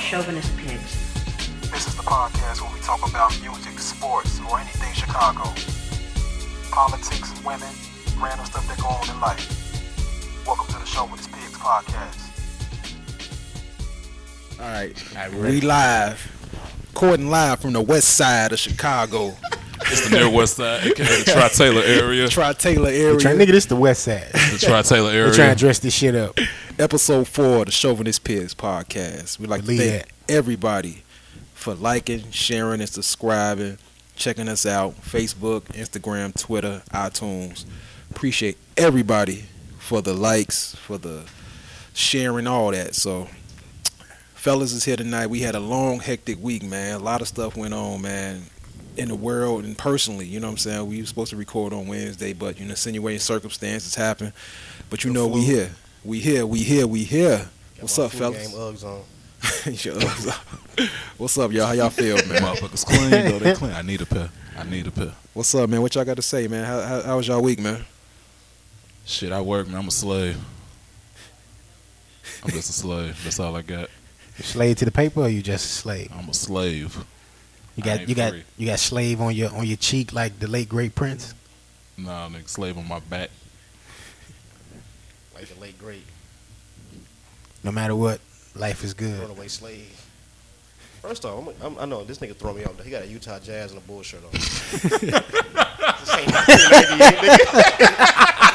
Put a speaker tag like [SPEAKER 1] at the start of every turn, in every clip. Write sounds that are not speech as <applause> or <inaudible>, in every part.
[SPEAKER 1] chauvinist pigs.
[SPEAKER 2] This is the podcast where we talk about music, sports, or anything Chicago. Politics, women, random stuff that go on in life. Welcome to the Show with His Pigs podcast.
[SPEAKER 3] All right.
[SPEAKER 4] All right, we're
[SPEAKER 3] We
[SPEAKER 4] ready.
[SPEAKER 3] live. Recording live from the west side of
[SPEAKER 4] <laughs>
[SPEAKER 3] Chicago.
[SPEAKER 5] It's the near west side, aka the Tri Taylor area.
[SPEAKER 3] Tri Taylor area.
[SPEAKER 4] Trying, nigga, this the West Side.
[SPEAKER 5] The Tri Taylor
[SPEAKER 4] They're trying to
[SPEAKER 5] area.
[SPEAKER 4] dress this shit up.
[SPEAKER 3] Episode four of the Chauvinist Pigs podcast. We'd like
[SPEAKER 4] Believe
[SPEAKER 3] to thank everybody for liking, sharing, and subscribing, checking us out. Facebook, Instagram, Twitter, iTunes. Appreciate everybody for the likes, for the sharing, all that. So fellas is here tonight. We had a long, hectic week, man. A lot of stuff went on, man, in the world and personally. You know what I'm saying? We were supposed to record on Wednesday, but you know, insinuating circumstances happened. But you know, we here. We here. We here. We here. What's up, fellas? <laughs> Your Uggs up. What's up, y'all? How y'all feel,
[SPEAKER 4] <laughs>
[SPEAKER 3] man?
[SPEAKER 5] Motherfuckers clean though. They clean. I need a pair. I need a pair.
[SPEAKER 3] What's up, man? What y'all got to say, man? How, how, how was y'all week, man?
[SPEAKER 5] Shit, I work, man. I'm a slave. I'm just a slave. That's all I got.
[SPEAKER 4] You slave to the paper, or you just a slave?
[SPEAKER 5] I'm a slave.
[SPEAKER 4] You
[SPEAKER 5] I
[SPEAKER 4] got
[SPEAKER 5] ain't
[SPEAKER 4] you got
[SPEAKER 5] free.
[SPEAKER 4] you got slave on your on your cheek like the late great prince.
[SPEAKER 5] Nah, nigga, slave on my back.
[SPEAKER 6] like the late great
[SPEAKER 4] No matter what, life is good.
[SPEAKER 6] runaway slave. First off, I'm, I'm, I know this nigga throw me off. He got a Utah Jazz and a bull shirt on. <laughs> this ain't 1998, nigga.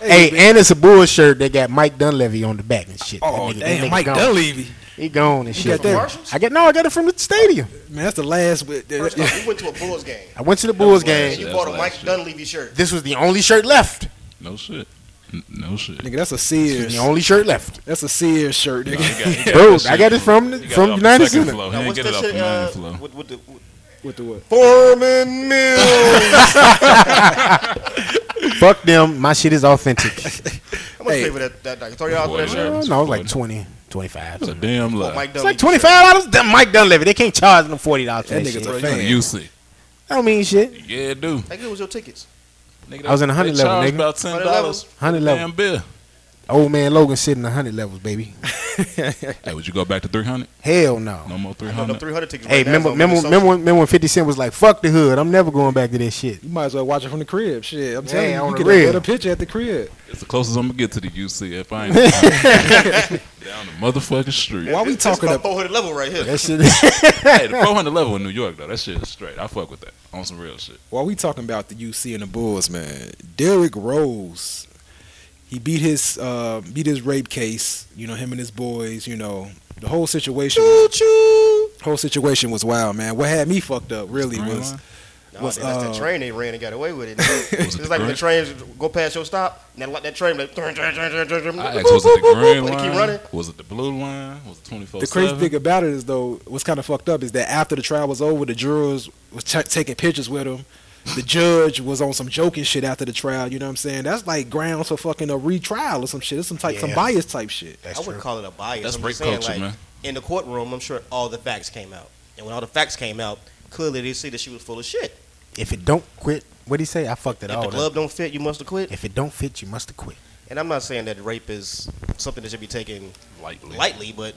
[SPEAKER 4] Hey, and it's a bull shirt that got Mike Dunleavy on the back and shit. That
[SPEAKER 3] Oh,
[SPEAKER 4] nigga- that
[SPEAKER 3] damn,
[SPEAKER 4] nigga
[SPEAKER 3] Mike
[SPEAKER 4] gone.
[SPEAKER 3] Dunleavy.
[SPEAKER 4] He gone and shit.
[SPEAKER 3] got that-
[SPEAKER 6] Marshalls?
[SPEAKER 4] I got no, I got it from the stadium.
[SPEAKER 3] Man, that's the last. <laughs> But,
[SPEAKER 6] First off, we went to a Bulls game.
[SPEAKER 4] I went to the Bulls
[SPEAKER 6] And
[SPEAKER 4] game.
[SPEAKER 6] you
[SPEAKER 5] That's
[SPEAKER 6] bought a
[SPEAKER 5] last
[SPEAKER 6] Mike
[SPEAKER 5] year.
[SPEAKER 6] Dunleavy shirt.
[SPEAKER 4] This was the only shirt left.
[SPEAKER 5] No shit. N- No shit.
[SPEAKER 3] nigga, that's a
[SPEAKER 4] This was
[SPEAKER 3] Sears.
[SPEAKER 4] the only shirt left.
[SPEAKER 3] That's a Sears shirt,
[SPEAKER 5] Nah, he
[SPEAKER 3] nigga.
[SPEAKER 5] got- he got
[SPEAKER 4] Bro,
[SPEAKER 5] that shit
[SPEAKER 4] I got it from the-
[SPEAKER 5] he got
[SPEAKER 4] from
[SPEAKER 5] it off
[SPEAKER 4] United
[SPEAKER 5] the second
[SPEAKER 4] Center.
[SPEAKER 5] flow. He
[SPEAKER 6] Now,
[SPEAKER 5] didn't
[SPEAKER 6] what's
[SPEAKER 5] get it
[SPEAKER 6] that
[SPEAKER 5] off the
[SPEAKER 6] shit?
[SPEAKER 5] main
[SPEAKER 6] Uh,
[SPEAKER 5] flow.
[SPEAKER 6] with, with the, with
[SPEAKER 3] With the what?
[SPEAKER 6] Foreman Mills.
[SPEAKER 4] Fuck them. My shit
[SPEAKER 5] <laughs>
[SPEAKER 4] is authentic.
[SPEAKER 6] <laughs> How much
[SPEAKER 3] Hey.
[SPEAKER 6] pay for that? That like thirty dollars for that
[SPEAKER 5] Boy,
[SPEAKER 4] no,
[SPEAKER 6] shirt.
[SPEAKER 4] it was like 20, 25.
[SPEAKER 5] That's a damn
[SPEAKER 6] Bought
[SPEAKER 5] lie.
[SPEAKER 6] Mike
[SPEAKER 4] It's
[SPEAKER 6] Dunleavy
[SPEAKER 4] like twenty five dollars. Damn, Mike Dunleavy. They can't charge them forty dollars for
[SPEAKER 3] That
[SPEAKER 4] that,
[SPEAKER 3] nigga's
[SPEAKER 4] shit.
[SPEAKER 3] a
[SPEAKER 4] I
[SPEAKER 3] fan.
[SPEAKER 5] UC.
[SPEAKER 4] don't mean shit.
[SPEAKER 5] Yeah, it do.
[SPEAKER 6] shirt. How good was your tickets?
[SPEAKER 5] Nigga,
[SPEAKER 4] I was in the
[SPEAKER 5] they-
[SPEAKER 4] 100
[SPEAKER 5] they
[SPEAKER 4] level,
[SPEAKER 5] charge
[SPEAKER 4] nigga.
[SPEAKER 5] About ten
[SPEAKER 6] 100 level?
[SPEAKER 5] dollars.
[SPEAKER 4] Hundred
[SPEAKER 5] Damn
[SPEAKER 4] level.
[SPEAKER 5] bill.
[SPEAKER 4] Old man Logan sitting hundred levels, baby. <laughs>
[SPEAKER 5] Hey, would you go back to three hundred?
[SPEAKER 4] Hell no.
[SPEAKER 5] No more three
[SPEAKER 6] I know them
[SPEAKER 5] hundred.
[SPEAKER 6] three hundred tickets.
[SPEAKER 4] Hey,
[SPEAKER 6] right
[SPEAKER 4] remember,
[SPEAKER 6] now, so I'm
[SPEAKER 4] remember,
[SPEAKER 6] gonna be
[SPEAKER 4] remember, when, remember when Fifty Cent was like, "Fuck the hood. I'm never going back to that shit."
[SPEAKER 3] You might as well watch it from the crib. Shit, I'm
[SPEAKER 4] Yeah,
[SPEAKER 3] telling you,
[SPEAKER 4] on
[SPEAKER 3] you
[SPEAKER 4] the
[SPEAKER 3] get
[SPEAKER 4] real.
[SPEAKER 3] a better picture at the crib.
[SPEAKER 5] It's the closest I'm gonna get to the UC if I
[SPEAKER 6] <laughs>
[SPEAKER 5] ain't down the motherfucking street.
[SPEAKER 3] Why we
[SPEAKER 6] This- this
[SPEAKER 3] talking
[SPEAKER 6] my
[SPEAKER 3] about?
[SPEAKER 6] 400 level right here.
[SPEAKER 4] That shit.
[SPEAKER 5] hey, the 400 level in New York though, that shit is straight. I fuck with that on some real shit.
[SPEAKER 3] Why we talking about the UC and the Bulls, man? Derrick Rose, he beat his uh, beat his rape case. You know him and his boys. You know the whole situation. Whole situation was wild, man. What had me fucked up really
[SPEAKER 5] Green
[SPEAKER 3] was
[SPEAKER 5] line?
[SPEAKER 6] Nah,
[SPEAKER 3] was,
[SPEAKER 6] that's
[SPEAKER 3] uh,
[SPEAKER 6] that train they ran and got away
[SPEAKER 5] <laughs>
[SPEAKER 6] with it. it's
[SPEAKER 5] it
[SPEAKER 6] like when
[SPEAKER 5] the
[SPEAKER 6] the trains go past your stop, and that, like that train, like, turn, turn, turn, turn, turn, turn,
[SPEAKER 5] I asked, was it the green
[SPEAKER 6] They keep
[SPEAKER 5] line?
[SPEAKER 6] running.
[SPEAKER 5] Was it the blue line? Was it 24
[SPEAKER 3] The crazy thing about it is though, what's kind of fucked up is that after the trial was over, the jurors was ch- taking pictures with him. The judge was on some joking shit after the trial. You know what I'm saying? That's like grounds for fucking a retrial or some shit. It's some type, some
[SPEAKER 4] Yeah.
[SPEAKER 3] bias type shit.
[SPEAKER 6] I wouldn't call it a
[SPEAKER 5] <laughs>
[SPEAKER 6] bias.
[SPEAKER 5] That's
[SPEAKER 6] I'm
[SPEAKER 5] rape
[SPEAKER 6] just saying,
[SPEAKER 5] culture,
[SPEAKER 6] like,
[SPEAKER 5] man.
[SPEAKER 6] In the courtroom, I'm sure all the facts came out, and when all the facts came out, clearly they see that she was full of shit.
[SPEAKER 4] if it don't quit, what do you say? I fucked it
[SPEAKER 6] if the
[SPEAKER 4] all
[SPEAKER 6] glove
[SPEAKER 4] up.
[SPEAKER 6] don't fit, you must
[SPEAKER 5] <laughs>
[SPEAKER 6] have quit.
[SPEAKER 4] If it don't fit, you must have quit.
[SPEAKER 6] And I'm not saying that rape is something that should be taken
[SPEAKER 5] Lightly.
[SPEAKER 6] lightly, but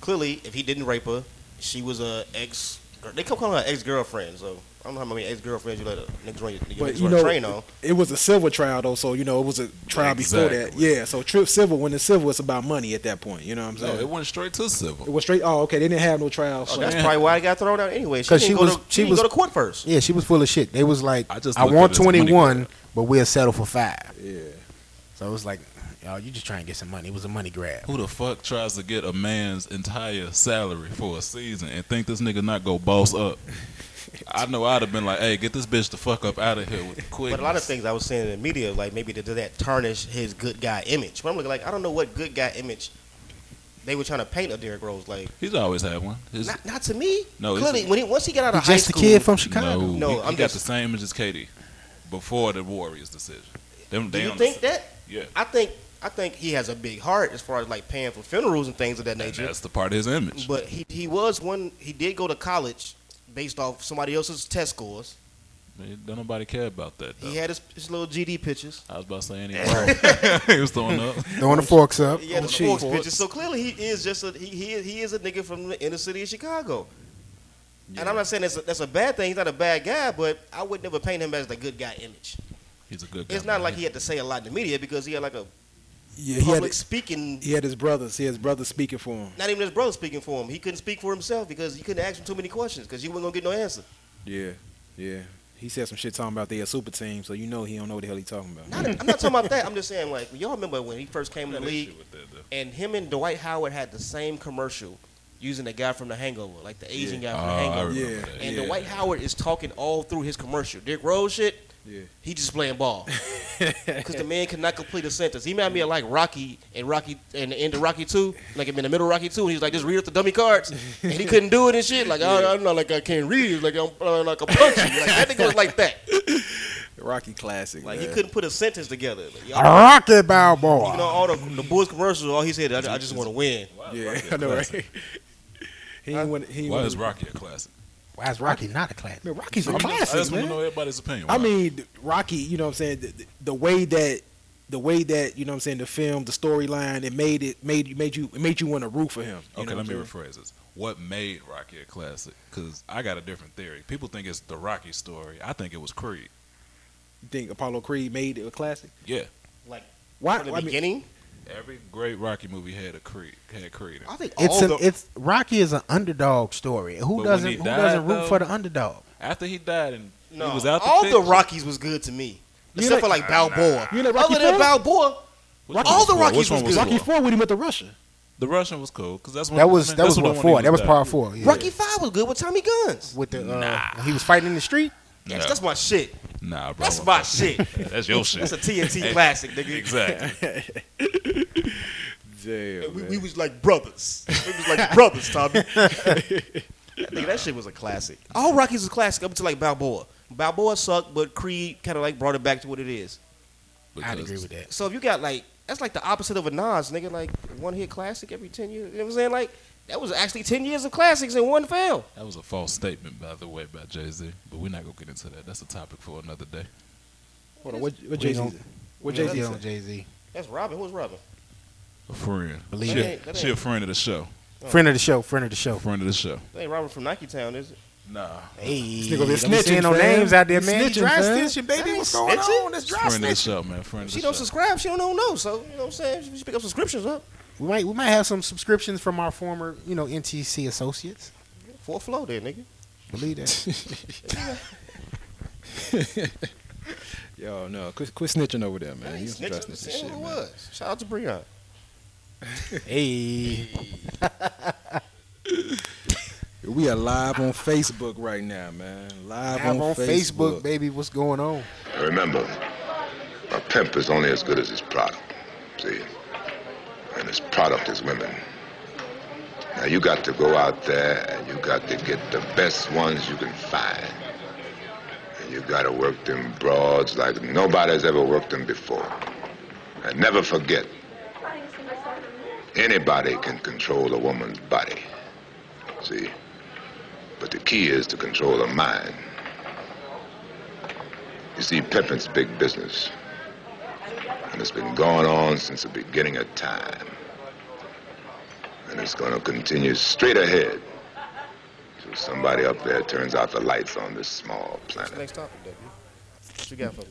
[SPEAKER 6] clearly, if he didn't rape her, she was a ex. They kept calling her ex girlfriend. So I don't know how many ex girlfriends you let a nigga run your, your
[SPEAKER 3] But
[SPEAKER 6] niggas
[SPEAKER 3] you
[SPEAKER 6] run a
[SPEAKER 3] know,
[SPEAKER 6] train on.
[SPEAKER 3] it was a civil trial though, so you know it was a trial before that.
[SPEAKER 5] Exactly.
[SPEAKER 3] Yeah, so trip civil when it's civil, it's about money at that point. You know what I'm
[SPEAKER 5] No,
[SPEAKER 3] saying?
[SPEAKER 5] it
[SPEAKER 3] it,
[SPEAKER 5] went straight to civil.
[SPEAKER 3] was straight. Oh, okay, they didn't have no trial.
[SPEAKER 6] Oh,
[SPEAKER 3] so-
[SPEAKER 6] that's
[SPEAKER 5] man.
[SPEAKER 6] probably why I got thrown out anyway. She
[SPEAKER 4] 'Cause
[SPEAKER 6] didn't
[SPEAKER 4] she
[SPEAKER 6] go
[SPEAKER 4] was-
[SPEAKER 6] to,
[SPEAKER 4] she
[SPEAKER 6] she didn't
[SPEAKER 4] was-
[SPEAKER 6] go to court first.
[SPEAKER 4] Yeah, she was full of shit. They was like, "I,
[SPEAKER 5] I just looked at
[SPEAKER 4] want
[SPEAKER 5] it as money
[SPEAKER 4] twenty one, but we'll settle for five.
[SPEAKER 3] yeah,
[SPEAKER 4] So it was like, "Y'all, you just trying to get some money." It was a money grab.
[SPEAKER 5] Who the fuck tries to get a man's entire salary for a season and think this nigga not go boss up? I know I'd have been like, hey, get this bitch the fuck up out of here with the quick.
[SPEAKER 6] But a lot of things I was seeing in the media, like maybe did that tarnish his good guy image? But I'm looking like I don't know what good guy image they were trying to paint of Derrick Rose. Like
[SPEAKER 5] He's always had one. His,
[SPEAKER 6] not, not to me.
[SPEAKER 5] No, it's-
[SPEAKER 6] clearly when he once he got out
[SPEAKER 4] He
[SPEAKER 6] of high
[SPEAKER 4] just a
[SPEAKER 6] school,
[SPEAKER 4] kid from Chicago.
[SPEAKER 5] No,
[SPEAKER 6] No,
[SPEAKER 5] he,
[SPEAKER 6] I'm
[SPEAKER 5] he got
[SPEAKER 6] just-
[SPEAKER 5] the same image as Katie before the Warriors decision. Them,
[SPEAKER 6] do
[SPEAKER 5] they
[SPEAKER 6] you
[SPEAKER 5] on the
[SPEAKER 6] think
[SPEAKER 5] sa-
[SPEAKER 6] that?
[SPEAKER 5] Yeah.
[SPEAKER 6] I think I think he has a big heart as far as like paying for funerals and things of that
[SPEAKER 5] And
[SPEAKER 6] nature.
[SPEAKER 5] that's the part of his image.
[SPEAKER 6] But he he was one. He did go to college based off somebody else's test scores.
[SPEAKER 5] Man, Don't nobody care about that.
[SPEAKER 4] Oh.
[SPEAKER 5] Though.
[SPEAKER 6] He had his, his little GD pictures.
[SPEAKER 5] I was about to say
[SPEAKER 6] <laughs>
[SPEAKER 5] anyway. <laughs> he was throwing up.
[SPEAKER 3] Throwing the forks up.
[SPEAKER 6] He had
[SPEAKER 4] Oh,
[SPEAKER 6] his
[SPEAKER 3] Cheese.
[SPEAKER 6] sports pictures. So clearly, he is just a he, he is- he is a nigga from the inner city of Chicago. And I'm not saying that's a, that's a bad thing. He's not a bad guy, but I would never paint him as the good guy image.
[SPEAKER 5] He's a good guy.
[SPEAKER 6] It's not
[SPEAKER 5] man.
[SPEAKER 6] like he had to say a lot in the media because he had like a
[SPEAKER 3] Yeah, he
[SPEAKER 6] public
[SPEAKER 3] had,
[SPEAKER 6] speaking.
[SPEAKER 3] he had his brothers. He had his brothers speaking for him.
[SPEAKER 6] Not even his brother speaking for him. He couldn't speak for himself because you couldn't ask him too many questions because you weren't gonna get no answer.
[SPEAKER 3] Yeah, yeah. He said some shit talking about they a super team, so you know he don't know what the hell he talking about.
[SPEAKER 6] Not, I'm not talking about that. I'm just saying like y'all remember when he first came in the
[SPEAKER 5] That
[SPEAKER 6] league
[SPEAKER 5] issue with that, though.
[SPEAKER 6] and him and Dwight Howard had the same commercial using the guy from The Hangover, like the Asian guy from The
[SPEAKER 5] Oh, I
[SPEAKER 6] Hangover.
[SPEAKER 5] remember
[SPEAKER 3] Yeah.
[SPEAKER 5] that.
[SPEAKER 6] And
[SPEAKER 3] Yeah.
[SPEAKER 6] Dwight Howard is talking all through his commercial. Dick Rose shit,
[SPEAKER 3] Yeah.
[SPEAKER 6] he just playing ball. Because the man cannot complete a sentence. He might be like Rocky and Rocky and the end of Rocky 2, like in the middle of Rocky 2, and he's like, just read up the dummy cards. And he couldn't do it and shit. Like, I, I'm not like I can't read. It's Like, I'm uh, like a punchy. Like, I think it was like that.
[SPEAKER 3] Rocky classic.
[SPEAKER 6] Like, he
[SPEAKER 3] man.
[SPEAKER 6] couldn't put a sentence together. Like, y'all-
[SPEAKER 4] Rocky
[SPEAKER 6] you know,
[SPEAKER 4] Balboa.
[SPEAKER 6] all the, the Bulls commercials, all he said, I, I just want to win.
[SPEAKER 3] Yeah, <laughs> I know, right? he ain't win. He ain't
[SPEAKER 5] Why
[SPEAKER 3] win-
[SPEAKER 5] is Rocky a classic?
[SPEAKER 4] Why is Rocky not a class?
[SPEAKER 3] Man, Rocky's a
[SPEAKER 5] I mean, I
[SPEAKER 3] classic,
[SPEAKER 5] just want to know
[SPEAKER 3] man.
[SPEAKER 5] everybody's opinion.
[SPEAKER 3] I
[SPEAKER 5] Why?
[SPEAKER 3] mean, Rocky. You know what I'm saying? The, the- the way that, the way that you know what I'm saying. The film, the storyline, it made it made you made you it made you want to root for him. You
[SPEAKER 5] Okay,
[SPEAKER 3] know
[SPEAKER 5] let
[SPEAKER 3] what
[SPEAKER 5] me
[SPEAKER 3] I'm
[SPEAKER 5] rephrase this. What made Rocky a classic? Because I got a different theory. People think it's the Rocky story. I think it was Creed.
[SPEAKER 3] saying? think Apollo Creed made it a classic.
[SPEAKER 5] Yeah,
[SPEAKER 3] Why?
[SPEAKER 6] From the
[SPEAKER 3] I mean,
[SPEAKER 6] beginning,
[SPEAKER 5] every great Rocky movie had a Creed. Had Creed. in it.
[SPEAKER 6] I think
[SPEAKER 4] It's
[SPEAKER 6] all
[SPEAKER 4] an
[SPEAKER 6] the,
[SPEAKER 4] it's Rocky is an underdog story. Who
[SPEAKER 5] when
[SPEAKER 4] doesn't
[SPEAKER 5] he
[SPEAKER 4] who
[SPEAKER 5] died,
[SPEAKER 4] doesn't root
[SPEAKER 5] though-
[SPEAKER 4] for the underdog?
[SPEAKER 5] After he died and
[SPEAKER 6] No,
[SPEAKER 5] he was out,
[SPEAKER 6] all
[SPEAKER 5] picture,
[SPEAKER 6] the Rockies was good to me,
[SPEAKER 3] You like-
[SPEAKER 6] except for like Balboa.
[SPEAKER 3] You like Rocky
[SPEAKER 6] Other than
[SPEAKER 3] Four?
[SPEAKER 6] Balboa,
[SPEAKER 5] Which one
[SPEAKER 6] all the
[SPEAKER 5] cool?
[SPEAKER 6] Rockies
[SPEAKER 5] Which one
[SPEAKER 6] was good.
[SPEAKER 5] cool?
[SPEAKER 3] Rocky Four when he met the Russia.
[SPEAKER 5] The Russian was cool because that's when
[SPEAKER 4] That was
[SPEAKER 5] man,
[SPEAKER 4] that
[SPEAKER 5] that's
[SPEAKER 4] was
[SPEAKER 5] when
[SPEAKER 4] what
[SPEAKER 5] he
[SPEAKER 4] four. That was
[SPEAKER 5] died.
[SPEAKER 4] part four. yeah.
[SPEAKER 6] Rocky Five was good with Tommy Guns.
[SPEAKER 4] with the uh, he was fighting in the street.
[SPEAKER 6] Yes,
[SPEAKER 5] No.
[SPEAKER 6] that's my shit.
[SPEAKER 5] Nah, bro.
[SPEAKER 6] That's my shit.
[SPEAKER 5] <laughs> That's your shit.
[SPEAKER 6] That's a TNT classic, nigga. <laughs>
[SPEAKER 5] exactly.
[SPEAKER 3] Damn.
[SPEAKER 6] We, we was like brothers. We was like brothers, Tommy. nigga, <laughs> that shit was a classic. All Rockies was classic up until like Balboa. Balboa sucked, but Creed kind of like brought it back to what it is.
[SPEAKER 4] I'd agree
[SPEAKER 5] Because-
[SPEAKER 4] with that.
[SPEAKER 6] So if you got like that's like the opposite of a Nas, nigga, like one hit classic every ten years. You know what I'm saying? Like that was actually ten years of classics in one film.
[SPEAKER 5] That was a false statement, by the way, by Jay Z. But we're not gonna get into that. That's a topic for another day.
[SPEAKER 3] Hold on. What, what Jay Z?
[SPEAKER 4] don't-
[SPEAKER 3] What Jay Z?
[SPEAKER 4] on Jay Z,
[SPEAKER 6] That's Robin. Who's Robin?
[SPEAKER 5] A friend.
[SPEAKER 4] Believe
[SPEAKER 5] she,
[SPEAKER 6] it.
[SPEAKER 5] She a friend of the show.
[SPEAKER 4] friend of the show, friend of the
[SPEAKER 5] A
[SPEAKER 4] show.
[SPEAKER 5] friend of the show.
[SPEAKER 6] That ain't Robin from Nike Town, is it?
[SPEAKER 5] Nah.
[SPEAKER 3] This nigga
[SPEAKER 4] Hey,
[SPEAKER 3] been
[SPEAKER 4] don't be saying
[SPEAKER 3] snitching,
[SPEAKER 4] no
[SPEAKER 3] fam.
[SPEAKER 4] names out there,
[SPEAKER 3] He
[SPEAKER 4] man.
[SPEAKER 3] snitching,
[SPEAKER 4] dry
[SPEAKER 3] fam.
[SPEAKER 4] snitching, baby.
[SPEAKER 6] ain't
[SPEAKER 4] What's going
[SPEAKER 6] snitching.
[SPEAKER 4] on? That's dry
[SPEAKER 5] Friend of the
[SPEAKER 4] snitching.
[SPEAKER 5] show, man. Friend of
[SPEAKER 6] She
[SPEAKER 5] the
[SPEAKER 6] don't
[SPEAKER 5] show.
[SPEAKER 6] subscribe. She don't know no. So you know what I'm saying? She should pick up subscriptions up.
[SPEAKER 4] We might we might have some subscriptions from our former you know NTC associates.
[SPEAKER 6] Full flow there, nigga.
[SPEAKER 4] Believe that.
[SPEAKER 3] Yo, no. Quit, quit snitching over there, man. You
[SPEAKER 6] Snitching,
[SPEAKER 3] don't trust this
[SPEAKER 6] saying
[SPEAKER 3] shit,
[SPEAKER 6] who it
[SPEAKER 3] man.
[SPEAKER 6] was. Shout out to Breon.
[SPEAKER 4] <laughs> hey,
[SPEAKER 3] We are live on Facebook right now, man. Live,
[SPEAKER 4] I'm on Facebook, baby. What's going on?
[SPEAKER 1] Remember, a pimp is only as good as his product. See? And his product is women. Now you got to go out there and you got to get the best ones you can find. And you got to work them broads like nobody's ever worked them before. And never forget, anybody can control a woman's body. See? But the key is to control her mind. You see, pimping's big business. And it's been going on since the beginning of time. And it's going to continue straight ahead. Till somebody up there turns out the lights on this small
[SPEAKER 6] What's the
[SPEAKER 1] planet.
[SPEAKER 6] next topic, W? What you got for me?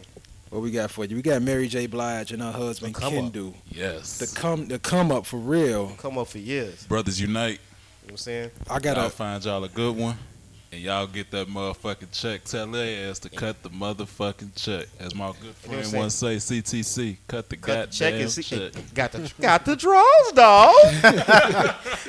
[SPEAKER 3] What we got for you? We got Mary J. Blige and her husband
[SPEAKER 6] The come up.
[SPEAKER 3] Kendu.
[SPEAKER 5] Yes.
[SPEAKER 3] The come the come up for real.
[SPEAKER 6] Come up for years.
[SPEAKER 5] Brothers unite.
[SPEAKER 6] You know what I'm saying?
[SPEAKER 3] I got
[SPEAKER 5] Y'all
[SPEAKER 3] a
[SPEAKER 5] find y'all a good one. And y'all get that motherfucking check. Tell their ass to cut the motherfucking check. As my good
[SPEAKER 6] know what I'm
[SPEAKER 5] friend once say, CTC, cut the goddamn
[SPEAKER 6] Cut the check and see.
[SPEAKER 5] check.
[SPEAKER 6] Got the got the draws, dog.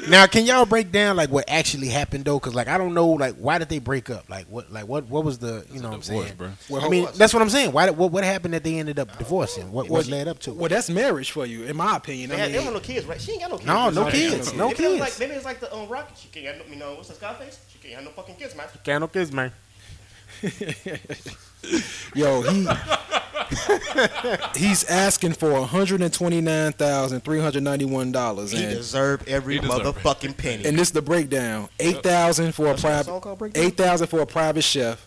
[SPEAKER 4] Now, can y'all break down like what actually happened though? Because like I don't know, like why did they break up? Like what, like what, what was the you know what I'm
[SPEAKER 5] Divorce,
[SPEAKER 4] saying?
[SPEAKER 5] bro.
[SPEAKER 4] I mean, that's what I'm saying. Why? did- What, what happened that they ended up divorcing? What, what
[SPEAKER 3] Well,
[SPEAKER 4] led up to it?
[SPEAKER 3] well, that's marriage for you, in my opinion.
[SPEAKER 6] They,
[SPEAKER 3] I
[SPEAKER 6] had, they don't have
[SPEAKER 3] mean,
[SPEAKER 6] no kids, right? She ain't got no kids.
[SPEAKER 4] No, no
[SPEAKER 6] Right.
[SPEAKER 4] kids, no
[SPEAKER 6] Maybe it was
[SPEAKER 4] kids.
[SPEAKER 6] Like, maybe it's like the um, Rocket. She can't have no, you know, what's the Skyface? She can't have no fucking kids, man.
[SPEAKER 4] Candle kids, man.
[SPEAKER 3] yo, he <laughs> he's asking for one hundred and twenty nine thousand three hundred ninety one dollars,
[SPEAKER 6] He
[SPEAKER 3] and
[SPEAKER 6] deserved every
[SPEAKER 5] He deserved it.
[SPEAKER 6] motherfucking penny.
[SPEAKER 3] and this the breakdown: eight thousand for a
[SPEAKER 6] That's what the song
[SPEAKER 3] private,
[SPEAKER 6] called Breakdown?
[SPEAKER 3] eight thousand for a private chef,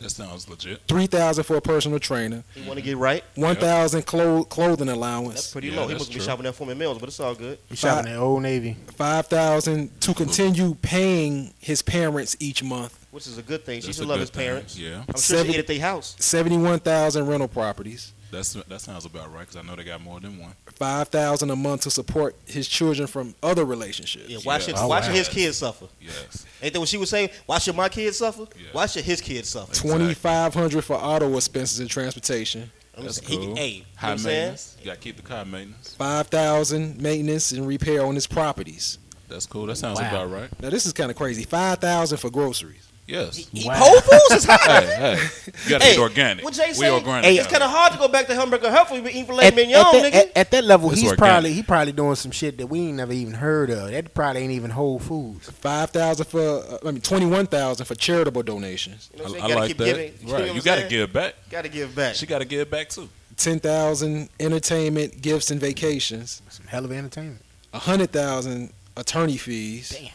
[SPEAKER 5] That sounds legit.
[SPEAKER 3] three thousand for a personal trainer,
[SPEAKER 6] You want to get right?
[SPEAKER 3] one thousand clo- clothing
[SPEAKER 6] That's
[SPEAKER 3] allowance,
[SPEAKER 6] pretty
[SPEAKER 5] Yeah,
[SPEAKER 6] low. He
[SPEAKER 5] that's
[SPEAKER 6] must be
[SPEAKER 5] true.
[SPEAKER 6] shopping at Foreman Mills, but it's all good.
[SPEAKER 4] You shopping at Old Navy.
[SPEAKER 3] five thousand to continue paying his parents each month,
[SPEAKER 6] Which is a good thing. She
[SPEAKER 5] That's
[SPEAKER 6] should
[SPEAKER 5] a
[SPEAKER 6] love
[SPEAKER 5] good
[SPEAKER 6] his
[SPEAKER 5] thing.
[SPEAKER 6] parents.
[SPEAKER 5] Yeah,
[SPEAKER 6] I'm sure
[SPEAKER 3] Seven-
[SPEAKER 6] she ate at their house.
[SPEAKER 3] seventy-one thousand rental properties,
[SPEAKER 5] that's that sounds about right because I know they got more than one.
[SPEAKER 3] five thousand a month to support his children from other relationships.
[SPEAKER 6] Yeah, why
[SPEAKER 5] Yeah.
[SPEAKER 6] should
[SPEAKER 5] Oh,
[SPEAKER 6] why
[SPEAKER 5] wow.
[SPEAKER 6] should his kids suffer?
[SPEAKER 5] Yes,
[SPEAKER 6] Ain't that what she was saying? Why should my kids suffer?
[SPEAKER 5] Yeah.
[SPEAKER 6] Why should his kids suffer?
[SPEAKER 5] Exactly.
[SPEAKER 3] Twenty-five hundred for auto expenses and transportation,
[SPEAKER 6] I'm
[SPEAKER 5] That's
[SPEAKER 6] just- he-
[SPEAKER 5] cool.
[SPEAKER 6] hey, you know what
[SPEAKER 5] high
[SPEAKER 6] I'm saying?
[SPEAKER 5] maintenance. You got to keep the car maintenance.
[SPEAKER 3] five thousand maintenance and repair on his properties.
[SPEAKER 5] That's cool. That sounds
[SPEAKER 4] Wow.
[SPEAKER 5] about right.
[SPEAKER 3] Now this is kind of crazy. Five thousand for groceries.
[SPEAKER 6] <laughs>
[SPEAKER 5] Yes.
[SPEAKER 6] Eat
[SPEAKER 4] Wow.
[SPEAKER 6] Whole Foods
[SPEAKER 5] <laughs>
[SPEAKER 6] is high.
[SPEAKER 5] hey, hey, you got to
[SPEAKER 6] Hey,
[SPEAKER 5] eat organic.
[SPEAKER 6] What Jay
[SPEAKER 5] we
[SPEAKER 6] say?
[SPEAKER 5] organic.
[SPEAKER 6] Hey, it's kind of hard to go back to hamburger help. We've been eating filet
[SPEAKER 4] At,
[SPEAKER 6] mignon,
[SPEAKER 4] at that,
[SPEAKER 6] nigga.
[SPEAKER 4] at- at that level,
[SPEAKER 5] It's
[SPEAKER 4] he's
[SPEAKER 5] organic.
[SPEAKER 4] probably he probably doing some shit that we ain't never even heard of. That probably ain't even Whole Foods.
[SPEAKER 3] Five thousand for uh, I mean twenty-one thousand for charitable donations.
[SPEAKER 6] You know what I'm
[SPEAKER 5] I,
[SPEAKER 6] saying?
[SPEAKER 5] I
[SPEAKER 6] Gotta
[SPEAKER 5] like
[SPEAKER 6] keep
[SPEAKER 5] that.
[SPEAKER 6] giving. know
[SPEAKER 5] right.
[SPEAKER 6] what
[SPEAKER 5] You
[SPEAKER 6] I'm
[SPEAKER 5] got to
[SPEAKER 6] saying?
[SPEAKER 5] give back.
[SPEAKER 6] Gotta give back.
[SPEAKER 5] She got to give back too.
[SPEAKER 3] Ten thousand entertainment, gifts and vacations.
[SPEAKER 4] Some hell of entertainment.
[SPEAKER 3] A hundred thousand attorney fees.
[SPEAKER 4] Damn.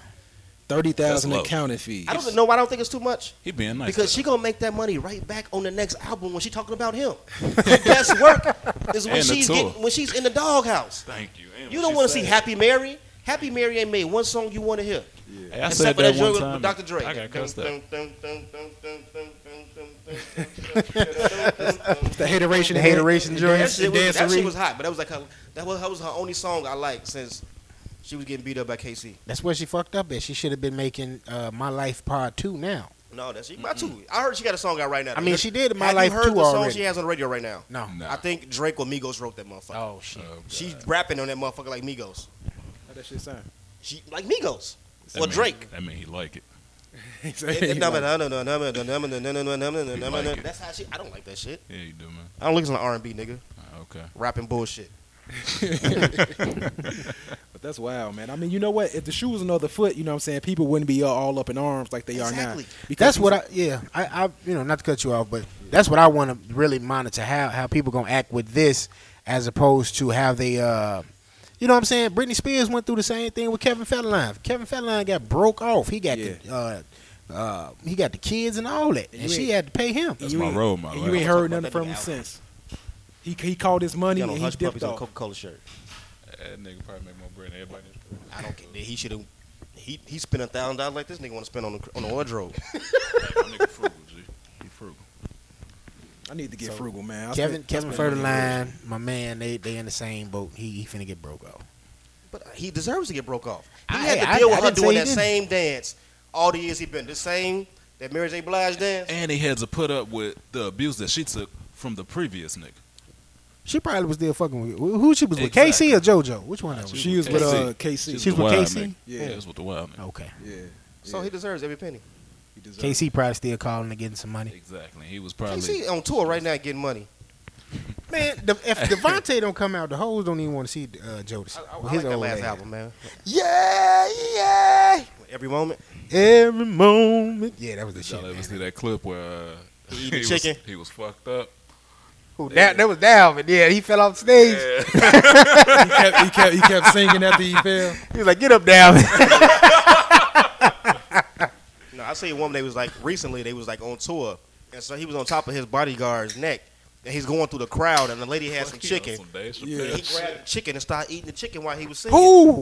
[SPEAKER 3] Thirty thousand
[SPEAKER 5] That's low.
[SPEAKER 3] accounting fees.
[SPEAKER 6] I don't know why I don't think it's too much.
[SPEAKER 5] He being nice.
[SPEAKER 6] Because
[SPEAKER 5] to
[SPEAKER 6] she gonna make that money right back on the next album when she talking
[SPEAKER 5] <laughs>
[SPEAKER 6] about him. Her best work is when
[SPEAKER 5] And the
[SPEAKER 6] she's
[SPEAKER 5] tour.
[SPEAKER 6] getting, when she's in the doghouse.
[SPEAKER 5] her. Thank you. And
[SPEAKER 6] You
[SPEAKER 5] what
[SPEAKER 6] don't
[SPEAKER 5] she
[SPEAKER 6] want to see
[SPEAKER 5] said.
[SPEAKER 6] Happy Mary. Happy Mary ain't made one song you want to hear.
[SPEAKER 5] Hey, I
[SPEAKER 6] Except
[SPEAKER 5] said
[SPEAKER 6] for
[SPEAKER 5] that,
[SPEAKER 6] that
[SPEAKER 5] one
[SPEAKER 6] joint
[SPEAKER 5] time.
[SPEAKER 6] with Dr. Dre.
[SPEAKER 5] I got cussed up.
[SPEAKER 3] the hateration.
[SPEAKER 4] The hateration
[SPEAKER 6] That
[SPEAKER 4] joints.
[SPEAKER 6] shit was, that shit
[SPEAKER 3] dancery.
[SPEAKER 6] was hot, but that was like her, that was, that was her only song I liked since she was getting beat up by KC.
[SPEAKER 4] That's where she fucked up at. She should have been making uh, My Life Part Two now.
[SPEAKER 6] No, that's she about two. I heard she got a song out right now.
[SPEAKER 4] I mean, she did My
[SPEAKER 6] Have you
[SPEAKER 4] Life
[SPEAKER 6] heard
[SPEAKER 4] Two
[SPEAKER 6] the song
[SPEAKER 4] already.
[SPEAKER 6] she has on the radio right now?
[SPEAKER 4] No.
[SPEAKER 5] Nah.
[SPEAKER 6] I think Drake or Migos wrote that motherfucker.
[SPEAKER 4] Oh
[SPEAKER 5] Uh,
[SPEAKER 4] shit.
[SPEAKER 6] She's rapping on that motherfucker like Migos.
[SPEAKER 3] <laughs>
[SPEAKER 6] She like Migos
[SPEAKER 5] That
[SPEAKER 6] or
[SPEAKER 5] mean-
[SPEAKER 6] Drake.
[SPEAKER 5] That mean he like it.
[SPEAKER 6] That's how she. I don't like that shit.
[SPEAKER 5] Yeah, you do, man.
[SPEAKER 6] I don't look at R and B nigga
[SPEAKER 5] Uh, Okay.
[SPEAKER 6] <laughs> rapping bullshit.
[SPEAKER 3] But that's wild, man. I mean, you know what? If the shoe was another foot, you know what I'm saying, people wouldn't be all up in arms like they
[SPEAKER 6] Exactly.
[SPEAKER 3] are now. Because
[SPEAKER 4] That's
[SPEAKER 3] he's
[SPEAKER 4] what I yeah I, I you know not to cut you off but that's what I want to really monitor how how people gonna act with this as opposed to how they uh you know what I'm saying Britney Spears went through the same thing with Kevin Federline Kevin Federline got broke off he got the uh, uh he got the kids and all that and
[SPEAKER 3] You
[SPEAKER 4] she
[SPEAKER 3] ain't-
[SPEAKER 4] had to pay him
[SPEAKER 5] That's
[SPEAKER 3] you
[SPEAKER 5] my
[SPEAKER 3] ain't-
[SPEAKER 5] role model.
[SPEAKER 3] and
[SPEAKER 5] That's
[SPEAKER 3] You ain't
[SPEAKER 5] what
[SPEAKER 3] heard
[SPEAKER 6] I'm
[SPEAKER 3] nothing
[SPEAKER 6] talking
[SPEAKER 3] from him
[SPEAKER 6] about, that nigga
[SPEAKER 3] since. He he called his money
[SPEAKER 6] He got
[SPEAKER 3] and
[SPEAKER 6] on
[SPEAKER 3] he
[SPEAKER 6] Hush Puppies
[SPEAKER 3] dipped
[SPEAKER 6] on a
[SPEAKER 3] off.
[SPEAKER 6] Coca Cola shirt.
[SPEAKER 5] That nigga probably make more bread than everybody. in this room.
[SPEAKER 6] I don't. care. He should have. He he spent a thousand dollars like this nigga want to spend on the, on the wardrobe.
[SPEAKER 5] That nigga frugal, G. He frugal.
[SPEAKER 3] I need to get frugal, man. I
[SPEAKER 4] Kevin
[SPEAKER 3] spent- I
[SPEAKER 4] Kevin
[SPEAKER 3] spent money on
[SPEAKER 4] Federline my man they they in the same boat he, he finna get broke off
[SPEAKER 6] But he deserves to get broke off. He
[SPEAKER 4] I-
[SPEAKER 6] had to
[SPEAKER 4] I-
[SPEAKER 6] deal
[SPEAKER 4] I
[SPEAKER 6] with her
[SPEAKER 4] didn't say
[SPEAKER 6] doing
[SPEAKER 4] he
[SPEAKER 6] that
[SPEAKER 4] didn't.
[SPEAKER 6] same dance all the years he been the same that Mary J. Blige dance.
[SPEAKER 5] And he had to put up with the abuse that she took from the previous nigga.
[SPEAKER 4] she probably was still fucking with who who she was with
[SPEAKER 5] Exactly.
[SPEAKER 4] KC or JoJo which one of
[SPEAKER 3] the-
[SPEAKER 4] them
[SPEAKER 3] She was with uh, KC.
[SPEAKER 4] She was with
[SPEAKER 5] the wild
[SPEAKER 4] KC?
[SPEAKER 5] nigga.
[SPEAKER 3] Yeah.
[SPEAKER 5] Yeah, it was with the wild nigga.
[SPEAKER 4] okay
[SPEAKER 3] Yeah.
[SPEAKER 6] So he deserves every penny.
[SPEAKER 3] He deserved it.
[SPEAKER 4] KC probably still calling and getting some money.
[SPEAKER 5] Exactly. He was
[SPEAKER 6] You
[SPEAKER 5] probably.
[SPEAKER 6] see on tour right now getting money.
[SPEAKER 4] Man, the, <laughs> if Devontae don't come out, the hoes don't even want to see uh, Jodeci.
[SPEAKER 6] I, I, I
[SPEAKER 4] Well,
[SPEAKER 6] like that
[SPEAKER 4] old
[SPEAKER 6] last
[SPEAKER 4] ass.
[SPEAKER 6] album, man.
[SPEAKER 4] Yeah, yeah.
[SPEAKER 6] Every moment.
[SPEAKER 4] Every moment. Yeah, that was the shit.
[SPEAKER 5] Y'all ever
[SPEAKER 4] man.
[SPEAKER 5] see that clip where uh,
[SPEAKER 6] He eating
[SPEAKER 5] was-
[SPEAKER 6] chicken.
[SPEAKER 5] <laughs> he was fucked up.
[SPEAKER 4] Who, that, that was Dalvin. Yeah, he fell off stage.
[SPEAKER 3] he, kept, he kept he kept singing after he fell.
[SPEAKER 4] He was like, "Get up, Dalvin."
[SPEAKER 6] No, I seen one they was like recently they was like on tour, and so he was on top of his bodyguard's neck, and he's going through the crowd, and the lady
[SPEAKER 3] <laughs>
[SPEAKER 6] had some
[SPEAKER 5] He on
[SPEAKER 6] chicken.
[SPEAKER 5] Some Dave Chappelle
[SPEAKER 3] Yeah.
[SPEAKER 6] He
[SPEAKER 5] shit.
[SPEAKER 6] grabbed the chicken and started eating the chicken while he was singing.
[SPEAKER 4] Who?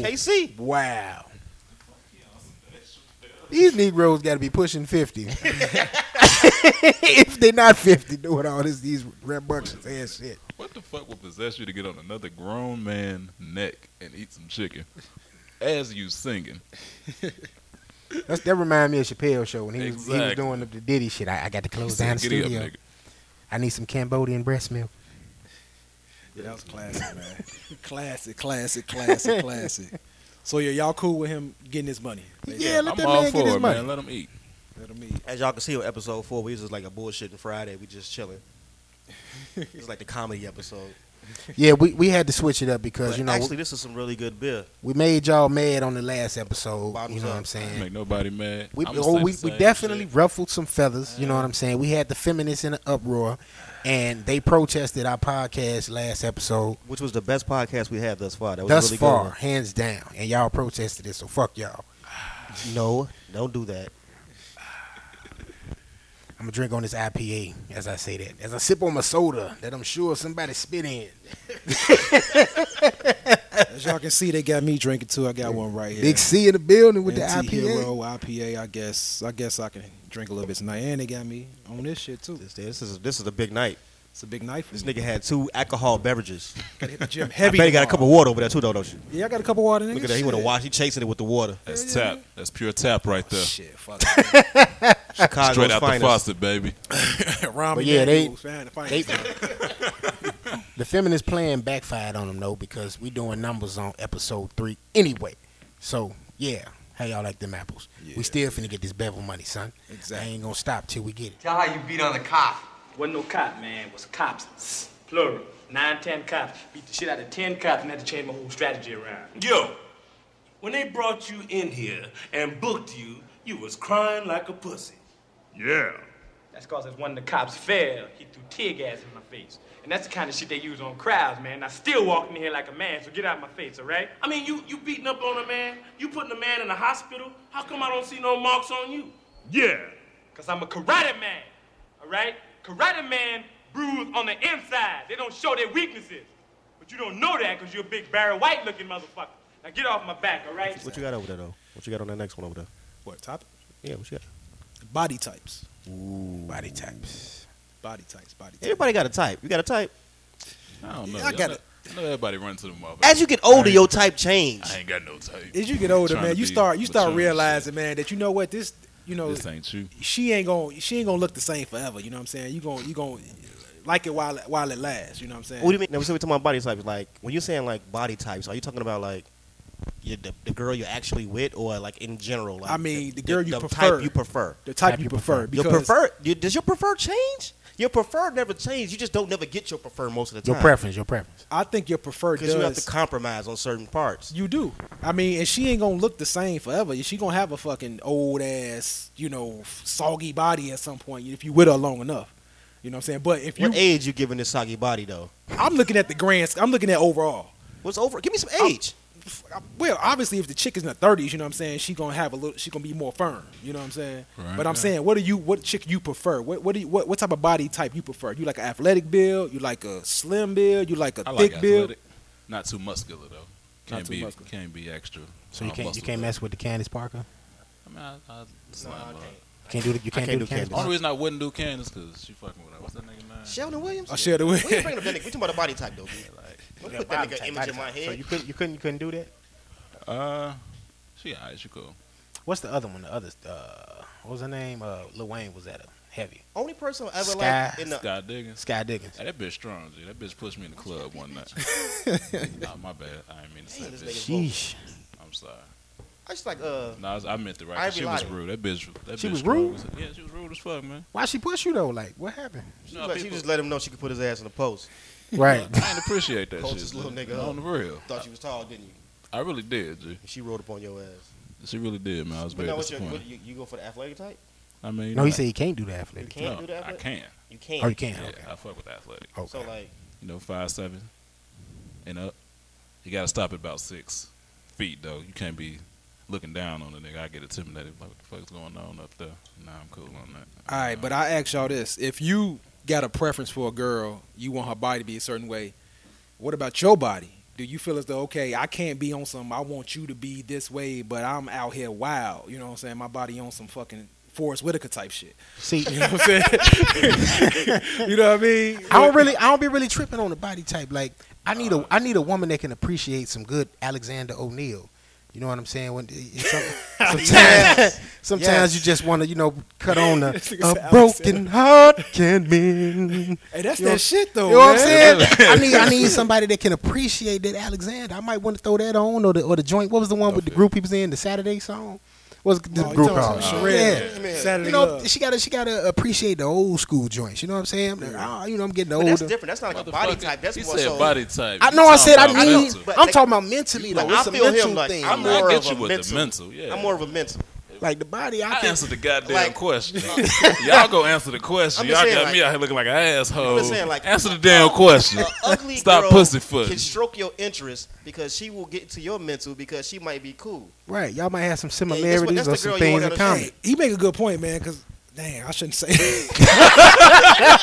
[SPEAKER 4] <laughs>
[SPEAKER 6] KC.
[SPEAKER 4] wow. These Negroes got to be pushing <laughs> fifty. if they're not fifty, doing all this these rambunctious ass shit.
[SPEAKER 5] What the fuck would possess you to get on another grown man neck and eat some chicken as you singing?
[SPEAKER 4] That's, that remind me of Chappelle's show when he was, he was
[SPEAKER 5] Exactly.
[SPEAKER 4] doing the, the Diddy shit. I, I got to
[SPEAKER 5] He
[SPEAKER 4] close
[SPEAKER 5] said,
[SPEAKER 4] down the
[SPEAKER 5] "Giddy up,
[SPEAKER 4] studio.
[SPEAKER 5] nigga."
[SPEAKER 4] I need some Cambodian breast milk.
[SPEAKER 3] Yeah, that was classic, man. <laughs> classic, classic, classic, classic. So yeah, y'all cool with him getting his money?
[SPEAKER 4] Yeah, let
[SPEAKER 5] I'm
[SPEAKER 4] that
[SPEAKER 5] all
[SPEAKER 4] man
[SPEAKER 5] for
[SPEAKER 4] get his
[SPEAKER 5] it,
[SPEAKER 4] money.
[SPEAKER 5] man. Let him eat.
[SPEAKER 3] Let him eat.
[SPEAKER 6] As y'all can see on episode four, we was just like a bullshitting Friday. We just
[SPEAKER 3] <laughs>
[SPEAKER 6] chilling. it's like the comedy episode.
[SPEAKER 4] Yeah, we, we had to switch it up because
[SPEAKER 6] But
[SPEAKER 4] you know
[SPEAKER 6] actually, this is some really good beer.
[SPEAKER 4] we made y'all mad on the last episode.
[SPEAKER 6] Bottoms
[SPEAKER 4] you know
[SPEAKER 6] up.
[SPEAKER 4] what I'm saying?
[SPEAKER 5] Make nobody mad.
[SPEAKER 4] We
[SPEAKER 5] I'ma
[SPEAKER 4] oh,
[SPEAKER 5] say
[SPEAKER 4] we,
[SPEAKER 5] the
[SPEAKER 4] we
[SPEAKER 5] same
[SPEAKER 4] definitely
[SPEAKER 5] shit.
[SPEAKER 4] ruffled some feathers. You know what I'm saying? We had the feminists in an uproar, and they protested our podcast last episode.
[SPEAKER 6] Which was the best podcast we had thus far. That was
[SPEAKER 4] Thus
[SPEAKER 6] a really
[SPEAKER 4] far, hands down, and y'all protested it. So fuck y'all.
[SPEAKER 6] good. One. No, don't do that.
[SPEAKER 4] I'm gonna drink on this IPA as I say that. As I sip on my soda that I'm sure somebody spit in.
[SPEAKER 3] As y'all can see, they got me drinking too. I got one right here.
[SPEAKER 4] Big C in the building with
[SPEAKER 3] NT
[SPEAKER 4] the IPA.
[SPEAKER 3] Hero IPA. I guess. I guess I can drink a little bit tonight. And they got me on this shit too.
[SPEAKER 6] This, this is this is a big night.
[SPEAKER 3] It's a big night for
[SPEAKER 6] This
[SPEAKER 3] me.
[SPEAKER 6] nigga had two alcohol beverages.
[SPEAKER 3] Gotta hit the gym
[SPEAKER 6] I bet
[SPEAKER 3] heavy.
[SPEAKER 6] he got a
[SPEAKER 3] tomorrow.
[SPEAKER 6] cup of water over there too, though, don't you?
[SPEAKER 3] Yeah, I got a cup of water. Nigga.
[SPEAKER 6] Look at that. He
[SPEAKER 3] Shit.
[SPEAKER 6] would have watched. He chasing it with the <laughs> water.
[SPEAKER 5] That's tap. That's pure tap right there.
[SPEAKER 3] Shit, fuck.
[SPEAKER 6] Chicago's
[SPEAKER 5] Straight out
[SPEAKER 6] finest.
[SPEAKER 5] the faucet, baby.
[SPEAKER 3] Ramen
[SPEAKER 4] But yeah, they-
[SPEAKER 3] noodles, man, the <laughs>
[SPEAKER 4] They-
[SPEAKER 3] finest.
[SPEAKER 4] the feminist plan backfired on them though because we doing numbers on episode three anyway. So yeah, how y'all like them apples?
[SPEAKER 3] Yeah.
[SPEAKER 4] We still finna get this bevel money, son.
[SPEAKER 3] Exactly.
[SPEAKER 4] I ain't gonna stop till we get it.
[SPEAKER 7] Tell how you beat on the cop.
[SPEAKER 8] Wasn't no cop, man. It was cops. Plural. Nine, ten cops. Beat the shit out of ten cops and had to change my whole strategy around.
[SPEAKER 9] Yo, when they brought you in here and booked you, you was crying like a pussy.
[SPEAKER 1] Yeah.
[SPEAKER 8] That's cause as one of the cops fell, he threw tear gas in my face. And that's the kind of shit they use on crowds, man. I still walked in here like a man, so get out of my face, all right?
[SPEAKER 9] I mean, you you beating up on a man, you putting a man in the hospital. How come I don't see no marks on you?
[SPEAKER 1] Yeah.
[SPEAKER 8] Cause I'm a karate man, all right? Karate man bruise on the inside. They don't show their weaknesses. But you don't know that cause you're a big Barry White looking motherfucker. Now get off my back, all right?
[SPEAKER 6] What you got over there though? What you got on that next one over there?
[SPEAKER 3] What topic?
[SPEAKER 6] Yeah, what you got?
[SPEAKER 3] Body types.
[SPEAKER 4] Body types.
[SPEAKER 3] Body types. Body types.
[SPEAKER 6] Everybody got a type. You got a type.
[SPEAKER 5] I don't know.
[SPEAKER 3] I got
[SPEAKER 5] Y'all
[SPEAKER 3] it.
[SPEAKER 5] know- I know everybody runs to the motherfucker.
[SPEAKER 6] As you get older, your type change.
[SPEAKER 5] I ain't got no type.
[SPEAKER 3] As you get older,
[SPEAKER 5] Trying to
[SPEAKER 3] man, you
[SPEAKER 5] be
[SPEAKER 3] start you start
[SPEAKER 5] mature and
[SPEAKER 3] realizing, oh, man, that you know what this you know
[SPEAKER 5] This ain't you.
[SPEAKER 3] she ain't gonna she ain't gonna look the same forever. You know what I'm saying? You gonna you gonna like it while while it lasts. You know what I'm saying?
[SPEAKER 6] What do you mean? Now, we said we talking about body types. Like when you're saying like body types, are you talking about like you the, the girl you're actually with, or like in general? Like,
[SPEAKER 3] I mean, the girl you
[SPEAKER 6] the
[SPEAKER 3] prefer.
[SPEAKER 6] Type you prefer.
[SPEAKER 3] the type, you prefer.
[SPEAKER 6] Your
[SPEAKER 3] Because
[SPEAKER 6] prefer. You, does your prefer change? Your prefer never change. You just don't never get your prefer most of the
[SPEAKER 4] Your
[SPEAKER 6] time.
[SPEAKER 4] preference. Your preference.
[SPEAKER 3] I think your preferred
[SPEAKER 6] Because
[SPEAKER 3] does.
[SPEAKER 6] you have to compromise on certain parts.
[SPEAKER 3] You do. I mean, and she ain't gonna look the same forever. She gonna have a fucking old ass, you know, soggy body at some point if you with her long enough. You know what I'm saying? But if you,
[SPEAKER 6] What age you giving this soggy body though?
[SPEAKER 3] I'm looking at the grand. I'm looking at overall.
[SPEAKER 6] What's over? Give me some age.
[SPEAKER 3] Well, obviously, if the chick is in the 30s, you know what I'm saying, she gonna have a little. She gonna be more firm. You know what I'm saying?
[SPEAKER 5] Right.
[SPEAKER 3] But I'm saying, what do you? What chick you prefer? What what do you? What, what type of body type you prefer? You like an athletic build? You like a slim build? You like a
[SPEAKER 5] I
[SPEAKER 3] thick
[SPEAKER 5] like
[SPEAKER 3] build?
[SPEAKER 5] athletic. Not too muscular though. Can't
[SPEAKER 3] too
[SPEAKER 5] be
[SPEAKER 3] muscular.
[SPEAKER 5] can't be extra.
[SPEAKER 4] So you
[SPEAKER 5] uh,
[SPEAKER 4] can't you
[SPEAKER 5] muscle though.
[SPEAKER 4] can't mess with the Candace Parker.
[SPEAKER 5] I mean, I, I, it's not about-
[SPEAKER 4] You can't do the, you can't,
[SPEAKER 6] can't
[SPEAKER 4] do,
[SPEAKER 6] do
[SPEAKER 4] the Candace.
[SPEAKER 6] Candace.
[SPEAKER 5] Only reason I wouldn't do Candace because she fucking with her. What's that nigga name?
[SPEAKER 6] Sheldon Williams.
[SPEAKER 4] Oh,
[SPEAKER 3] I share the
[SPEAKER 6] We
[SPEAKER 3] way.
[SPEAKER 6] ain't bringing up that nigga. We talking about a body type though. dude. Don't put that nigga image in my
[SPEAKER 4] So
[SPEAKER 6] head.
[SPEAKER 4] you couldn't you couldn't you couldn't do that.
[SPEAKER 5] Uh, she alright. She cool.
[SPEAKER 4] What's the other one? The other uh, what was her name? Uh, Lil Wayne was at a heavy
[SPEAKER 6] Only person I ever
[SPEAKER 4] Sky-
[SPEAKER 6] like in the
[SPEAKER 5] Scott Diggins.
[SPEAKER 4] Sky Diggins.
[SPEAKER 5] Hey, that bitch strong, G. That bitch pushed me in the club one
[SPEAKER 4] <laughs>
[SPEAKER 5] night. nah, my bad. I didn't mean to say
[SPEAKER 6] Damn, this
[SPEAKER 5] bitch.
[SPEAKER 6] nigga- Sheesh.
[SPEAKER 5] I'm sorry.
[SPEAKER 6] I just like uh.
[SPEAKER 5] Nah, I, was- I meant the right.
[SPEAKER 6] Ivy
[SPEAKER 5] she was
[SPEAKER 6] Lottie.
[SPEAKER 5] rude. That bitch. That
[SPEAKER 4] She
[SPEAKER 5] bitch
[SPEAKER 4] was
[SPEAKER 5] strong.
[SPEAKER 4] rude?
[SPEAKER 5] Yeah, she was rude as fuck, man.
[SPEAKER 4] Why she push you though? Like what happened?
[SPEAKER 5] No,
[SPEAKER 6] like, she
[SPEAKER 5] people-
[SPEAKER 6] just let him know she could put his ass in the post.
[SPEAKER 4] <laughs> Right.
[SPEAKER 5] I didn't appreciate that
[SPEAKER 6] Coach
[SPEAKER 5] shit.
[SPEAKER 6] this little
[SPEAKER 5] G.
[SPEAKER 6] nigga up.
[SPEAKER 5] On the real,
[SPEAKER 6] Thought you was tall, didn't you?
[SPEAKER 5] I really did, G.
[SPEAKER 6] And she rolled up on your ass.
[SPEAKER 5] She really did, man. I was
[SPEAKER 6] But
[SPEAKER 5] very
[SPEAKER 6] now, what's your,
[SPEAKER 5] disappointed.
[SPEAKER 6] what, you, you go for the athletic type?
[SPEAKER 5] I mean,
[SPEAKER 4] No, he
[SPEAKER 5] like-
[SPEAKER 4] said he can't do the athletic.
[SPEAKER 6] You can't do the
[SPEAKER 5] I
[SPEAKER 6] athletic?
[SPEAKER 5] can.
[SPEAKER 6] You can't.
[SPEAKER 4] Oh, you can't.
[SPEAKER 5] Yeah,
[SPEAKER 4] Okay.
[SPEAKER 5] I fuck with athletic.
[SPEAKER 4] Okay.
[SPEAKER 6] So, like,
[SPEAKER 5] You know, five seven and up. You gotta stop at about six feet though. You can't be looking down on a nigga. I get intimidated. Like, what the fuck's going on up there? Nah, I'm cool on that.
[SPEAKER 3] All right, but I ask y'all this: If you got a preference for a girl, you want her body to be a certain way. What about your body? Do you feel as though okay, I can't be on some? I want you to be this way, but I'm out here wild. You know what I'm saying? My body on some fucking Forrest Whitaker type shit.
[SPEAKER 4] See,
[SPEAKER 3] You know what I'm saying? <laughs> you know what I mean?
[SPEAKER 4] I don't really, I don't be really tripping on the body type. Like I need a, I need a woman that can appreciate some good Alexander O'Neal. You know what I'm saying? When it's
[SPEAKER 3] <laughs>
[SPEAKER 4] some- sometimes, sometimes
[SPEAKER 6] Yes.
[SPEAKER 4] you just want to, you know, cut on
[SPEAKER 3] <laughs>
[SPEAKER 4] the
[SPEAKER 3] nigga said
[SPEAKER 4] a broken heart can mend.
[SPEAKER 3] Hey, that's
[SPEAKER 4] You
[SPEAKER 3] that
[SPEAKER 4] know-
[SPEAKER 3] shit though.
[SPEAKER 4] You know what I'm
[SPEAKER 3] man.
[SPEAKER 4] saying?
[SPEAKER 3] <laughs>
[SPEAKER 4] I need, I need somebody that can appreciate that Alexander. I might want to throw that on or the, or the joint. What was the one with the group he was in? The Saturday song. What's the
[SPEAKER 3] Oh, you
[SPEAKER 4] group
[SPEAKER 3] talking
[SPEAKER 4] called?
[SPEAKER 3] about
[SPEAKER 4] Yeah.
[SPEAKER 3] Sheree, Saturday
[SPEAKER 4] You know,
[SPEAKER 3] Love.
[SPEAKER 4] she gotta she gotta appreciate the old school joints. You know what I'm saying? Ah, you know, I'm getting
[SPEAKER 6] but that's
[SPEAKER 4] older.
[SPEAKER 6] different. That's not like a body
[SPEAKER 5] Motherfucker,
[SPEAKER 6] type. That's
[SPEAKER 5] he
[SPEAKER 6] more
[SPEAKER 5] said
[SPEAKER 6] so.
[SPEAKER 5] body type.
[SPEAKER 4] I
[SPEAKER 5] You
[SPEAKER 4] know. I
[SPEAKER 5] talking
[SPEAKER 4] said I
[SPEAKER 5] about
[SPEAKER 4] need.
[SPEAKER 5] mental.
[SPEAKER 6] But
[SPEAKER 4] I'm
[SPEAKER 6] they-
[SPEAKER 4] talking about mentally.
[SPEAKER 6] Like,
[SPEAKER 4] Like, it's
[SPEAKER 6] I
[SPEAKER 4] a
[SPEAKER 6] feel
[SPEAKER 4] mental
[SPEAKER 6] him like
[SPEAKER 4] thing.
[SPEAKER 6] I'm
[SPEAKER 5] I
[SPEAKER 6] more
[SPEAKER 5] get
[SPEAKER 6] of
[SPEAKER 5] you
[SPEAKER 6] a
[SPEAKER 5] with the
[SPEAKER 6] mental.
[SPEAKER 5] mental, yeah.
[SPEAKER 6] I'm more of a mental.
[SPEAKER 4] like the body. I
[SPEAKER 5] I
[SPEAKER 4] can.
[SPEAKER 5] answered the goddamn
[SPEAKER 6] Like- uh,
[SPEAKER 5] question. <laughs> Y'all go answer the question.
[SPEAKER 6] I'm
[SPEAKER 5] Y'all
[SPEAKER 6] just
[SPEAKER 5] got
[SPEAKER 6] saying,
[SPEAKER 5] me
[SPEAKER 6] like-
[SPEAKER 5] out here looking like an asshole.
[SPEAKER 6] I'm just saying, like,
[SPEAKER 5] Oh. answer the damn question.
[SPEAKER 6] <laughs> A ugly
[SPEAKER 5] Stop
[SPEAKER 6] girl
[SPEAKER 5] pussyfooting.
[SPEAKER 6] can stroke your interest because she will get to your mental because she might be cool.
[SPEAKER 4] Right. Y'all might have some
[SPEAKER 6] what-
[SPEAKER 4] similarities
[SPEAKER 6] that's
[SPEAKER 4] or
[SPEAKER 6] the
[SPEAKER 4] some
[SPEAKER 6] girl you
[SPEAKER 4] things
[SPEAKER 6] wanna
[SPEAKER 4] in common.
[SPEAKER 3] Hey, he make a good point, man. Because Dang, I shouldn't say. <laughs>
[SPEAKER 4] <laughs>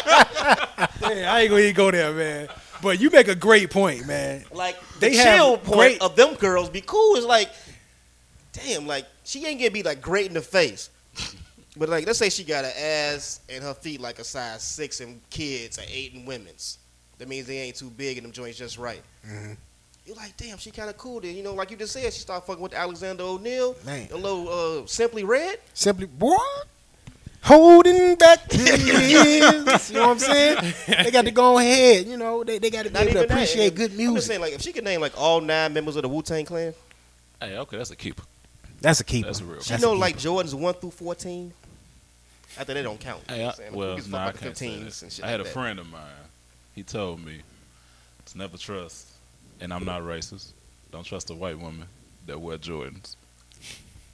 [SPEAKER 3] Dang, I ain't gonna even go there, man. But you make a great point, man.
[SPEAKER 6] Like
[SPEAKER 3] They
[SPEAKER 6] the
[SPEAKER 3] have
[SPEAKER 6] chill point
[SPEAKER 3] great-
[SPEAKER 6] of them girls be cool is like, damn, like she ain't gonna be like great in the face. But like let's say she got an ass and her feet like a size six and kids and eight and women's. That means they ain't too big and them joints just right.
[SPEAKER 3] Mm-hmm.
[SPEAKER 6] You're like, damn, she kind of cool then. You know, like you just said, she started fucking with Alexander O'Neal,
[SPEAKER 4] Man.
[SPEAKER 6] a little uh, simply red.
[SPEAKER 4] Simply, boy, holding
[SPEAKER 6] <laughs>
[SPEAKER 4] back tears. you know what I'm saying? They got to go ahead. You know, they, they got to be
[SPEAKER 6] Not
[SPEAKER 4] able to
[SPEAKER 6] even that.
[SPEAKER 4] appreciate
[SPEAKER 6] And
[SPEAKER 4] good
[SPEAKER 6] I'm just
[SPEAKER 4] music.
[SPEAKER 6] saying, like if she could name like all nine members of the Wu Tang Clan,
[SPEAKER 5] Hey, okay, that's a keeper.
[SPEAKER 4] That's a keeper.
[SPEAKER 5] That's real.
[SPEAKER 6] she know like Jordans one through fourteen. After they don't count. You know
[SPEAKER 5] Hey, I,
[SPEAKER 6] what I'm saying? Like, who
[SPEAKER 5] well,
[SPEAKER 6] gives a
[SPEAKER 5] nah, I
[SPEAKER 6] fuck about
[SPEAKER 5] can't
[SPEAKER 6] the
[SPEAKER 5] say
[SPEAKER 6] 15s and
[SPEAKER 5] that.
[SPEAKER 6] shit
[SPEAKER 5] I had
[SPEAKER 6] like
[SPEAKER 5] a
[SPEAKER 6] that?
[SPEAKER 5] friend of mine. He told me to never trust, and I'm not racist. Don't trust a white woman that wear Jordans.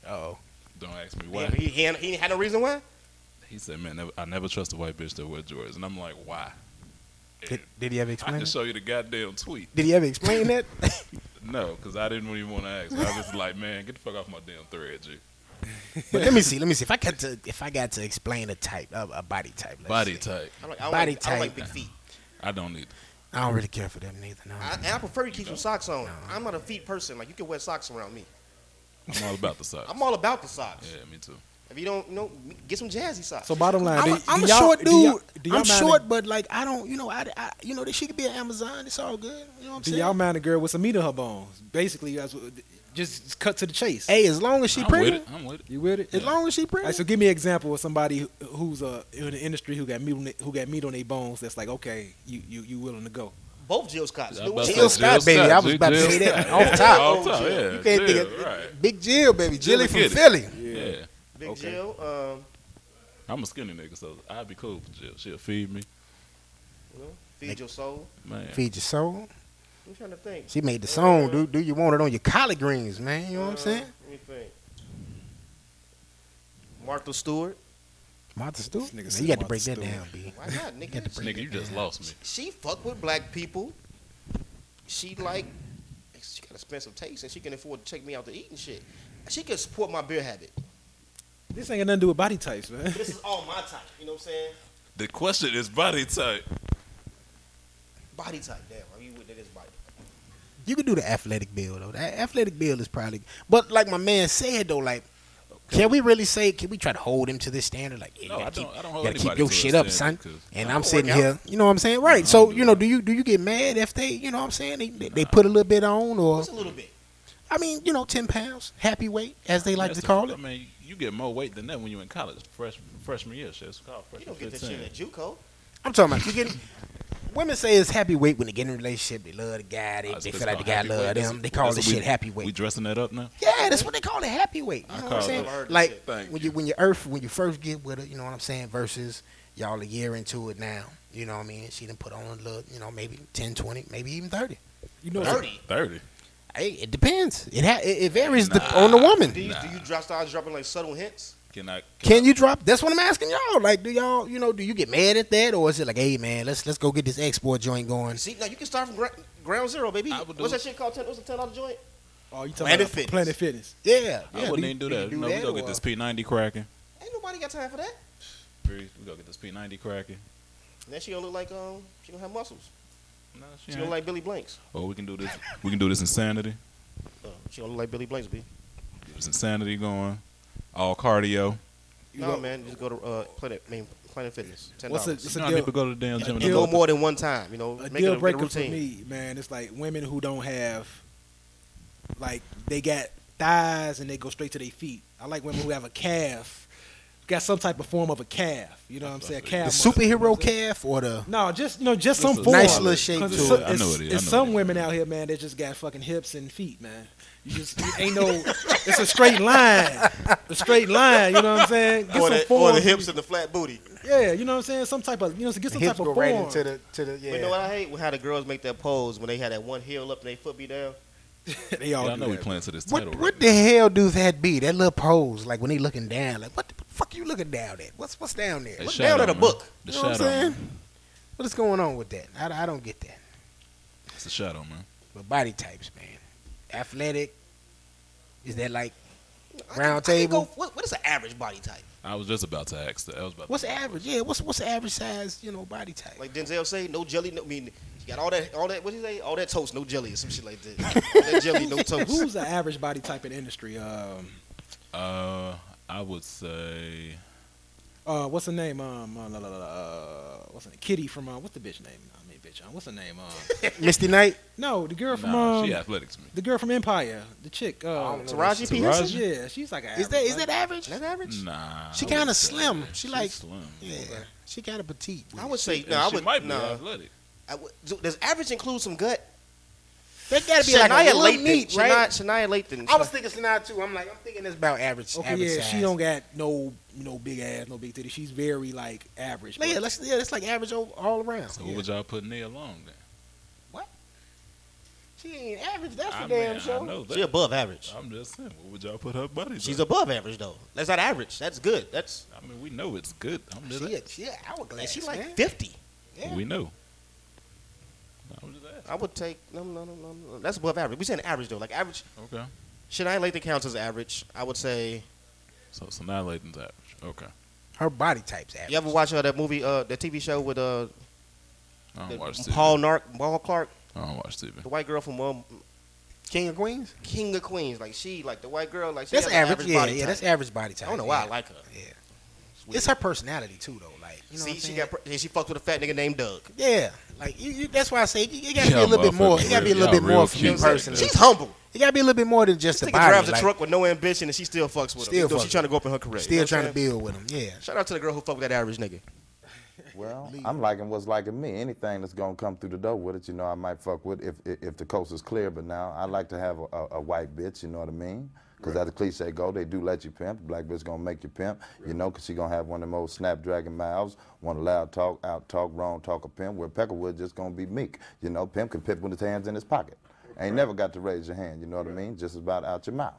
[SPEAKER 3] Oh,
[SPEAKER 5] Don't ask me
[SPEAKER 6] He,
[SPEAKER 5] why.
[SPEAKER 6] he, he, ain't- he ain't had no reason why.
[SPEAKER 5] He said, "Man, never, I never trust a white bitch that wear Jordans," and I'm like, "Why?"
[SPEAKER 4] Did, did he ever
[SPEAKER 5] I
[SPEAKER 4] explain?
[SPEAKER 5] can
[SPEAKER 4] it?
[SPEAKER 5] show you the goddamn tweet.
[SPEAKER 4] Did he ever explain
[SPEAKER 6] <laughs>
[SPEAKER 4] that?
[SPEAKER 5] No, because I didn't even want to ask. I was just like, "Man, get the fuck off my damn thread, G."
[SPEAKER 4] but let me see. Let me see if I got to if I got to explain a type a, a body type. let's
[SPEAKER 5] Body
[SPEAKER 4] see.
[SPEAKER 5] type.
[SPEAKER 6] I'm like, I don't
[SPEAKER 4] Body
[SPEAKER 6] like, I don't
[SPEAKER 4] type.
[SPEAKER 6] like big feet.
[SPEAKER 5] I don't need.
[SPEAKER 4] I don't really care for them neither. No.
[SPEAKER 6] I, and I prefer you keep some socks on. I'm not a feet person. Like you can wear socks around me.
[SPEAKER 5] I'm all about the socks.
[SPEAKER 6] I'm all about the socks.
[SPEAKER 5] yeah, me too.
[SPEAKER 6] If you don't, you know, get some jazzy socks.
[SPEAKER 3] so bottom line,
[SPEAKER 4] I'm a,
[SPEAKER 3] do-
[SPEAKER 4] I'm
[SPEAKER 3] do
[SPEAKER 4] a
[SPEAKER 3] y'all-
[SPEAKER 4] short
[SPEAKER 3] do y'all-
[SPEAKER 4] dude.
[SPEAKER 3] do y'all
[SPEAKER 4] I'm
[SPEAKER 3] mind a-
[SPEAKER 4] short, but like I don't, you know, I, I you know, that she could be an Amazon. It's all good. You know what I'm
[SPEAKER 3] Do
[SPEAKER 4] saying?
[SPEAKER 3] y'all mind a girl with some meat in her bones? Basically, that's what, just cut to the chase.
[SPEAKER 4] hey, as long as she
[SPEAKER 5] I'm
[SPEAKER 4] pretty,
[SPEAKER 5] with it. I'm
[SPEAKER 6] <laughs>
[SPEAKER 5] with it.
[SPEAKER 3] You with it?
[SPEAKER 4] as long as she pretty,
[SPEAKER 3] All right, so give me an example of somebody who- who's uh, in the industry who got meat on, who got meat on their bones. That's like, okay, you you you willing to go?
[SPEAKER 6] Both Jill Scotts.
[SPEAKER 5] I'm
[SPEAKER 6] Do
[SPEAKER 5] about
[SPEAKER 6] what
[SPEAKER 5] to
[SPEAKER 6] you-
[SPEAKER 4] Jill
[SPEAKER 5] say
[SPEAKER 4] Scott, baby. I was
[SPEAKER 5] G-
[SPEAKER 4] about to
[SPEAKER 5] Jill
[SPEAKER 4] say that
[SPEAKER 5] Scott. <laughs>
[SPEAKER 4] off top.
[SPEAKER 5] Off top, yeah.
[SPEAKER 4] You can't
[SPEAKER 5] Jill,
[SPEAKER 4] think of-
[SPEAKER 5] right.
[SPEAKER 4] Big Jill, baby, Jilly from
[SPEAKER 5] McGinnis.
[SPEAKER 4] Philly.
[SPEAKER 5] Yeah.
[SPEAKER 6] Big
[SPEAKER 5] Okay.
[SPEAKER 6] Jill. Um,
[SPEAKER 5] I'm a skinny nigga, so I'd be cool with Jill. She'll feed me.
[SPEAKER 6] you know, feed your soul.
[SPEAKER 5] Man.
[SPEAKER 4] Feed your soul.
[SPEAKER 6] I'm trying to think.
[SPEAKER 4] She made the song. Do do you want it on your collard greens, man? You know what I'm saying?
[SPEAKER 6] Uh, Let me think. Martha Stewart.
[SPEAKER 4] Martha Stewart.
[SPEAKER 3] This nigga
[SPEAKER 4] Man,
[SPEAKER 3] said
[SPEAKER 4] you got to
[SPEAKER 3] Martha
[SPEAKER 4] break that
[SPEAKER 3] Stewart.
[SPEAKER 4] down, B. <laughs>
[SPEAKER 6] Why not, nigga?
[SPEAKER 5] Nigga, you just lost me.
[SPEAKER 6] She fuck with black people. She like she got expensive taste and she can afford to take me out to eat and shit. She can support my beer habit.
[SPEAKER 3] This ain't got nothing to do with body types, man. <laughs>
[SPEAKER 6] This is all my type. You know what I'm saying?
[SPEAKER 5] The question is body type.
[SPEAKER 6] Body type, damn. Are you with this body?
[SPEAKER 4] You could do the athletic bill though. That athletic bill is probably, but like my man said though, like. Can we really say? Can we try to hold him to this standard? Like, yeah, you
[SPEAKER 5] No, I
[SPEAKER 4] gotta
[SPEAKER 5] don't-
[SPEAKER 4] keep,
[SPEAKER 5] I don't hold
[SPEAKER 4] gotta keep
[SPEAKER 5] anybody
[SPEAKER 4] your
[SPEAKER 5] to a
[SPEAKER 4] shit up, son.
[SPEAKER 5] standard, 'cause
[SPEAKER 4] And
[SPEAKER 6] I
[SPEAKER 4] I'm
[SPEAKER 6] don't
[SPEAKER 4] sitting
[SPEAKER 6] work
[SPEAKER 4] here, you know what I'm saying, right? So
[SPEAKER 5] do
[SPEAKER 4] you know, do you do you get mad if they, you know what I'm saying, they, they, they put a little bit on, or
[SPEAKER 6] Just a little bit.
[SPEAKER 4] I mean, you know, ten pounds, happy weight, as they like
[SPEAKER 5] That's
[SPEAKER 4] to
[SPEAKER 5] the-
[SPEAKER 4] call
[SPEAKER 5] I
[SPEAKER 4] it.
[SPEAKER 5] mean, you get more weight than that when you're in college. Fresh, freshman year, shit. It's called
[SPEAKER 6] You
[SPEAKER 5] freshman
[SPEAKER 6] don't get that
[SPEAKER 5] 15.
[SPEAKER 6] shit at JUCO.
[SPEAKER 4] I'm talking about you get. Women say it's happy weight when they get in a relationship. They love the guy. They,
[SPEAKER 5] That's
[SPEAKER 4] they
[SPEAKER 5] what
[SPEAKER 4] feel
[SPEAKER 5] it's
[SPEAKER 4] like the
[SPEAKER 5] called,
[SPEAKER 4] guy
[SPEAKER 5] happy weight.
[SPEAKER 4] love
[SPEAKER 5] That's-
[SPEAKER 4] them. They call
[SPEAKER 5] that's
[SPEAKER 4] this
[SPEAKER 5] what we-
[SPEAKER 4] shit happy
[SPEAKER 5] We
[SPEAKER 4] weight.
[SPEAKER 5] dressing that up now?
[SPEAKER 4] Yeah, that's what they call it, happy weight. You know what I'm
[SPEAKER 5] call it-
[SPEAKER 4] saying?
[SPEAKER 6] I've heard that
[SPEAKER 4] Like
[SPEAKER 6] shit.
[SPEAKER 5] Thank
[SPEAKER 4] when you when you earth when you first get with her, you know what I'm saying. Versus y'all a year into it now. You know what I mean? She done put on a little, you know, maybe 10, 20, maybe even 30.
[SPEAKER 3] You know,
[SPEAKER 6] Dirty.
[SPEAKER 5] Thirty.
[SPEAKER 4] Hey, it depends. It ha- it, it varies the, on the woman.
[SPEAKER 6] Do you, do you drop start dropping like subtle hints?
[SPEAKER 5] Can I?
[SPEAKER 4] Can you drop? That's what I'm asking y'all. Like, do y'all, you know, do you get mad at that, or is it like, hey man, let's let's go get this export joint going?
[SPEAKER 6] See, now you can start from gra- ground zero, baby.
[SPEAKER 5] I would do
[SPEAKER 6] What's
[SPEAKER 5] it.
[SPEAKER 6] that shit called? Ten, what's the ten dollar joint?
[SPEAKER 3] oh, you talking
[SPEAKER 6] Planet
[SPEAKER 3] about
[SPEAKER 6] Fitness.
[SPEAKER 3] Planet Fitness?
[SPEAKER 4] Yeah,
[SPEAKER 5] I
[SPEAKER 4] yeah,
[SPEAKER 5] wouldn't
[SPEAKER 4] do you-
[SPEAKER 5] even do
[SPEAKER 4] you
[SPEAKER 5] that. no, we go
[SPEAKER 4] or-
[SPEAKER 5] get <laughs> this P90 cracking.
[SPEAKER 6] Ain't nobody got time for that.
[SPEAKER 5] We go get this P90 cracking.
[SPEAKER 6] And then she gonna look like um, she gonna have muscles.
[SPEAKER 5] No, she
[SPEAKER 6] She gonna
[SPEAKER 5] ain't.
[SPEAKER 6] look like Billy Blanks.
[SPEAKER 5] Or Oh, we can do this. We can do this insanity.
[SPEAKER 6] Uh, she gonna look like Billy Blanks, b.
[SPEAKER 5] Get this insanity going. All cardio.
[SPEAKER 3] You
[SPEAKER 6] No
[SPEAKER 3] know,
[SPEAKER 6] man, just go to uh, Planet, I mean, Planet Fitness. Ten
[SPEAKER 3] What's a-
[SPEAKER 6] dollars.
[SPEAKER 3] It's
[SPEAKER 5] You know,
[SPEAKER 3] deal-
[SPEAKER 5] I need to go to the damn gym. and
[SPEAKER 3] deal-
[SPEAKER 5] I'm
[SPEAKER 6] No
[SPEAKER 5] like,
[SPEAKER 6] more than one time, you know.
[SPEAKER 3] a
[SPEAKER 6] make it
[SPEAKER 3] deal
[SPEAKER 6] a, make it a
[SPEAKER 3] breaker for
[SPEAKER 6] routine.
[SPEAKER 3] me, man. It's like women who don't have, like, they got thighs and they go straight to their feet. I like women who have a calf, got some type of form of a calf. You know what I'm saying? A
[SPEAKER 5] The
[SPEAKER 4] the
[SPEAKER 3] calf. muscle.
[SPEAKER 4] superhero calf or the
[SPEAKER 3] No, just no, just some
[SPEAKER 5] a
[SPEAKER 3] form.
[SPEAKER 4] nice little shape
[SPEAKER 3] 'Cause
[SPEAKER 4] to
[SPEAKER 3] it's
[SPEAKER 4] it.
[SPEAKER 3] some-
[SPEAKER 5] I
[SPEAKER 3] It's,
[SPEAKER 5] know it is. I
[SPEAKER 3] it's
[SPEAKER 5] know
[SPEAKER 3] some
[SPEAKER 5] it is.
[SPEAKER 3] women out here, man, that just got fucking hips and feet, man. You just you ain't no. It's a straight line, a straight line. You know what I'm saying? Get
[SPEAKER 6] Or
[SPEAKER 3] some
[SPEAKER 6] the, or
[SPEAKER 3] form.
[SPEAKER 6] the hips and the flat booty.
[SPEAKER 3] Yeah, you know what I'm saying. Some type of you know, so get some
[SPEAKER 4] hips
[SPEAKER 3] type of
[SPEAKER 4] go
[SPEAKER 3] form.
[SPEAKER 4] right into the to the yeah.
[SPEAKER 6] You know what I hate? How the girls make that pose when they had that one heel up and they foot be down.
[SPEAKER 3] they all
[SPEAKER 5] Yeah, I
[SPEAKER 3] do
[SPEAKER 5] know we
[SPEAKER 3] that.
[SPEAKER 5] playing to this title.
[SPEAKER 4] What
[SPEAKER 5] right
[SPEAKER 4] what
[SPEAKER 5] now.
[SPEAKER 4] the hell do that be? That little pose, like when they looking down, like what the fuck you looking down at? What's what's down there?
[SPEAKER 5] They
[SPEAKER 4] What,
[SPEAKER 5] shot
[SPEAKER 6] down
[SPEAKER 5] on
[SPEAKER 6] at a
[SPEAKER 5] me.
[SPEAKER 6] book.
[SPEAKER 5] They
[SPEAKER 4] you know what I'm
[SPEAKER 5] shot on me.
[SPEAKER 4] saying? What is going on with that? I, I don't get that.
[SPEAKER 5] It's a shadow, man.
[SPEAKER 4] But body types, man, athletic. Is that like
[SPEAKER 6] I
[SPEAKER 4] Round
[SPEAKER 6] can- I can
[SPEAKER 4] table?
[SPEAKER 6] go- what, what is an average body type?
[SPEAKER 5] I was just about to ask that. I was about
[SPEAKER 4] What's
[SPEAKER 5] to
[SPEAKER 4] the average? Yeah, what's what's the average size? You know, body type.
[SPEAKER 6] Like Denzel say, no jelly, no. I mean, you got all that, all that. What do you say? All that toast, no jelly, or some shit like that. that jelly, no toast.
[SPEAKER 3] Who's the average body type in the industry? Um,
[SPEAKER 5] Uh, I would say
[SPEAKER 3] uh, what's her name? Um, uh, la, la, la, la, uh, what's her name? Kitty from uh, what's the bitch name? I mean, bitch. Um, what's her name?
[SPEAKER 5] <laughs>
[SPEAKER 3] Um,
[SPEAKER 4] <laughs> Misty Knight.
[SPEAKER 3] no, the girl from
[SPEAKER 5] nah,
[SPEAKER 3] um,
[SPEAKER 5] she athletic to me.
[SPEAKER 3] the girl from Empire, the chick. Uh,
[SPEAKER 6] know Taraji that-
[SPEAKER 5] Peterson?
[SPEAKER 3] Yeah, she's like. An
[SPEAKER 4] Is that
[SPEAKER 3] average,
[SPEAKER 4] is that average? That average?
[SPEAKER 5] Nah,
[SPEAKER 4] She
[SPEAKER 5] Mm, I would
[SPEAKER 4] kind of
[SPEAKER 5] say
[SPEAKER 4] slim. She
[SPEAKER 5] she's
[SPEAKER 4] like
[SPEAKER 5] slim.
[SPEAKER 4] yeah. She kind of petite.
[SPEAKER 6] I would say
[SPEAKER 5] And
[SPEAKER 6] no. I
[SPEAKER 5] she
[SPEAKER 6] would
[SPEAKER 5] might be
[SPEAKER 6] no.
[SPEAKER 5] athletic.
[SPEAKER 6] I would- do- does average include some gut?
[SPEAKER 4] That gotta be like a
[SPEAKER 6] Shania
[SPEAKER 4] little
[SPEAKER 6] Layton,
[SPEAKER 4] meat, right?
[SPEAKER 6] Shania, Shania Layton.
[SPEAKER 4] I was thinking Sinai too. I'm like, I'm thinking it's about average.
[SPEAKER 3] Okay,
[SPEAKER 4] average
[SPEAKER 3] yeah,
[SPEAKER 4] size.
[SPEAKER 3] she don't got no no big ass, no big titty. She's very like average.
[SPEAKER 4] Like, yeah,
[SPEAKER 3] but-
[SPEAKER 4] let's, yeah, it's like average all, all around.
[SPEAKER 5] So what would y'all put Nia Long then?
[SPEAKER 4] She ain't average. That's
[SPEAKER 5] I
[SPEAKER 4] for
[SPEAKER 5] mean,
[SPEAKER 4] damn
[SPEAKER 5] I
[SPEAKER 4] sure.
[SPEAKER 5] know
[SPEAKER 6] She's
[SPEAKER 5] that.
[SPEAKER 6] above average.
[SPEAKER 5] I'm just saying, what would y'all put her buddies?
[SPEAKER 6] She's
[SPEAKER 5] at?
[SPEAKER 6] above average though. That's not average. That's good. That's
[SPEAKER 5] I mean, we know it's good. I'm just
[SPEAKER 4] She a, she a
[SPEAKER 6] and
[SPEAKER 4] hourglass.
[SPEAKER 6] she like
[SPEAKER 4] man.
[SPEAKER 6] fifty.
[SPEAKER 4] yeah.
[SPEAKER 5] We know. I'm just asking.
[SPEAKER 6] I would take no, no, no, no, no. That's above average. We saying average though. Like average.
[SPEAKER 5] Okay.
[SPEAKER 6] Shania Lathan counts as average. I would say.
[SPEAKER 5] So, so now Layton's average. Okay.
[SPEAKER 4] her body type's average.
[SPEAKER 6] You ever watch uh, that movie, uh, that TV show with uh,
[SPEAKER 5] I
[SPEAKER 6] the-
[SPEAKER 5] don't watch TV.
[SPEAKER 6] Paul Nark, Paul Clark,
[SPEAKER 5] I don't watch TV.
[SPEAKER 6] the white girl from um,
[SPEAKER 4] King of Queens.
[SPEAKER 6] King of Queens? Like she, like the white girl, like she
[SPEAKER 4] That's
[SPEAKER 6] has an
[SPEAKER 4] average.
[SPEAKER 6] average
[SPEAKER 4] Yeah,
[SPEAKER 6] body
[SPEAKER 4] yeah,
[SPEAKER 6] type.
[SPEAKER 4] that's average body type.
[SPEAKER 6] I don't know why I
[SPEAKER 4] yeah.
[SPEAKER 6] like her.
[SPEAKER 4] It's her personality too, though. Like, you know what
[SPEAKER 6] See,
[SPEAKER 4] I'm
[SPEAKER 6] she
[SPEAKER 4] saying?
[SPEAKER 6] got pr- and she fucked with a fat nigga named Doug.
[SPEAKER 4] Yeah, like you, you, that's why I say you, you gotta be
[SPEAKER 5] Y'all
[SPEAKER 4] a little bit more.
[SPEAKER 5] motherfuckers
[SPEAKER 4] You gotta be a
[SPEAKER 5] real-
[SPEAKER 4] little bit
[SPEAKER 5] y'all real
[SPEAKER 4] more for me
[SPEAKER 5] cute like
[SPEAKER 4] personally.
[SPEAKER 6] She's humble.
[SPEAKER 4] You gotta be a little bit more than just
[SPEAKER 6] This
[SPEAKER 4] the
[SPEAKER 6] nigga drives
[SPEAKER 4] body.
[SPEAKER 6] a
[SPEAKER 4] Like,
[SPEAKER 6] truck with no ambition and she still fucks with
[SPEAKER 4] Still
[SPEAKER 6] him. Though
[SPEAKER 4] fuck
[SPEAKER 6] she's trying to go up in her career. you
[SPEAKER 4] still
[SPEAKER 6] know what
[SPEAKER 4] trying
[SPEAKER 6] I'm
[SPEAKER 4] to build with him. Yeah,
[SPEAKER 6] saying? Shout out to the girl who fucked with that average nigga.
[SPEAKER 7] Well, I'm liking what's liking me. Anything that's gonna come through the door with it, you know, I might fuck with if if, if the coast is clear. But now I like to have a, a, a white bitch. You know what I mean? Because as the cliche go, they do let you pimp. Black bitch gonna make you pimp. You know, 'cause she gonna have one of them old snapdragon mouths, one loud talk, out talk, wrong talk, a pimp. Where Peckerwood just gonna be meek. You know, pimp can pimp with his hands in his pocket. Ain't never got to raise your hand. You know what I mean? Just about out your mouth.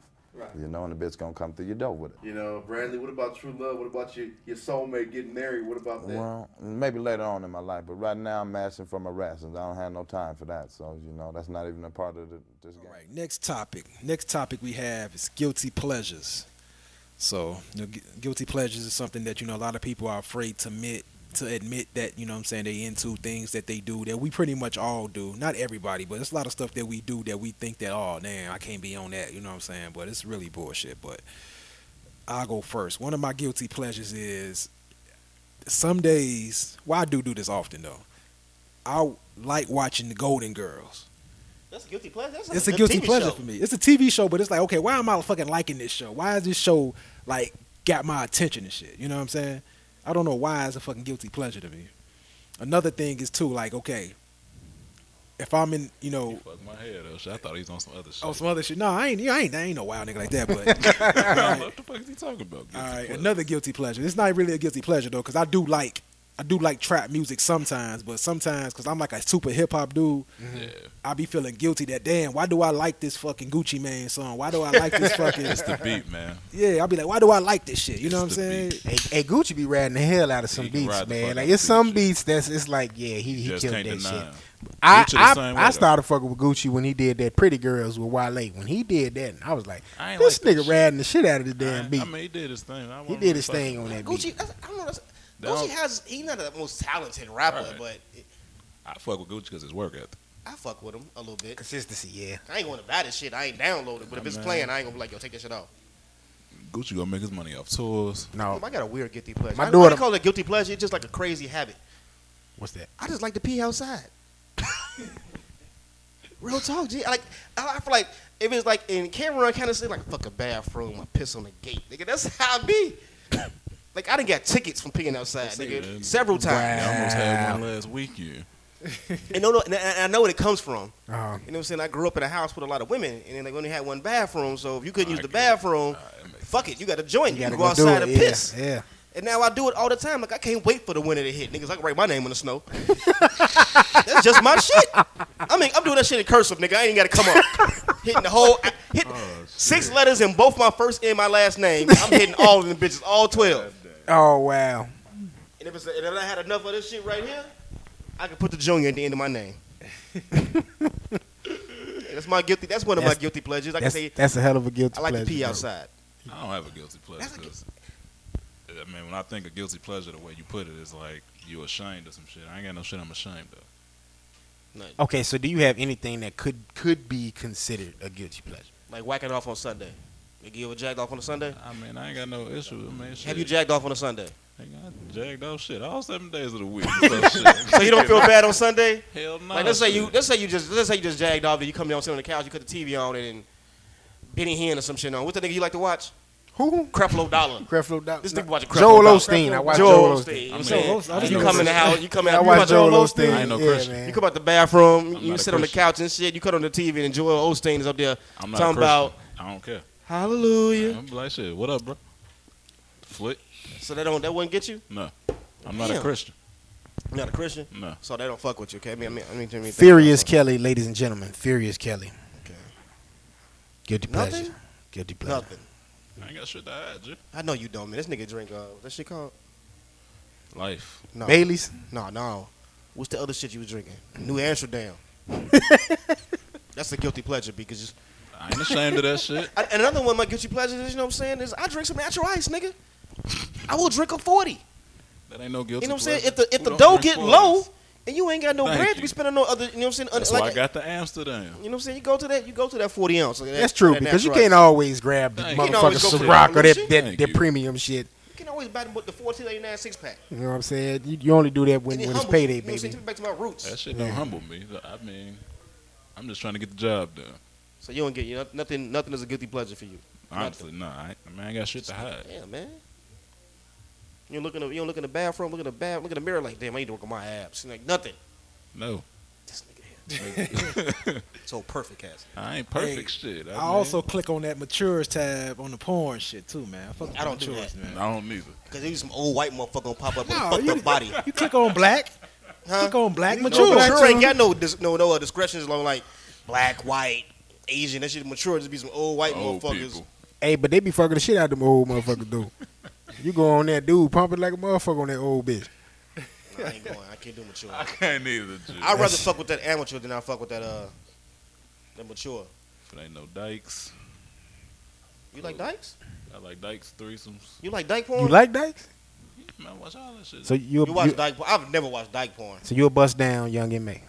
[SPEAKER 7] You know, and the bitch gonna come through your door with it.
[SPEAKER 10] You know, Bradley, what about true love? What about your, your soulmate getting married? What about that?
[SPEAKER 7] Well, maybe later on in my life, but right now I'm mashing for my rations. I don't have no time for that, so you know that's not even a part of the, this game.
[SPEAKER 3] All right, next topic. Next topic we have is guilty pleasures. So, you know, gu- guilty pleasures is something that you know a lot of people are afraid to admit to admit that you know what I'm saying they into things that they do that we pretty much all do. Not everybody, but it's a lot of stuff that we do that we think that oh, man, I can't be on that, you know what I'm saying? But it's really bullshit, but I'll go first. One of my guilty pleasures is some days, well, I do do this often though. I like watching the Golden Girls
[SPEAKER 6] That's a guilty pleasure. That's
[SPEAKER 3] it's a
[SPEAKER 6] good
[SPEAKER 3] guilty
[SPEAKER 6] TV
[SPEAKER 3] pleasure
[SPEAKER 6] show.
[SPEAKER 3] for me. It's a TV show, but it's like, okay, why am I fucking liking this show? Why is this show like got my attention and shit? You know what I'm saying? I don't know why it's a fucking guilty pleasure to me. Another thing is too, like, okay, if I'm in, you know,
[SPEAKER 5] Fuck my head up. shit. I thought he was on some other shit.
[SPEAKER 3] oh some other shit. No, I ain't, I ain't, I ain't no wild nigga like that. But <laughs>
[SPEAKER 5] what the fuck is he talking about?
[SPEAKER 3] all right,
[SPEAKER 5] Guilty
[SPEAKER 3] another guilty pleasure. It's not really a guilty pleasure though, because I do like, I do like trap music sometimes, but sometimes because I'm like a super hip hop dude.
[SPEAKER 5] pleasure. Yeah.
[SPEAKER 3] I be feeling guilty that damn, why do I like this fucking Gucci Man song? Why do I like
[SPEAKER 5] <laughs>
[SPEAKER 3] this fucking
[SPEAKER 5] It's the beat,
[SPEAKER 6] <laughs>
[SPEAKER 5] man.
[SPEAKER 3] Yeah, I'll be like, why do I like this shit? You know what I'm
[SPEAKER 5] It's the
[SPEAKER 3] saying?
[SPEAKER 4] hey, hey, Gucci be riding the hell out of some
[SPEAKER 5] He can
[SPEAKER 4] beats,
[SPEAKER 5] ride the fuck
[SPEAKER 4] man.
[SPEAKER 5] out
[SPEAKER 4] Like
[SPEAKER 5] of
[SPEAKER 4] it's some
[SPEAKER 5] Gucci.
[SPEAKER 4] beats that's it's like yeah, he he
[SPEAKER 5] Just
[SPEAKER 4] killed
[SPEAKER 5] can't
[SPEAKER 4] that
[SPEAKER 5] deny.
[SPEAKER 4] shit.
[SPEAKER 5] him.
[SPEAKER 4] I
[SPEAKER 5] Gucci the
[SPEAKER 4] I,
[SPEAKER 5] same way,
[SPEAKER 4] I
[SPEAKER 5] though.
[SPEAKER 4] started fucking with Gucci when he did that Pretty Girls with Wale. When he did that, I was like,
[SPEAKER 5] I ain't
[SPEAKER 4] this
[SPEAKER 5] like that
[SPEAKER 4] nigga
[SPEAKER 5] shit.
[SPEAKER 4] riding the shit out of the
[SPEAKER 5] I-
[SPEAKER 4] damn beat.
[SPEAKER 5] I mean, he did his thing. I
[SPEAKER 4] He
[SPEAKER 5] wasn't
[SPEAKER 4] did
[SPEAKER 5] really
[SPEAKER 4] his
[SPEAKER 5] fucking
[SPEAKER 4] thing on
[SPEAKER 5] with
[SPEAKER 4] that beat.
[SPEAKER 6] Gucci, that's, I don't know. That's,
[SPEAKER 5] Don't-
[SPEAKER 6] Gucci has he's not the most talented rapper,
[SPEAKER 5] Right.
[SPEAKER 6] but
[SPEAKER 5] it. I fuck with Gucci because his work ethic.
[SPEAKER 6] I fuck with him a little bit.
[SPEAKER 4] Consistency, yeah.
[SPEAKER 6] I ain't going to buy this shit. I ain't downloaded. But if it's
[SPEAKER 5] Man.
[SPEAKER 6] playing, I ain't gonna be like, yo, take that shit off.
[SPEAKER 5] Gucci gonna make his money off tours.
[SPEAKER 4] No,
[SPEAKER 3] Oh.
[SPEAKER 6] I got a weird guilty pleasure.
[SPEAKER 4] My
[SPEAKER 6] I, I
[SPEAKER 4] daughter-
[SPEAKER 6] don't call it guilty pleasure. It's just like a crazy habit.
[SPEAKER 4] what's that?
[SPEAKER 6] I just like to pee outside. <laughs> Real talk, G. I Like I, I feel like if it's like in Cameron, kind of say like fuck a bathroom, I piss on the gate, nigga. That's <laughs> how I be. like I didn't got tickets from peeing outside, nigga,
[SPEAKER 5] man.
[SPEAKER 6] several
[SPEAKER 5] I
[SPEAKER 6] times.
[SPEAKER 5] almost had one last weekend.
[SPEAKER 6] And no, no, and I, and I know where it comes from.
[SPEAKER 4] Uh,
[SPEAKER 6] You know what I'm saying? I grew up in a house with a lot of women, and then they only had one bathroom. So if you couldn't
[SPEAKER 5] I
[SPEAKER 6] use the
[SPEAKER 5] get it.
[SPEAKER 6] bathroom,
[SPEAKER 5] Alright, that makes
[SPEAKER 6] fuck it, you got to join.
[SPEAKER 4] you
[SPEAKER 6] You,
[SPEAKER 4] gotta
[SPEAKER 6] go
[SPEAKER 4] go do
[SPEAKER 6] outside
[SPEAKER 4] it.
[SPEAKER 6] and
[SPEAKER 4] Yeah,
[SPEAKER 6] piss.
[SPEAKER 4] yeah.
[SPEAKER 5] <laughs>
[SPEAKER 6] And now I do it all the time. Like I can't wait for the winter to hit, niggas. I can write my name in the snow. That's just my shit. I mean, I'm doing that shit in cursive, nigga. I ain't got to come up hitting the whole I- hit six letters in both my first and my last name. I'm hitting all of them bitches, all twelve.
[SPEAKER 4] Oh wow.
[SPEAKER 6] And if, it's and if I had enough of this shit right here, I could put the junior at the end of my name. that's my guilty. That's one of
[SPEAKER 4] That's-
[SPEAKER 6] my guilty pleasures. I can
[SPEAKER 4] That's,
[SPEAKER 6] say
[SPEAKER 4] that's a hell of a guilty
[SPEAKER 6] I like to
[SPEAKER 4] pleasure,
[SPEAKER 6] pee
[SPEAKER 4] bro.
[SPEAKER 6] outside.
[SPEAKER 5] I don't have a guilty pleasure.
[SPEAKER 6] That's a gu-
[SPEAKER 5] 'cause I mean, when I think of guilty pleasure, the way you put it is like you ashamed of some shit. I ain't got no shit I'm ashamed of.
[SPEAKER 4] Okay, so do you have anything that could could be considered a guilty pleasure?
[SPEAKER 6] Like whacking off on Sunday. Nigga, you ever jacked off on a
[SPEAKER 4] Ah,
[SPEAKER 6] Sunday?
[SPEAKER 5] I mean, I ain't got no issue. I mean, shit.
[SPEAKER 6] Have you jacked off on a Sunday?
[SPEAKER 5] Nigga, I jacked off shit all seven days of the
[SPEAKER 6] <laughs>
[SPEAKER 5] week. So, shit.
[SPEAKER 6] So you don't feel bad on Sunday?
[SPEAKER 5] Hell no.
[SPEAKER 6] Like let's say you
[SPEAKER 5] shit.
[SPEAKER 6] let's say you just let's say you just jagged off and you come down sit on the couch, you cut the TV on and Benny Hinn or some shit on. What's the nigga you like to watch?
[SPEAKER 4] Who?
[SPEAKER 6] Creflo Dollar.
[SPEAKER 4] Creflo Dollar.
[SPEAKER 6] This nigga watching Creflo
[SPEAKER 4] Joel
[SPEAKER 6] Dollar.
[SPEAKER 4] Osteen. I watch
[SPEAKER 6] Joel
[SPEAKER 4] Joel Osteen.
[SPEAKER 6] Osteen. You know what
[SPEAKER 5] Joel
[SPEAKER 6] I'm saying?
[SPEAKER 5] Osteen. I just
[SPEAKER 6] You
[SPEAKER 5] know
[SPEAKER 6] come in
[SPEAKER 5] this.
[SPEAKER 6] the house, you come out,
[SPEAKER 4] I
[SPEAKER 6] you
[SPEAKER 4] watch
[SPEAKER 6] watch Joel
[SPEAKER 4] Joel
[SPEAKER 6] Osteen.
[SPEAKER 4] Osteen.
[SPEAKER 5] I ain't no
[SPEAKER 4] yeah,
[SPEAKER 5] Christian.
[SPEAKER 4] man.
[SPEAKER 6] You come out the bathroom,
[SPEAKER 5] I'm
[SPEAKER 6] you
[SPEAKER 5] not a
[SPEAKER 6] sit on the
[SPEAKER 5] Christian.
[SPEAKER 6] couch and shit, you cut on the TV and Joel Osteen is up there
[SPEAKER 5] I'm not a Christian.
[SPEAKER 6] talking about
[SPEAKER 5] I don't care.
[SPEAKER 6] hallelujah.
[SPEAKER 5] I'm like shit. What up, bro? Flick.
[SPEAKER 6] So that don't that wouldn't get you?
[SPEAKER 5] I'm not a
[SPEAKER 6] Damn.
[SPEAKER 5] Christian.
[SPEAKER 6] You're not a Christian?
[SPEAKER 5] No.
[SPEAKER 6] So they don't fuck with you, okay? I mean, I mean, I mean, I mean
[SPEAKER 4] Furious Kelly, ladies and gentlemen. Furious Kelly.
[SPEAKER 6] Okay.
[SPEAKER 4] Guilty pleasure.
[SPEAKER 6] Nothing?
[SPEAKER 4] Guilty pleasure.
[SPEAKER 6] Nothing.
[SPEAKER 5] I ain't got shit to hide, G.
[SPEAKER 6] I know you don't, man. This nigga drink uh, what that shit called
[SPEAKER 5] Life.
[SPEAKER 6] no
[SPEAKER 4] Bailey's.
[SPEAKER 6] No, Oh, no. What's the other shit you was drinking?
[SPEAKER 4] <laughs>
[SPEAKER 6] New Amsterdam. That's a guilty pleasure because it's,
[SPEAKER 5] I ain't ashamed of that shit.
[SPEAKER 6] I, and another one of my guilty pleasures is you know what I'm saying is I drink some natural ice, nigga. I will drink a forty.
[SPEAKER 5] That ain't no guilty.
[SPEAKER 6] You know what I'm saying?
[SPEAKER 5] pleasure.
[SPEAKER 6] If the if
[SPEAKER 5] Who
[SPEAKER 6] the
[SPEAKER 5] don't drink
[SPEAKER 6] dough get
[SPEAKER 5] forties?
[SPEAKER 6] low and you ain't got no
[SPEAKER 5] Thank
[SPEAKER 6] bread to
[SPEAKER 5] you.
[SPEAKER 6] be spending on other, you know what I'm saying? uh,
[SPEAKER 5] That's
[SPEAKER 6] like,
[SPEAKER 5] why I got the Amsterdam.
[SPEAKER 6] You know what I'm saying? You go to that, you go to that forty ounce. Like that-
[SPEAKER 4] That's true
[SPEAKER 6] that
[SPEAKER 4] because you
[SPEAKER 6] natural
[SPEAKER 4] can't
[SPEAKER 6] ice.
[SPEAKER 4] always grab the
[SPEAKER 5] Thank you. You
[SPEAKER 4] motherfucking
[SPEAKER 5] can always
[SPEAKER 6] go for
[SPEAKER 4] Ciroc or
[SPEAKER 6] that
[SPEAKER 4] that,
[SPEAKER 6] shit.
[SPEAKER 4] that,
[SPEAKER 5] Thank
[SPEAKER 4] that
[SPEAKER 5] you.
[SPEAKER 4] premium shit.
[SPEAKER 6] You can always buy the, the fourteen ninety nine six pack.
[SPEAKER 4] You know what I'm saying? You, you only do that when,
[SPEAKER 6] And it
[SPEAKER 4] when it's
[SPEAKER 6] humbles you.
[SPEAKER 4] payday,
[SPEAKER 6] You know what I'm
[SPEAKER 4] baby.
[SPEAKER 6] saying? Take me back to my roots.
[SPEAKER 5] That shit don't humble me. I mean, I'm just trying to get the job done.
[SPEAKER 6] so you don't get you know, nothing. Nothing is a guilty pleasure for you.
[SPEAKER 5] Honestly, no. I, ain't- I mean, I ain't got shit to hide.
[SPEAKER 6] Damn, man. You look in the you don't look in the bathroom, look in the bath, look in the mirror like, damn, I need to work on my abs. Like nothing.
[SPEAKER 5] No.
[SPEAKER 6] This nigga here. <laughs> so perfect, Cass.
[SPEAKER 5] I ain't perfect shit. I,
[SPEAKER 3] I
[SPEAKER 5] mean,
[SPEAKER 3] also click on that matures tab on the porn shit too, man. I, fuck with
[SPEAKER 6] I don't do
[SPEAKER 3] matures,
[SPEAKER 5] I
[SPEAKER 3] man.
[SPEAKER 5] don't neither.
[SPEAKER 6] Cause you some old white motherfucker gonna pop up with
[SPEAKER 3] No,
[SPEAKER 6] a fucked
[SPEAKER 3] you- <laughs>
[SPEAKER 6] up body.
[SPEAKER 3] You click on black.
[SPEAKER 6] Huh?
[SPEAKER 3] Click on black
[SPEAKER 6] Mature,
[SPEAKER 3] mature.
[SPEAKER 6] no, mature ain't got no dis- no no uh, discretions along like black, white, Asian. That shit mature just be some old white
[SPEAKER 5] Old
[SPEAKER 6] motherfuckers.
[SPEAKER 5] people.
[SPEAKER 4] Hey, but they be fucking the shit out of them old motherfuckers, though. You go on that dude, pump it like a motherfucker on that old bitch.
[SPEAKER 6] Nah, I ain't going. I can't do mature.
[SPEAKER 5] <laughs> I can't either. G.
[SPEAKER 6] I'd rather fuck with that amateur than I fuck with that uh that mature.
[SPEAKER 5] If it ain't no dykes.
[SPEAKER 6] You like dykes?
[SPEAKER 5] I like dykes threesomes.
[SPEAKER 6] You like dyke porn?
[SPEAKER 4] You like dykes?
[SPEAKER 5] Man, watch all that shit.
[SPEAKER 4] So you,
[SPEAKER 6] you
[SPEAKER 4] you,
[SPEAKER 6] watch dyke porn? I've never watched dyke porn.
[SPEAKER 4] so you a bust down, young and May.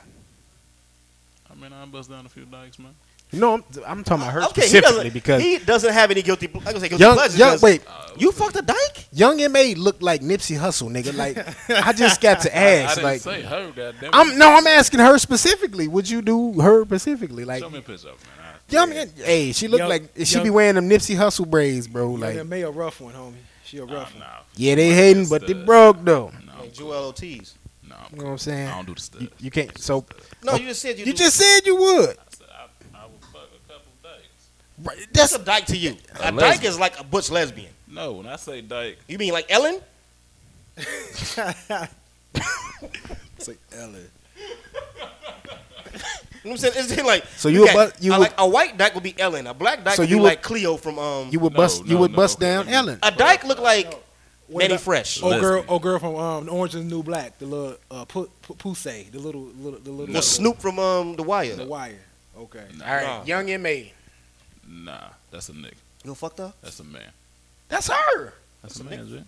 [SPEAKER 5] I mean, I bust down a few dykes, man.
[SPEAKER 4] You know, I'm, I'm talking about her
[SPEAKER 6] Okay, he
[SPEAKER 4] specifically
[SPEAKER 6] doesn't,
[SPEAKER 4] because
[SPEAKER 6] he doesn't have any guilty. I gonna say guilty
[SPEAKER 4] young,
[SPEAKER 6] pleasures.
[SPEAKER 4] young,
[SPEAKER 6] 'cause
[SPEAKER 4] wait,
[SPEAKER 5] Uh,
[SPEAKER 6] you fucked a dyke?
[SPEAKER 4] Young M.A. looked like Nipsey Hussle, nigga. Like, I just got
[SPEAKER 5] <laughs>
[SPEAKER 4] to
[SPEAKER 5] I
[SPEAKER 4] ask.
[SPEAKER 5] didn't
[SPEAKER 4] like,
[SPEAKER 5] say her, goddamn.
[SPEAKER 4] I'm no, I'm asking her specifically. Would you do her specifically? Like,
[SPEAKER 5] Show me a picture of it, man. I-
[SPEAKER 4] young, hey, she looked
[SPEAKER 3] Young-
[SPEAKER 4] like she
[SPEAKER 3] young-
[SPEAKER 4] be wearing them Nipsey Hussle braids, bro.
[SPEAKER 3] Like,
[SPEAKER 4] Like,
[SPEAKER 3] that May a rough one, homie. She a rough one.
[SPEAKER 5] nah,
[SPEAKER 4] yeah, they hating, but they broke though.
[SPEAKER 5] nah,
[SPEAKER 6] Like Joel Ortiz.
[SPEAKER 5] nah,
[SPEAKER 4] You know what I'm
[SPEAKER 5] I
[SPEAKER 4] saying?
[SPEAKER 5] don't do the stuff.
[SPEAKER 4] You, you can't. So
[SPEAKER 6] No, you just said you.
[SPEAKER 4] you
[SPEAKER 6] do-
[SPEAKER 4] just said you would.
[SPEAKER 5] I said I, I would fuck a couple dykes.
[SPEAKER 4] Right,
[SPEAKER 6] That's
[SPEAKER 4] That's
[SPEAKER 6] a dyke to you. A,
[SPEAKER 5] A
[SPEAKER 6] dyke
[SPEAKER 5] lesbian.
[SPEAKER 6] is like a butch lesbian.
[SPEAKER 5] No, when I say dyke,
[SPEAKER 6] You mean like Ellen?
[SPEAKER 4] <laughs>
[SPEAKER 3] It's like Ellen.
[SPEAKER 6] You know what I'm saying? It's just like
[SPEAKER 4] So you a
[SPEAKER 6] got-
[SPEAKER 4] bu- you
[SPEAKER 6] I
[SPEAKER 4] a-
[SPEAKER 6] like a white dyke would be Ellen. A black dyke
[SPEAKER 4] So
[SPEAKER 6] would
[SPEAKER 4] you
[SPEAKER 6] be
[SPEAKER 4] would-
[SPEAKER 6] like Cleo from um.
[SPEAKER 4] you would
[SPEAKER 5] No,
[SPEAKER 4] bust. you
[SPEAKER 5] no,
[SPEAKER 4] would
[SPEAKER 5] no,
[SPEAKER 4] bust
[SPEAKER 5] okay,
[SPEAKER 4] down
[SPEAKER 5] let me-
[SPEAKER 4] Ellen.
[SPEAKER 6] a dyke look like
[SPEAKER 3] What
[SPEAKER 6] Manny
[SPEAKER 3] about-
[SPEAKER 6] Fresh.
[SPEAKER 5] Oh,
[SPEAKER 3] Old girl,
[SPEAKER 5] Lesbian.
[SPEAKER 3] old girl from um, the Orange is the New Black, the little uh, P- P- Pusey, the little, little, the little
[SPEAKER 6] Or Snoop from um The Wire.
[SPEAKER 3] the Wire. Okay,
[SPEAKER 5] All
[SPEAKER 6] Nah.
[SPEAKER 4] Young M.A.
[SPEAKER 5] nah, that's a nigga.
[SPEAKER 6] You fucked up.
[SPEAKER 5] That's a man.
[SPEAKER 4] That's her.
[SPEAKER 5] That's, a man, G.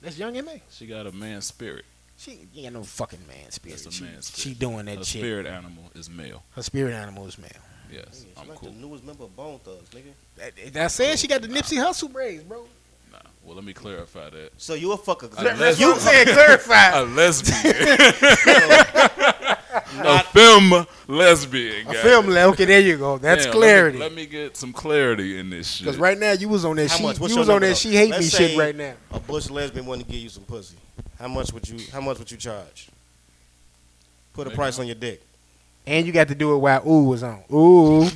[SPEAKER 4] That's Young M.A.
[SPEAKER 5] She got a man spirit.
[SPEAKER 4] She ain't got no fucking man spirit.
[SPEAKER 5] That's a
[SPEAKER 4] She,
[SPEAKER 5] man spirit.
[SPEAKER 4] she doing that
[SPEAKER 5] Her
[SPEAKER 4] shit.
[SPEAKER 5] spirit animal is male.
[SPEAKER 4] Her spirit animal is male.
[SPEAKER 5] Yes,
[SPEAKER 6] She's
[SPEAKER 5] I'm
[SPEAKER 6] like
[SPEAKER 5] cool.
[SPEAKER 6] the newest member of Bone Thugs, nigga.
[SPEAKER 4] That, that said, she got the Nipsey Hussle braids, bro.
[SPEAKER 5] Nah. Well, let me clarify
[SPEAKER 4] <laughs>
[SPEAKER 5] that.
[SPEAKER 6] So you a fucker.
[SPEAKER 5] That's
[SPEAKER 6] you
[SPEAKER 5] what I'm saying,
[SPEAKER 6] <laughs>
[SPEAKER 4] Clarify.
[SPEAKER 5] A <laughs> lesbian. a film lesbian.
[SPEAKER 4] A
[SPEAKER 5] goddamn.
[SPEAKER 4] film. le- Okay, there you go.
[SPEAKER 5] Damn, let
[SPEAKER 4] That's
[SPEAKER 5] me-
[SPEAKER 4] clarity.
[SPEAKER 5] Let me, get some clarity in this shit.
[SPEAKER 4] Because right now you was on that.
[SPEAKER 6] How
[SPEAKER 4] She,
[SPEAKER 6] much? What's
[SPEAKER 4] you
[SPEAKER 6] your
[SPEAKER 4] was on
[SPEAKER 6] number,
[SPEAKER 4] that.
[SPEAKER 6] though?
[SPEAKER 4] She hate
[SPEAKER 6] Let's
[SPEAKER 4] me
[SPEAKER 6] say-
[SPEAKER 4] shit right now.
[SPEAKER 6] a bush lesbian wanted to give you some pussy. How much would you? How much would you charge? Put a
[SPEAKER 5] Right
[SPEAKER 6] price on your dick.
[SPEAKER 4] <laughs> And you got to do it while ooh was on. Ooh.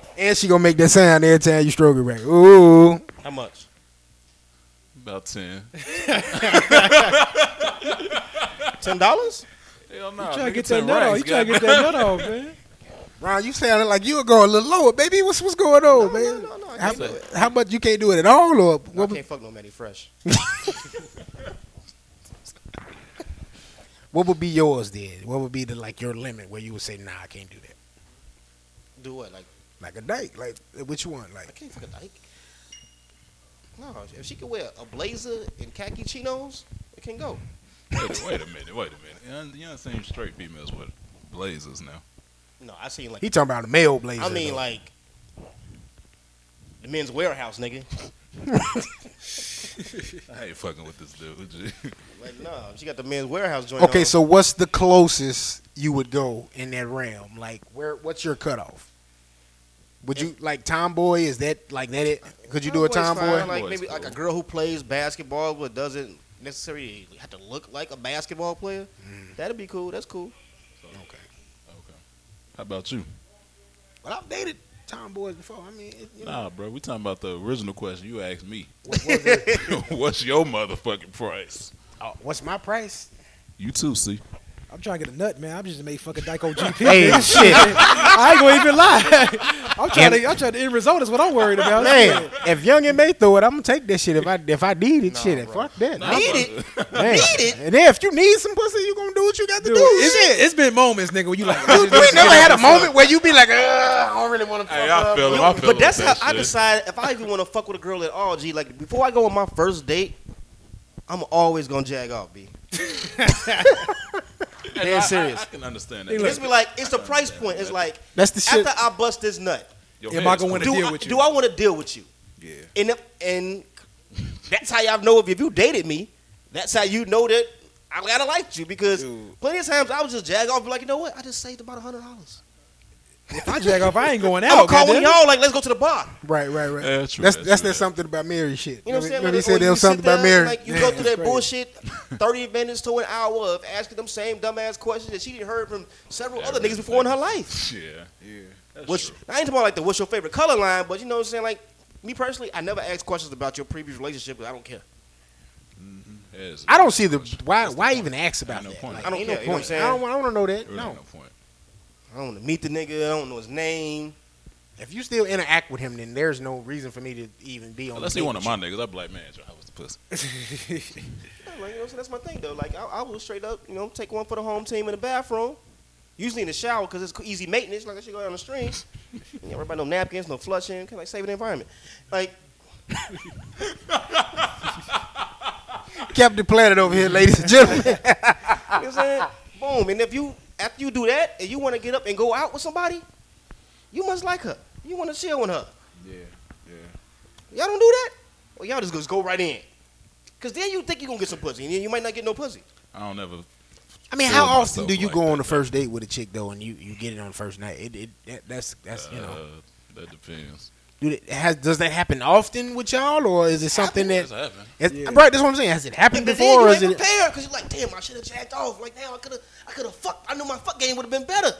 [SPEAKER 4] <laughs> and she gonna make that sound every time you stroke it right. Ooh.
[SPEAKER 6] How much?
[SPEAKER 5] About ten.
[SPEAKER 6] Ten dollars?
[SPEAKER 5] Hell
[SPEAKER 3] you
[SPEAKER 5] no.
[SPEAKER 3] trying to get that nut off? You trying to get that nut
[SPEAKER 5] <laughs>
[SPEAKER 3] off, man?
[SPEAKER 4] Ron, you sounded like you were going a little lower, baby. What's what's going on, man?
[SPEAKER 6] no, no,
[SPEAKER 4] how,
[SPEAKER 6] I can't do it.
[SPEAKER 4] how much you can't do it at all, or
[SPEAKER 6] No, I
[SPEAKER 4] what, was,
[SPEAKER 6] can't fuck no Manny Fresh.
[SPEAKER 4] what would be yours then? What would be the like your limit where you would say, nah, I can't do that?
[SPEAKER 6] Do what? Like
[SPEAKER 4] Like a dyke, like what you want,
[SPEAKER 6] I
[SPEAKER 4] like
[SPEAKER 6] can't fuck a dyke. No, if she could wear a blazer and khaki chinos, it can go.
[SPEAKER 5] Wait, wait a minute, wait a minute. You don't seem straight females with blazers now.
[SPEAKER 6] No, I seen like
[SPEAKER 4] He talking about a male blazer.
[SPEAKER 6] I mean
[SPEAKER 4] though.
[SPEAKER 6] like the men's warehouse, nigga.
[SPEAKER 5] I ain't fucking with this dude. <laughs>
[SPEAKER 6] Like no, she got the men's warehouse joint.
[SPEAKER 4] Okay,
[SPEAKER 6] on.
[SPEAKER 4] so what's the closest you would go in that realm? Like, where? What's your cutoff? Would you like tomboy? Is that like that? It could you do a
[SPEAKER 6] Tomboy's fine,
[SPEAKER 4] tomboy?
[SPEAKER 6] Like
[SPEAKER 5] Tomboy's
[SPEAKER 6] maybe like a girl who plays basketball but doesn't necessarily have to look like a basketball player.
[SPEAKER 4] Mm.
[SPEAKER 6] That'd be cool. That's cool.
[SPEAKER 5] How about you?
[SPEAKER 4] But I've dated tomboys before. I mean, it, you know,
[SPEAKER 5] Nah, bro, we talking about the original question you asked me.
[SPEAKER 4] what was it?
[SPEAKER 5] <laughs> What's your motherfucking price?
[SPEAKER 4] what's my price?
[SPEAKER 5] You too, see.
[SPEAKER 11] I'm trying to get a nut, man. I'm just made fucking Dyko GP.
[SPEAKER 4] <laughs> <laughs> Hey,
[SPEAKER 11] man.
[SPEAKER 4] shit.
[SPEAKER 11] I ain't gonna even
[SPEAKER 4] <laughs>
[SPEAKER 11] lie. I'm trying to. I'm trying to end result is what I'm worried about.
[SPEAKER 4] Man, if Young and May throw it, I'm gonna take that shit. If I if I need it, shit, fuck that. I
[SPEAKER 6] Need it.
[SPEAKER 4] need it. And then if you need some pussy, you gonna do what you got to
[SPEAKER 11] Dude,
[SPEAKER 4] do.
[SPEAKER 11] it's,
[SPEAKER 4] shit.
[SPEAKER 11] it's been moments, nigga, where you like.
[SPEAKER 4] You, you ain't never had a moment where you be like, "Ugh, I don't really want to.
[SPEAKER 5] Hey, I feel him. I feel
[SPEAKER 6] But that's
[SPEAKER 5] him
[SPEAKER 6] how
[SPEAKER 5] with that
[SPEAKER 6] I
[SPEAKER 5] shit.
[SPEAKER 6] decide if I even want to fuck with a girl at all. G, like before I go on my first date, I'm always gonna jag off. B.
[SPEAKER 5] And
[SPEAKER 6] Dead
[SPEAKER 5] I-
[SPEAKER 6] serious.
[SPEAKER 5] I, I can understand
[SPEAKER 11] He
[SPEAKER 5] that.
[SPEAKER 11] look-
[SPEAKER 6] It's be like it's the price point. It's like
[SPEAKER 4] That's the shit.
[SPEAKER 6] after I bust this nut,
[SPEAKER 5] Your
[SPEAKER 11] Am
[SPEAKER 5] head's
[SPEAKER 11] I gonna win
[SPEAKER 5] cool.
[SPEAKER 11] a
[SPEAKER 6] do
[SPEAKER 11] deal
[SPEAKER 6] I,
[SPEAKER 11] with you?
[SPEAKER 6] do I want to deal with you?
[SPEAKER 5] Yeah.
[SPEAKER 6] And if, and that's how y'all know if, if you dated me. That's how you know that I gotta like you because
[SPEAKER 11] Dude.
[SPEAKER 6] plenty of times I was just jag off, be like you know what? I just saved about hundred dollars.
[SPEAKER 11] If I jack off, I ain't going
[SPEAKER 6] I'm
[SPEAKER 11] out.
[SPEAKER 6] calling
[SPEAKER 11] goddamn.
[SPEAKER 6] y'all like let's go to the bar.
[SPEAKER 4] Right, right, right.
[SPEAKER 5] Yeah,
[SPEAKER 4] that's
[SPEAKER 5] true,
[SPEAKER 4] that's,
[SPEAKER 5] that's
[SPEAKER 4] that's
[SPEAKER 5] true,
[SPEAKER 4] that
[SPEAKER 5] yeah.
[SPEAKER 4] something about Mary shit.
[SPEAKER 6] You know what I'm saying?
[SPEAKER 4] Remember he
[SPEAKER 6] Like,
[SPEAKER 4] said
[SPEAKER 6] or
[SPEAKER 4] there
[SPEAKER 6] you
[SPEAKER 4] was
[SPEAKER 6] sit
[SPEAKER 4] something about
[SPEAKER 6] down,
[SPEAKER 4] Mary.
[SPEAKER 6] Like you
[SPEAKER 4] <laughs>
[SPEAKER 6] go
[SPEAKER 11] Yeah,
[SPEAKER 6] through that
[SPEAKER 11] right.
[SPEAKER 6] bullshit, thirty minutes to an hour of asking them same dumbass questions that she did heard from several other niggas before in her life.
[SPEAKER 5] Yeah. Yeah. That's
[SPEAKER 6] Which
[SPEAKER 5] true.
[SPEAKER 6] I ain't talking about like the what's your favorite color line, but you know what I'm saying? Like me personally, I never ask questions about your previous relationship. 'cause I don't care.
[SPEAKER 5] Yes.
[SPEAKER 4] I don't see the why.
[SPEAKER 5] That's the
[SPEAKER 4] Why
[SPEAKER 5] point.
[SPEAKER 4] even ask about
[SPEAKER 5] Ain't no
[SPEAKER 4] that?
[SPEAKER 5] point.
[SPEAKER 4] Like,
[SPEAKER 6] I don't
[SPEAKER 4] ain't
[SPEAKER 6] care,
[SPEAKER 4] no
[SPEAKER 6] you know what I'm
[SPEAKER 4] point.
[SPEAKER 6] saying?
[SPEAKER 4] I don't. I don't know that.
[SPEAKER 5] Really
[SPEAKER 4] no.
[SPEAKER 5] no point.
[SPEAKER 6] I don't want to meet the nigga. I don't know his name.
[SPEAKER 4] If you still interact with him, then there's no reason for me to even be on.
[SPEAKER 5] Unless he
[SPEAKER 4] the date
[SPEAKER 5] one of
[SPEAKER 4] with
[SPEAKER 5] my niggas, I'd be like, man, yo, how was the pussy?
[SPEAKER 6] Yeah, Like, you know, what I'm saying? that's my thing though. Like I, I will straight up, you know, take one for the home team in the bathroom. Usually in the shower because it's easy maintenance. Like that shit go down the stream. <laughs> You know, everybody no napkins, no flushing. Kind of like saving the environment. <laughs> Like
[SPEAKER 4] you. Captain Planet over here, ladies and
[SPEAKER 5] <laughs>
[SPEAKER 4] gentlemen.
[SPEAKER 6] You know what I'm saying? Boom. And if you after you do that and you want to get up and go out with somebody, you must like her. You want to chill with her.
[SPEAKER 5] Yeah.
[SPEAKER 6] Y'all don't do that? Or y'all just, just go right in. Cause then you think you're gonna get some pussy, and then you might not get no pussy.
[SPEAKER 5] I don't ever.
[SPEAKER 4] I mean,
[SPEAKER 5] Feel
[SPEAKER 4] how often
[SPEAKER 5] myself
[SPEAKER 4] do you
[SPEAKER 5] like
[SPEAKER 4] go
[SPEAKER 5] that,
[SPEAKER 4] on the
[SPEAKER 5] man.
[SPEAKER 4] first date with a chick though, and you, you get it on the first night? It, it that, that's that's you know.
[SPEAKER 5] Uh, that depends.
[SPEAKER 4] Do that, has, does that happen often with y'all, or is it something that?
[SPEAKER 5] That's happened.
[SPEAKER 4] It's, Right, that's what I'm saying. Has it happened
[SPEAKER 6] But
[SPEAKER 4] before, or
[SPEAKER 6] then
[SPEAKER 4] is
[SPEAKER 6] you ain't
[SPEAKER 4] it?
[SPEAKER 6] prepared, cause you're like, damn, I should have jacked off. Like now, I could have, I could have fucked. I knew my fuck game would have been better.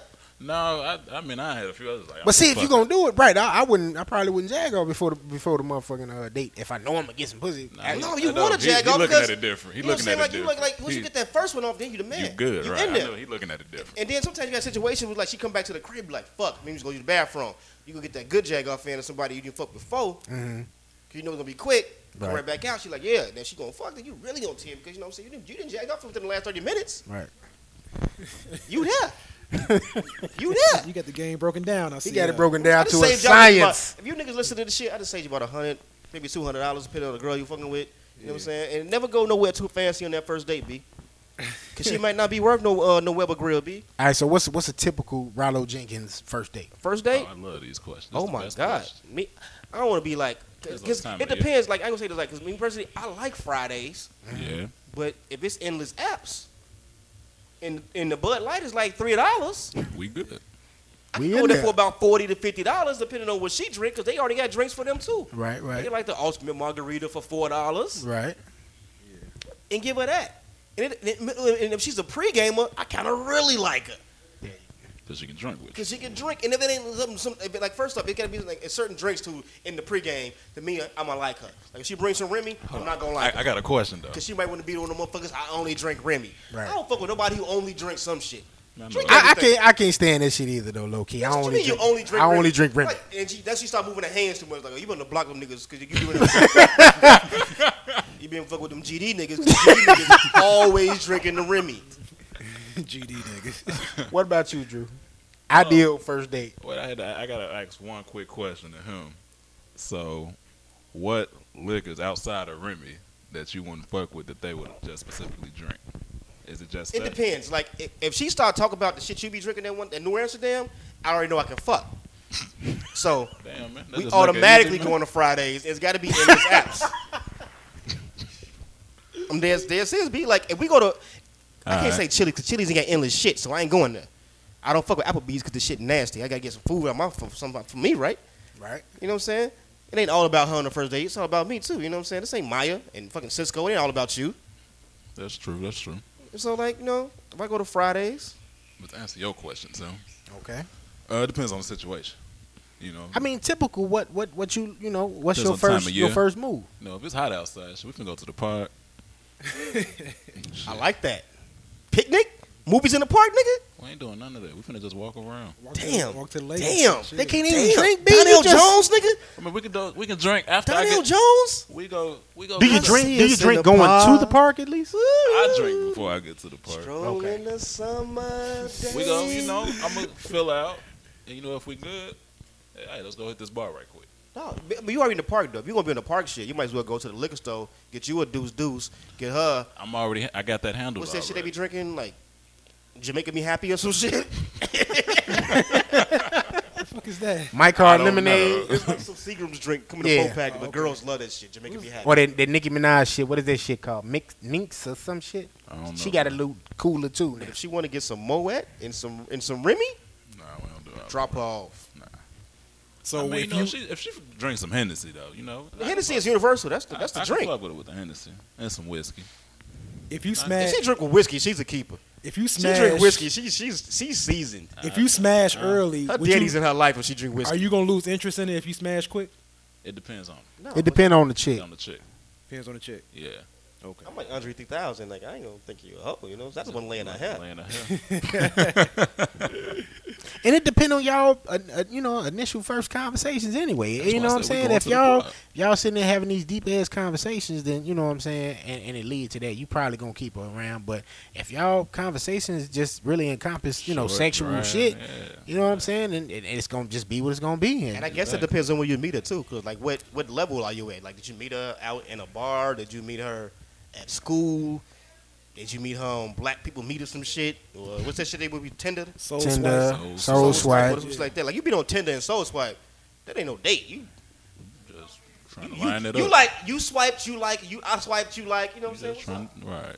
[SPEAKER 5] No, I, I mean, I had a few others like.
[SPEAKER 4] But see, if you gonna do it right, I, I wouldn't. I probably wouldn't jag off before the before the motherfucking uh, date. If I know I'm gonna get some pussy,
[SPEAKER 5] Nah,
[SPEAKER 6] no,
[SPEAKER 5] he-
[SPEAKER 6] you
[SPEAKER 5] I know.
[SPEAKER 6] want to
[SPEAKER 5] He-
[SPEAKER 6] jack
[SPEAKER 5] he
[SPEAKER 6] off.
[SPEAKER 5] looking
[SPEAKER 6] because,
[SPEAKER 5] at it different. He
[SPEAKER 6] you know what
[SPEAKER 5] looking
[SPEAKER 6] I'm saying?
[SPEAKER 5] at
[SPEAKER 6] Like
[SPEAKER 5] it
[SPEAKER 6] you look
[SPEAKER 5] different.
[SPEAKER 6] like once you
[SPEAKER 5] He-
[SPEAKER 6] get that first one off, then you the man.
[SPEAKER 5] You good,
[SPEAKER 6] You
[SPEAKER 5] right?
[SPEAKER 6] in
[SPEAKER 5] I
[SPEAKER 6] there.
[SPEAKER 5] know he looking at it different.
[SPEAKER 6] And then sometimes you got situations where like she come back to the crib like fuck, maybe just go use the bathroom. You go get that good jag off in or somebody you didn't fuck before,
[SPEAKER 4] Mhm.
[SPEAKER 6] 'cause you know it's gonna be quick. Come
[SPEAKER 4] Right.
[SPEAKER 6] right. back out. She like yeah, then she gonna fuck. Then you really gonna tear because you know what I'm saying you didn't, you didn't jag off within the last thirty minutes.
[SPEAKER 4] right?
[SPEAKER 6] You there?
[SPEAKER 4] <laughs>
[SPEAKER 6] you there?
[SPEAKER 11] You got the game broken down. I see.
[SPEAKER 4] He got it
[SPEAKER 11] that.
[SPEAKER 4] broken down
[SPEAKER 6] uh, I just
[SPEAKER 4] to a
[SPEAKER 6] saved y'all niggas about-
[SPEAKER 4] science.
[SPEAKER 6] if you niggas listen to this shit, I just saved you about a hundred, maybe two hundred dollars depending on the girl you fucking with. You know what I'm saying? And never go nowhere too fancy on that first date, b. Cause she might not be worth no uh, no Weber grill, b.
[SPEAKER 4] All right, so what's what's a typical Rollo Jenkins first date?
[SPEAKER 6] First
[SPEAKER 5] Oh,
[SPEAKER 6] date.
[SPEAKER 5] I love these questions.
[SPEAKER 6] Oh
[SPEAKER 5] It's the
[SPEAKER 6] my
[SPEAKER 5] best
[SPEAKER 6] god,
[SPEAKER 5] questions.
[SPEAKER 6] me, I don't want to be like,
[SPEAKER 5] Depends
[SPEAKER 6] cause,
[SPEAKER 5] on
[SPEAKER 6] 'cause
[SPEAKER 5] the time
[SPEAKER 6] it
[SPEAKER 5] of year.
[SPEAKER 6] depends. Like I gonna say this, like, cause me personally, I like Fridays,
[SPEAKER 5] Yeah.
[SPEAKER 6] but if it's endless apps, and and the Bud Light is like three dollars,
[SPEAKER 5] We good.
[SPEAKER 6] I
[SPEAKER 4] We
[SPEAKER 6] can go
[SPEAKER 4] in
[SPEAKER 6] there
[SPEAKER 4] there.
[SPEAKER 6] for about forty to fifty dollars, depending on what she drink, cause they already got drinks for them too.
[SPEAKER 4] Right,
[SPEAKER 6] They get like the ultimate margarita for four dollars,
[SPEAKER 4] right.
[SPEAKER 6] and give her that. And, it, and and if she's a pre-gamer, I kind of really like her.
[SPEAKER 5] Because you can drink with. you.
[SPEAKER 6] Cause she can drink, and if it ain't something, some, if it, like first off, it gotta be like certain drinks too in the pregame. To me, I'm gonna like her. Like if she brings some Remy, I'm not gonna like
[SPEAKER 5] I,
[SPEAKER 6] her.
[SPEAKER 5] I got a question though.
[SPEAKER 6] Cause she might want to be one of the motherfuckers. I only drink Remy.
[SPEAKER 4] Right.
[SPEAKER 6] I don't fuck with nobody who only drinks some shit.
[SPEAKER 5] I know
[SPEAKER 6] Drink
[SPEAKER 5] that.
[SPEAKER 4] I, I can't I can't stand that shit either though, low key. I
[SPEAKER 6] What you
[SPEAKER 4] only
[SPEAKER 6] mean you
[SPEAKER 4] drink,
[SPEAKER 6] only drink?
[SPEAKER 4] I
[SPEAKER 6] Remy?
[SPEAKER 4] only drink Remy.
[SPEAKER 6] Like, and she, that's she start moving her hands too much. Like oh, you better block them niggas because you
[SPEAKER 4] <laughs>
[SPEAKER 6] doing that. you been fuck with them <laughs> GD niggas. 'cause GD niggas always drinking the Remy.
[SPEAKER 11] GD niggas.
[SPEAKER 6] <laughs>
[SPEAKER 4] What about you, Drew? Ideal first date.
[SPEAKER 5] Wait, I had to, I gotta ask one quick question to him. So, what liquors outside of Remy that you wouldn't fuck with that they would just specifically drink? Is it just
[SPEAKER 6] It
[SPEAKER 5] that?
[SPEAKER 6] depends. Like if, if she start talking about the shit you be drinking in, one, in New Amsterdam, I already know I can fuck. So
[SPEAKER 5] Damn, man, that just
[SPEAKER 6] we
[SPEAKER 5] make it
[SPEAKER 6] automatically
[SPEAKER 5] easy,
[SPEAKER 6] go
[SPEAKER 5] man.
[SPEAKER 6] on to Fridays. It's got
[SPEAKER 5] <laughs>
[SPEAKER 6] to be in this apps. Um, I'm dead, dead serious. Be like if we go to, I can't
[SPEAKER 5] Alright.
[SPEAKER 6] say Chili because Chili's ain't got endless shit, so I ain't going there. I don't fuck with Applebee's because the shit nasty. I gotta get some food out my for, some, for me, right?
[SPEAKER 4] Right.
[SPEAKER 6] You know what I'm saying? It ain't all about her on the first date. It's all about me too. You know what I'm saying? This ain't Maya and fucking Cisco. It ain't all about you.
[SPEAKER 5] That's true. That's true.
[SPEAKER 6] So like, you know, if I go to Fridays,
[SPEAKER 5] But to answer your question, Tim,
[SPEAKER 4] Okay.
[SPEAKER 5] uh, it depends on the situation. You know,
[SPEAKER 4] I mean, typical. What what what you you know? What's
[SPEAKER 5] Depends
[SPEAKER 4] your
[SPEAKER 5] on the time
[SPEAKER 4] first
[SPEAKER 5] of
[SPEAKER 4] your
[SPEAKER 5] year.
[SPEAKER 4] first move?
[SPEAKER 5] No, if it's hot outside, shit, we can go to the park.
[SPEAKER 6] I like that. Picnic, movies in the park, nigga.
[SPEAKER 5] We ain't doing none of that. We finna just walk around.
[SPEAKER 6] Damn,
[SPEAKER 3] walk to the lake.
[SPEAKER 6] damn,
[SPEAKER 3] Shit.
[SPEAKER 4] They can't
[SPEAKER 6] damn.
[SPEAKER 4] even drink. B.
[SPEAKER 6] Donnell
[SPEAKER 4] They just-
[SPEAKER 6] Jones, nigga.
[SPEAKER 5] I mean, we can do, we can drink after I
[SPEAKER 6] Donnell
[SPEAKER 5] get.
[SPEAKER 6] Jones.
[SPEAKER 5] We go, we go.
[SPEAKER 4] Do you
[SPEAKER 5] get-
[SPEAKER 4] drink? Do
[SPEAKER 6] us
[SPEAKER 4] you
[SPEAKER 6] in
[SPEAKER 4] drink
[SPEAKER 6] the
[SPEAKER 4] going
[SPEAKER 6] park.
[SPEAKER 4] to the park at least?
[SPEAKER 5] I drink before I get to the park.
[SPEAKER 6] Stroll in the summer.
[SPEAKER 5] We go,
[SPEAKER 6] day.
[SPEAKER 5] you know, I'm gonna fill out, and you know if we good, hey, hey, let's go hit this bar right quick.
[SPEAKER 6] No, but but you already in the park though. If you gonna be in the park, shit, you might as well go to the liquor store, get you a deuce deuce, get her.
[SPEAKER 5] I'm already, I got that handle.
[SPEAKER 6] What's that shit they be
[SPEAKER 5] already.
[SPEAKER 6] drinking? Like Jamaica me happy or
[SPEAKER 5] <laughs>
[SPEAKER 6] some shit.
[SPEAKER 3] fuck is that?
[SPEAKER 4] My
[SPEAKER 5] I
[SPEAKER 4] car
[SPEAKER 5] don't
[SPEAKER 4] lemonade.
[SPEAKER 5] know.
[SPEAKER 6] it's like some Seagram's drink coming in
[SPEAKER 4] Yeah.
[SPEAKER 6] a four pack, but girls love that shit. Jamaica me happy.
[SPEAKER 4] Or that, that Nicki Minaj shit. What is that shit called? Mix, Minx or some shit.
[SPEAKER 5] I don't know.
[SPEAKER 4] She got a loot cooler too.
[SPEAKER 6] But
[SPEAKER 4] Now.
[SPEAKER 6] if she want to get some Moet and some and some Remy,
[SPEAKER 5] Nah, we don't do that.
[SPEAKER 6] drop her off.
[SPEAKER 5] I
[SPEAKER 3] So
[SPEAKER 5] mean,
[SPEAKER 3] if
[SPEAKER 5] you know,
[SPEAKER 3] you,
[SPEAKER 5] she, if she drinks some Hennessy though, you know, I
[SPEAKER 6] Hennessy
[SPEAKER 5] can
[SPEAKER 6] is universal. That's the
[SPEAKER 5] fuck-
[SPEAKER 6] that's the
[SPEAKER 5] I, I
[SPEAKER 6] drink.
[SPEAKER 5] can fuck with it with the Hennessy and some whiskey.
[SPEAKER 3] if you
[SPEAKER 6] If
[SPEAKER 3] smash,
[SPEAKER 6] she drink with whiskey, she's a keeper.
[SPEAKER 3] if you
[SPEAKER 6] She
[SPEAKER 3] smash,
[SPEAKER 6] drink whiskey. She she's she's seasoned.
[SPEAKER 3] If you smash early,
[SPEAKER 6] Her
[SPEAKER 3] would
[SPEAKER 6] daddy's
[SPEAKER 3] you,
[SPEAKER 6] in her life when she drink
[SPEAKER 3] are
[SPEAKER 6] whiskey.
[SPEAKER 3] you gonna lose interest in it if you smash quick?
[SPEAKER 5] It depends on
[SPEAKER 6] no,
[SPEAKER 4] It depends on the chick.
[SPEAKER 5] on the chick.
[SPEAKER 3] Depends on the chick.
[SPEAKER 5] Yeah,
[SPEAKER 3] Okay.
[SPEAKER 6] I'm like Andre 3000. Like I ain't gonna think you a hoe. You know that's one laying I have.
[SPEAKER 5] Laying a
[SPEAKER 6] <laughs>
[SPEAKER 5] hell.
[SPEAKER 4] And it depend on y'all, uh, uh, you know, initial first conversations anyway.
[SPEAKER 5] That's
[SPEAKER 4] you
[SPEAKER 5] why
[SPEAKER 4] know
[SPEAKER 5] I
[SPEAKER 4] what I'm
[SPEAKER 5] said we
[SPEAKER 4] saying?
[SPEAKER 5] going
[SPEAKER 4] If
[SPEAKER 5] to the
[SPEAKER 4] y'all
[SPEAKER 5] park.
[SPEAKER 4] y'all sitting there having these deep ass conversations, then you know what I'm saying, and, and it lead to that. You probably gonna keep her around, but if y'all conversations just really encompass, you know,
[SPEAKER 5] Short,
[SPEAKER 4] sexual
[SPEAKER 5] dry,
[SPEAKER 4] shit,
[SPEAKER 5] yeah.
[SPEAKER 4] you know what I'm saying, and, and it's gonna just be what it's gonna be.
[SPEAKER 6] And
[SPEAKER 4] And
[SPEAKER 6] I guess it depends on where you meet her too, cause like what what level are you at? Like did you meet her out in a bar? Did you meet her at school? Did you meet her on Black People Meet or some shit? Or what's that shit they would be Tinder?
[SPEAKER 3] Soul
[SPEAKER 4] Tinder,
[SPEAKER 3] Swipe.
[SPEAKER 5] Soul Swipe.
[SPEAKER 4] soul
[SPEAKER 6] Swipe
[SPEAKER 4] swipe.
[SPEAKER 6] or some shit like that. Like you been on Tinder and Soul Swipe, that ain't no date. You
[SPEAKER 5] Just trying to
[SPEAKER 6] you,
[SPEAKER 5] line it
[SPEAKER 6] you
[SPEAKER 5] up.
[SPEAKER 6] like you swiped, you like you I swiped, you like you know
[SPEAKER 5] You
[SPEAKER 6] what I'm saying?
[SPEAKER 5] just
[SPEAKER 6] What's up?
[SPEAKER 5] trying, right?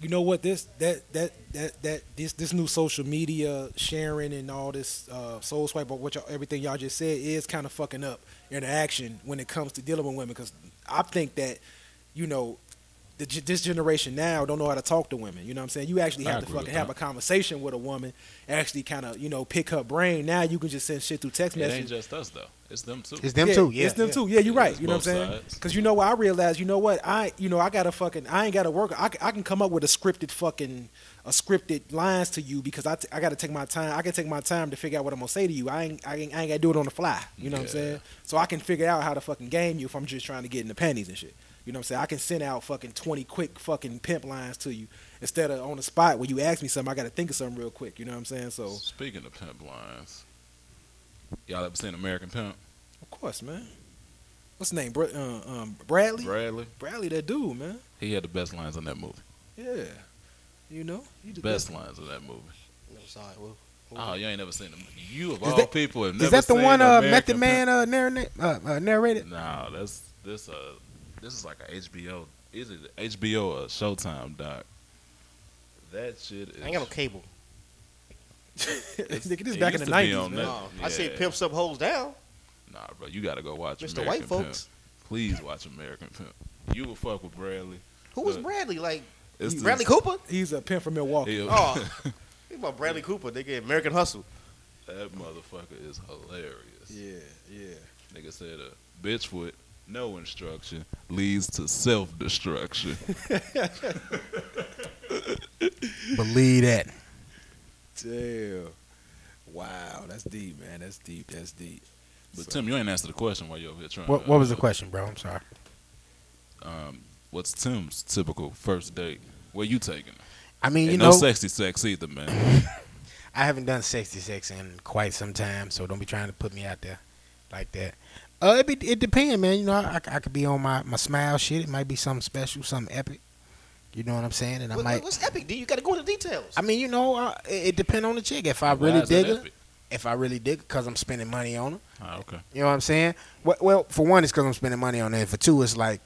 [SPEAKER 3] You know what? This that that that that this this new social media sharing and all this uh, soul swipe, but what y'all, everything y'all just said is kind of fucking up interaction when it comes to dealing with women. Because I think that you know. The, ge- this generation now don't know how to talk to women. You know what I'm saying? You actually
[SPEAKER 5] I
[SPEAKER 3] have to
[SPEAKER 5] agree with
[SPEAKER 3] fucking have
[SPEAKER 5] that.
[SPEAKER 3] a conversation with a woman, actually kind of you know pick her brain. Now you can just send shit through text
[SPEAKER 5] It ain't
[SPEAKER 3] messages.
[SPEAKER 5] just us though. It's them too.
[SPEAKER 4] It's them too. Yeah,
[SPEAKER 3] it's them
[SPEAKER 4] yeah.
[SPEAKER 3] too. Yeah, you're
[SPEAKER 5] Yeah,
[SPEAKER 3] right.
[SPEAKER 5] it's
[SPEAKER 3] You know what I'm
[SPEAKER 5] both
[SPEAKER 3] saying?
[SPEAKER 5] sides.
[SPEAKER 3] Because you know what I realized. You know what I you know I gotta fucking I ain't gotta work. I, c- I can come up with a scripted fucking a scripted lines to you because I, t- I gotta take my time. I can take my time to figure out what I'm gonna say to you. I ain't I ain't, I ain't gotta do it on the fly. You know what I'm
[SPEAKER 5] Yeah.
[SPEAKER 3] saying? So I can figure out how to fucking game you if I'm just trying to get in the panties and shit. You know what I'm saying? I can send out fucking 20 quick fucking pimp lines to you instead of on the spot when you ask me something. I gotta think of something real quick. You know what I'm saying? So
[SPEAKER 5] Speaking of pimp lines, y'all ever seen American
[SPEAKER 4] <laughs>
[SPEAKER 5] Pimp?
[SPEAKER 3] of course, man. What's his name? Br- uh, um, Bradley.
[SPEAKER 5] Bradley.
[SPEAKER 3] Bradley, that dude, man.
[SPEAKER 5] He had the best lines in that movie.
[SPEAKER 3] Yeah. You know? You the
[SPEAKER 5] Best lines in that movie.
[SPEAKER 6] No, sorry, well,
[SPEAKER 5] Oh, you ain't never seen them. You of
[SPEAKER 4] Is
[SPEAKER 5] all
[SPEAKER 4] that-
[SPEAKER 5] people have never
[SPEAKER 4] Is that the
[SPEAKER 5] seen
[SPEAKER 4] one uh,
[SPEAKER 5] American
[SPEAKER 4] Method
[SPEAKER 5] Pimp?
[SPEAKER 4] Man uh, narrate, uh, uh, narrated?
[SPEAKER 5] No, that's this uh this is like a HBO. Is it HBO or Showtime doc? That shit is.
[SPEAKER 6] I ain't got no cable.
[SPEAKER 3] this <laughs> nigga, this
[SPEAKER 5] it
[SPEAKER 3] back in
[SPEAKER 5] used
[SPEAKER 3] the
[SPEAKER 5] to be
[SPEAKER 3] 90s,
[SPEAKER 5] on
[SPEAKER 3] man.
[SPEAKER 5] Netflix.
[SPEAKER 6] No, I say
[SPEAKER 5] Yeah.
[SPEAKER 6] pimps up, hoes down.
[SPEAKER 5] Nah, bro, you gotta go watch
[SPEAKER 6] Mr.
[SPEAKER 5] American
[SPEAKER 6] White
[SPEAKER 5] Pimp.
[SPEAKER 6] folks.
[SPEAKER 5] Please watch American Pimp. You will fuck with Bradley.
[SPEAKER 6] Who was
[SPEAKER 5] Look.
[SPEAKER 6] Bradley? Like
[SPEAKER 5] It's the-
[SPEAKER 6] Bradley Cooper?
[SPEAKER 3] He's a pimp from Milwaukee.
[SPEAKER 5] He-
[SPEAKER 6] <laughs> Oh, think about Bradley Cooper. They get American Hustle.
[SPEAKER 5] That motherfucker is hilarious.
[SPEAKER 3] Yeah, yeah.
[SPEAKER 5] Nigga said a bitch with no instruction leads to self
[SPEAKER 4] <laughs>
[SPEAKER 5] destruction.
[SPEAKER 4] Believe that.
[SPEAKER 3] Damn. Wow, that's deep, man. That's deep. That's deep.
[SPEAKER 5] But Tim, you ain't answered the question while you over here trying.
[SPEAKER 4] What,
[SPEAKER 5] to-
[SPEAKER 4] what was the question, bro? I'm sorry.
[SPEAKER 5] Um, what's Tim's typical first date? Where you taking? her?
[SPEAKER 4] I mean,
[SPEAKER 5] Ain't
[SPEAKER 4] you
[SPEAKER 5] no
[SPEAKER 4] know,
[SPEAKER 5] sexy sex either, man.
[SPEAKER 4] I haven't done 66 in quite some time, so don't be trying to put me out there like that. Uh, it be, it depends, man. You know, I, I could be on my, my smile shit. It might be something special, something epic. You know what I'm saying? And I
[SPEAKER 6] What-
[SPEAKER 4] might.
[SPEAKER 6] What's epic? D? You got to go into details.
[SPEAKER 4] I mean, you know, I, it it depend on the chick. If I
[SPEAKER 6] Why
[SPEAKER 4] really
[SPEAKER 6] is that
[SPEAKER 4] dig her,
[SPEAKER 6] epic?
[SPEAKER 4] if I really dig her, because I'm spending money on her.
[SPEAKER 5] Ah, okay.
[SPEAKER 4] You know what I'm saying? Well, well for one, it's because I'm spending money on it. For two, it's like,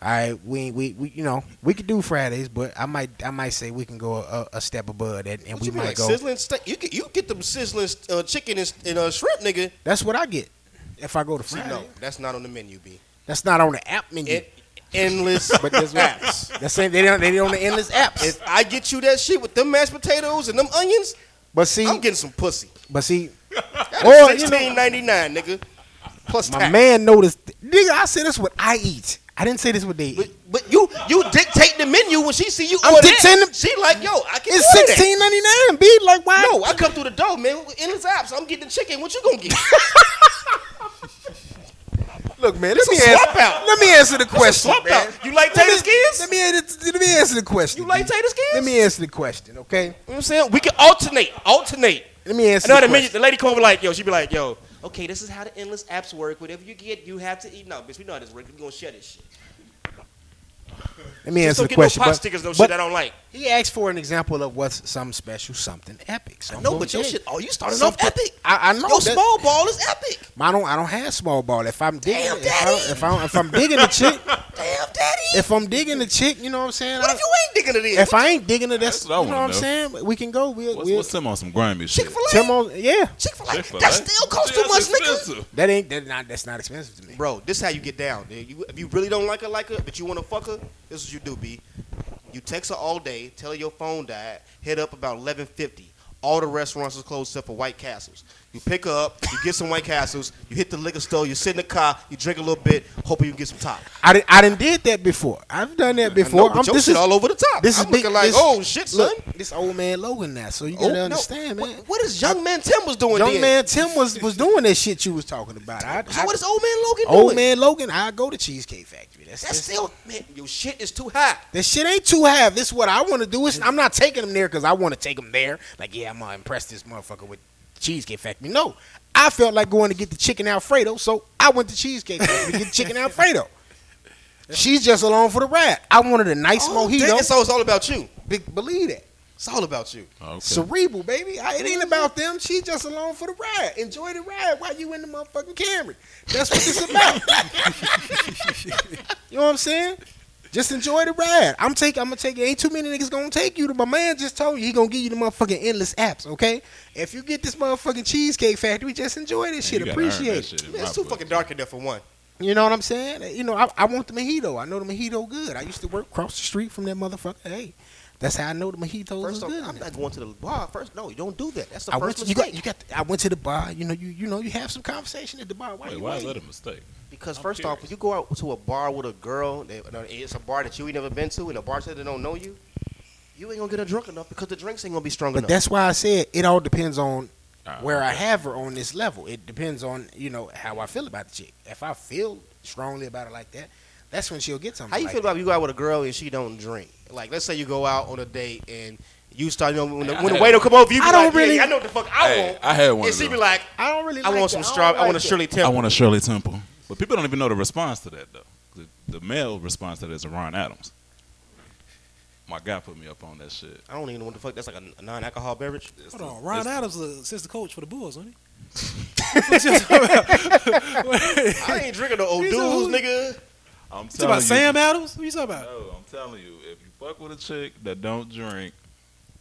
[SPEAKER 4] all right, we, we, we you know, we could do Fridays, but I might I might say we can go a, a step above that, and
[SPEAKER 6] What
[SPEAKER 4] we
[SPEAKER 6] you mean,
[SPEAKER 4] might
[SPEAKER 6] like
[SPEAKER 4] go.
[SPEAKER 6] sizzling steak? You get you get them sizzling uh, chicken and, and uh, shrimp, nigga.
[SPEAKER 4] That's what I get if I go to
[SPEAKER 6] See,
[SPEAKER 4] Friday.
[SPEAKER 6] no, that's not on the menu, B.
[SPEAKER 4] That's not on the app menu.
[SPEAKER 6] It- endless
[SPEAKER 4] <laughs> but
[SPEAKER 6] <laughs>
[SPEAKER 4] that's what-
[SPEAKER 6] apps.
[SPEAKER 4] That's it. They don't. They on the endless apps.
[SPEAKER 6] If I get you that shit with them mashed potatoes and them onions,
[SPEAKER 4] but see,
[SPEAKER 6] I'm getting some pussy.
[SPEAKER 4] But
[SPEAKER 6] <laughs>
[SPEAKER 4] see,
[SPEAKER 6] Or
[SPEAKER 4] or you know,
[SPEAKER 6] sixteen ninety nine, nigga. Plus
[SPEAKER 4] my
[SPEAKER 6] tax.
[SPEAKER 4] man noticed. Nigga, I said that's what I eat. I didn't say this what they eat.
[SPEAKER 6] But you you dictate the menu when she see you.
[SPEAKER 4] I'm
[SPEAKER 6] order
[SPEAKER 4] dictating
[SPEAKER 6] That. She like, yo, I can.
[SPEAKER 4] It's
[SPEAKER 6] order that.
[SPEAKER 4] sixteen ninety nine, B. Like why?
[SPEAKER 6] No, I come through the door, man. with Endless apps. I'm getting the chicken. What you gonna get?
[SPEAKER 4] Look, man, let
[SPEAKER 6] It's a
[SPEAKER 4] me
[SPEAKER 6] swap
[SPEAKER 4] answer.
[SPEAKER 6] out.
[SPEAKER 4] Let me answer the question.
[SPEAKER 6] swap
[SPEAKER 4] man.
[SPEAKER 6] out. You like
[SPEAKER 4] Let me-
[SPEAKER 6] tater skins?
[SPEAKER 4] Let me, answer- let me answer the question.
[SPEAKER 6] You like
[SPEAKER 4] B.
[SPEAKER 6] tater skins?
[SPEAKER 4] Let me answer the question, okay?
[SPEAKER 6] You know what I'm saying? We can alternate. Alternate.
[SPEAKER 4] Let me
[SPEAKER 6] I
[SPEAKER 4] answer
[SPEAKER 6] know
[SPEAKER 4] the
[SPEAKER 6] the,
[SPEAKER 4] question.
[SPEAKER 6] menu, the lady come over like, yo, she be like, yo, okay, this is how the endless apps work. Whatever you get, you have to eat. No, bitch, we know how this works. We gonna share this shit.
[SPEAKER 4] Let me answer
[SPEAKER 6] Just don't
[SPEAKER 4] the
[SPEAKER 6] get
[SPEAKER 4] question.
[SPEAKER 6] No pop
[SPEAKER 4] but-
[SPEAKER 6] stickers, no
[SPEAKER 4] but
[SPEAKER 6] shit I don't like.
[SPEAKER 4] He asked for an example of what's some special, something epic. So I'm
[SPEAKER 6] No,
[SPEAKER 4] gonna
[SPEAKER 6] but your
[SPEAKER 4] tell
[SPEAKER 6] shit. Oh, you started off
[SPEAKER 4] Something-
[SPEAKER 6] epic.
[SPEAKER 4] I, I know.
[SPEAKER 6] Your
[SPEAKER 4] that-
[SPEAKER 6] small ball is epic.
[SPEAKER 4] I don't. I don't have small ball. If I'm digging,
[SPEAKER 6] Damn,
[SPEAKER 4] if, I,
[SPEAKER 6] Daddy.
[SPEAKER 4] if, I'm, if I'm digging
[SPEAKER 6] <laughs>
[SPEAKER 4] the chick,
[SPEAKER 6] Damn, daddy.
[SPEAKER 4] if I'm digging the chick, you know what I'm saying.
[SPEAKER 6] what
[SPEAKER 4] I-
[SPEAKER 6] if you ain't digging it in?
[SPEAKER 4] if I ain't digging it, that's,
[SPEAKER 5] That's what I
[SPEAKER 4] you know
[SPEAKER 5] wanna
[SPEAKER 4] what I'm
[SPEAKER 5] know.
[SPEAKER 4] saying. We can go. We'll,
[SPEAKER 5] What's,
[SPEAKER 4] we'll
[SPEAKER 5] what's him on some grimy shit?
[SPEAKER 6] Chick Fil A.
[SPEAKER 4] Timo- Yeah,
[SPEAKER 6] Chick Fil A.
[SPEAKER 5] Chick-fil-A?
[SPEAKER 6] That still costs
[SPEAKER 5] Shit,
[SPEAKER 6] too much,
[SPEAKER 5] that's
[SPEAKER 6] nigga.
[SPEAKER 5] expensive.
[SPEAKER 4] that ain't that not that's not expensive to me.
[SPEAKER 6] Bro, this how you get down. Dude. You, if you really don't like her, like her, but you want to fuck her, this is what you do, B. You text her all day, tell her your phone died, hit up about 11.50. All the restaurants are closed except for White Castles. You pick her up, you get some White Castles, you hit the liquor store, you sit in the car, you drink a little bit, hoping you can get some top.
[SPEAKER 4] I didn't, I didn't did that before. I've done that
[SPEAKER 6] I know,
[SPEAKER 4] before.
[SPEAKER 6] but your shit all over the top.
[SPEAKER 4] This
[SPEAKER 6] I'm
[SPEAKER 4] is
[SPEAKER 6] looking
[SPEAKER 4] big,
[SPEAKER 6] like,
[SPEAKER 4] this-
[SPEAKER 6] oh, shit, son.
[SPEAKER 4] Look, this old man Logan now. So you
[SPEAKER 6] Oh,
[SPEAKER 4] gotta
[SPEAKER 6] no.
[SPEAKER 4] understand,
[SPEAKER 6] What-
[SPEAKER 4] man.
[SPEAKER 6] What, is young man Tim was doing
[SPEAKER 4] Young
[SPEAKER 6] then?
[SPEAKER 4] man Tim was was doing that shit you was talking about. I,
[SPEAKER 6] so
[SPEAKER 4] I-
[SPEAKER 6] what is old man Logan
[SPEAKER 4] old
[SPEAKER 6] doing?
[SPEAKER 4] man Logan? I go to Cheesecake Factory. That's,
[SPEAKER 6] That's
[SPEAKER 4] that's
[SPEAKER 6] still, man, your shit is too high.
[SPEAKER 4] that shit ain't too half. This is what I want to do. It's, I'm not taking him there because I want to take him there. Like yeah, I'm gonna impress this motherfucker with Cheesecake Factory. No, I felt like going to get the chicken Alfredo, so I went to Cheesecake Factory to get chicken
[SPEAKER 6] <laughs>
[SPEAKER 4] Alfredo. She's just along for the ride. I wanted a nice
[SPEAKER 6] Oh,
[SPEAKER 4] mojito.
[SPEAKER 6] dang, so it's all about you.
[SPEAKER 4] Be- believe that.
[SPEAKER 6] It's all about you.
[SPEAKER 5] Okay. Mm-hmm.
[SPEAKER 4] Cerebral, baby. I, it ain't about them. She just along for the ride. Enjoy the ride while you in the motherfucking Camry. That's what it's about. <laughs> you know what I'm saying? Just enjoy the ride. I'm take. I'm gonna take. Ain't too many niggas gonna take you. To, my man just told you he gonna give you the motherfucking endless apps. Okay. If you get this motherfucking cheesecake factory, just enjoy this
[SPEAKER 5] You
[SPEAKER 4] shit.
[SPEAKER 5] gotta earn that
[SPEAKER 4] Appreciate it.
[SPEAKER 5] shit in
[SPEAKER 6] Man, it's
[SPEAKER 5] my
[SPEAKER 6] too
[SPEAKER 5] book.
[SPEAKER 6] fucking dark in there for one.
[SPEAKER 4] You know what I'm saying? You know, I, I want the mojito. I know the mojito good. I used to work across the street from that motherfucker. Hey, that's how I know the mojito is
[SPEAKER 6] First off,
[SPEAKER 4] good.
[SPEAKER 6] I'm not going to the bar first. No, you don't do that. That's the
[SPEAKER 4] I went to,
[SPEAKER 6] first
[SPEAKER 4] you
[SPEAKER 6] mistake.
[SPEAKER 4] got, you got I went to the bar. You know, you you know, you have some conversation at the bar. Why
[SPEAKER 5] Wait,
[SPEAKER 4] you
[SPEAKER 5] why is
[SPEAKER 4] waiting?
[SPEAKER 5] that a mistake?
[SPEAKER 6] because
[SPEAKER 5] I'm
[SPEAKER 6] first off,
[SPEAKER 5] curious.
[SPEAKER 6] when you go out to a bar with a girl, they, no, it's a bar that you ain't never been to, and a bartender don't know you. You ain't gonna get her drunk enough because the drinks ain't gonna be strong
[SPEAKER 4] But
[SPEAKER 6] enough.
[SPEAKER 4] that's why I said it all depends on
[SPEAKER 5] Ah,
[SPEAKER 4] where I
[SPEAKER 5] okay.
[SPEAKER 4] have her on this level. It depends on you know how I feel about the chick. If I feel strongly about it like that, that's when she'll get something.
[SPEAKER 6] How you
[SPEAKER 4] like
[SPEAKER 6] feel
[SPEAKER 4] that.
[SPEAKER 6] about you go out with a girl and she don't drink? Like, let's say you go out on a date and you start, you know, when the,
[SPEAKER 5] I
[SPEAKER 6] when the
[SPEAKER 5] had
[SPEAKER 6] waiter come over, you be
[SPEAKER 4] I
[SPEAKER 6] like,
[SPEAKER 4] don't really-
[SPEAKER 6] yeah, I know what the fuck I
[SPEAKER 5] Hey,
[SPEAKER 6] want.
[SPEAKER 5] I had one
[SPEAKER 6] And
[SPEAKER 5] of
[SPEAKER 6] she be
[SPEAKER 5] them.
[SPEAKER 6] like,
[SPEAKER 4] I don't really.
[SPEAKER 6] I
[SPEAKER 4] like
[SPEAKER 6] want
[SPEAKER 4] that.
[SPEAKER 6] some
[SPEAKER 4] don't
[SPEAKER 6] strawberry. I
[SPEAKER 4] like
[SPEAKER 6] want a
[SPEAKER 4] that.
[SPEAKER 6] Shirley
[SPEAKER 5] I
[SPEAKER 6] Temple.
[SPEAKER 5] want a Shirley Temple. But people don't even know the response to that, though. The, the male response to that is Ron Adams. My guy put me up on that shit.
[SPEAKER 6] I don't even know what the fuck. That's like a, a non-alcohol beverage.
[SPEAKER 4] <laughs>
[SPEAKER 5] It's
[SPEAKER 11] Hold
[SPEAKER 5] the-
[SPEAKER 11] on, Ron
[SPEAKER 5] it's-
[SPEAKER 11] Adams was assistant coach for the Bulls, wasn't
[SPEAKER 6] I ain't drinking no old
[SPEAKER 11] He's a-
[SPEAKER 6] dudes, nigga.
[SPEAKER 5] I'm
[SPEAKER 11] he? You talking about
[SPEAKER 5] telling
[SPEAKER 11] Sam Adams? Who you talking
[SPEAKER 5] you,
[SPEAKER 11] about?
[SPEAKER 5] no, I'm telling you, if you fuck with a chick that don't drink,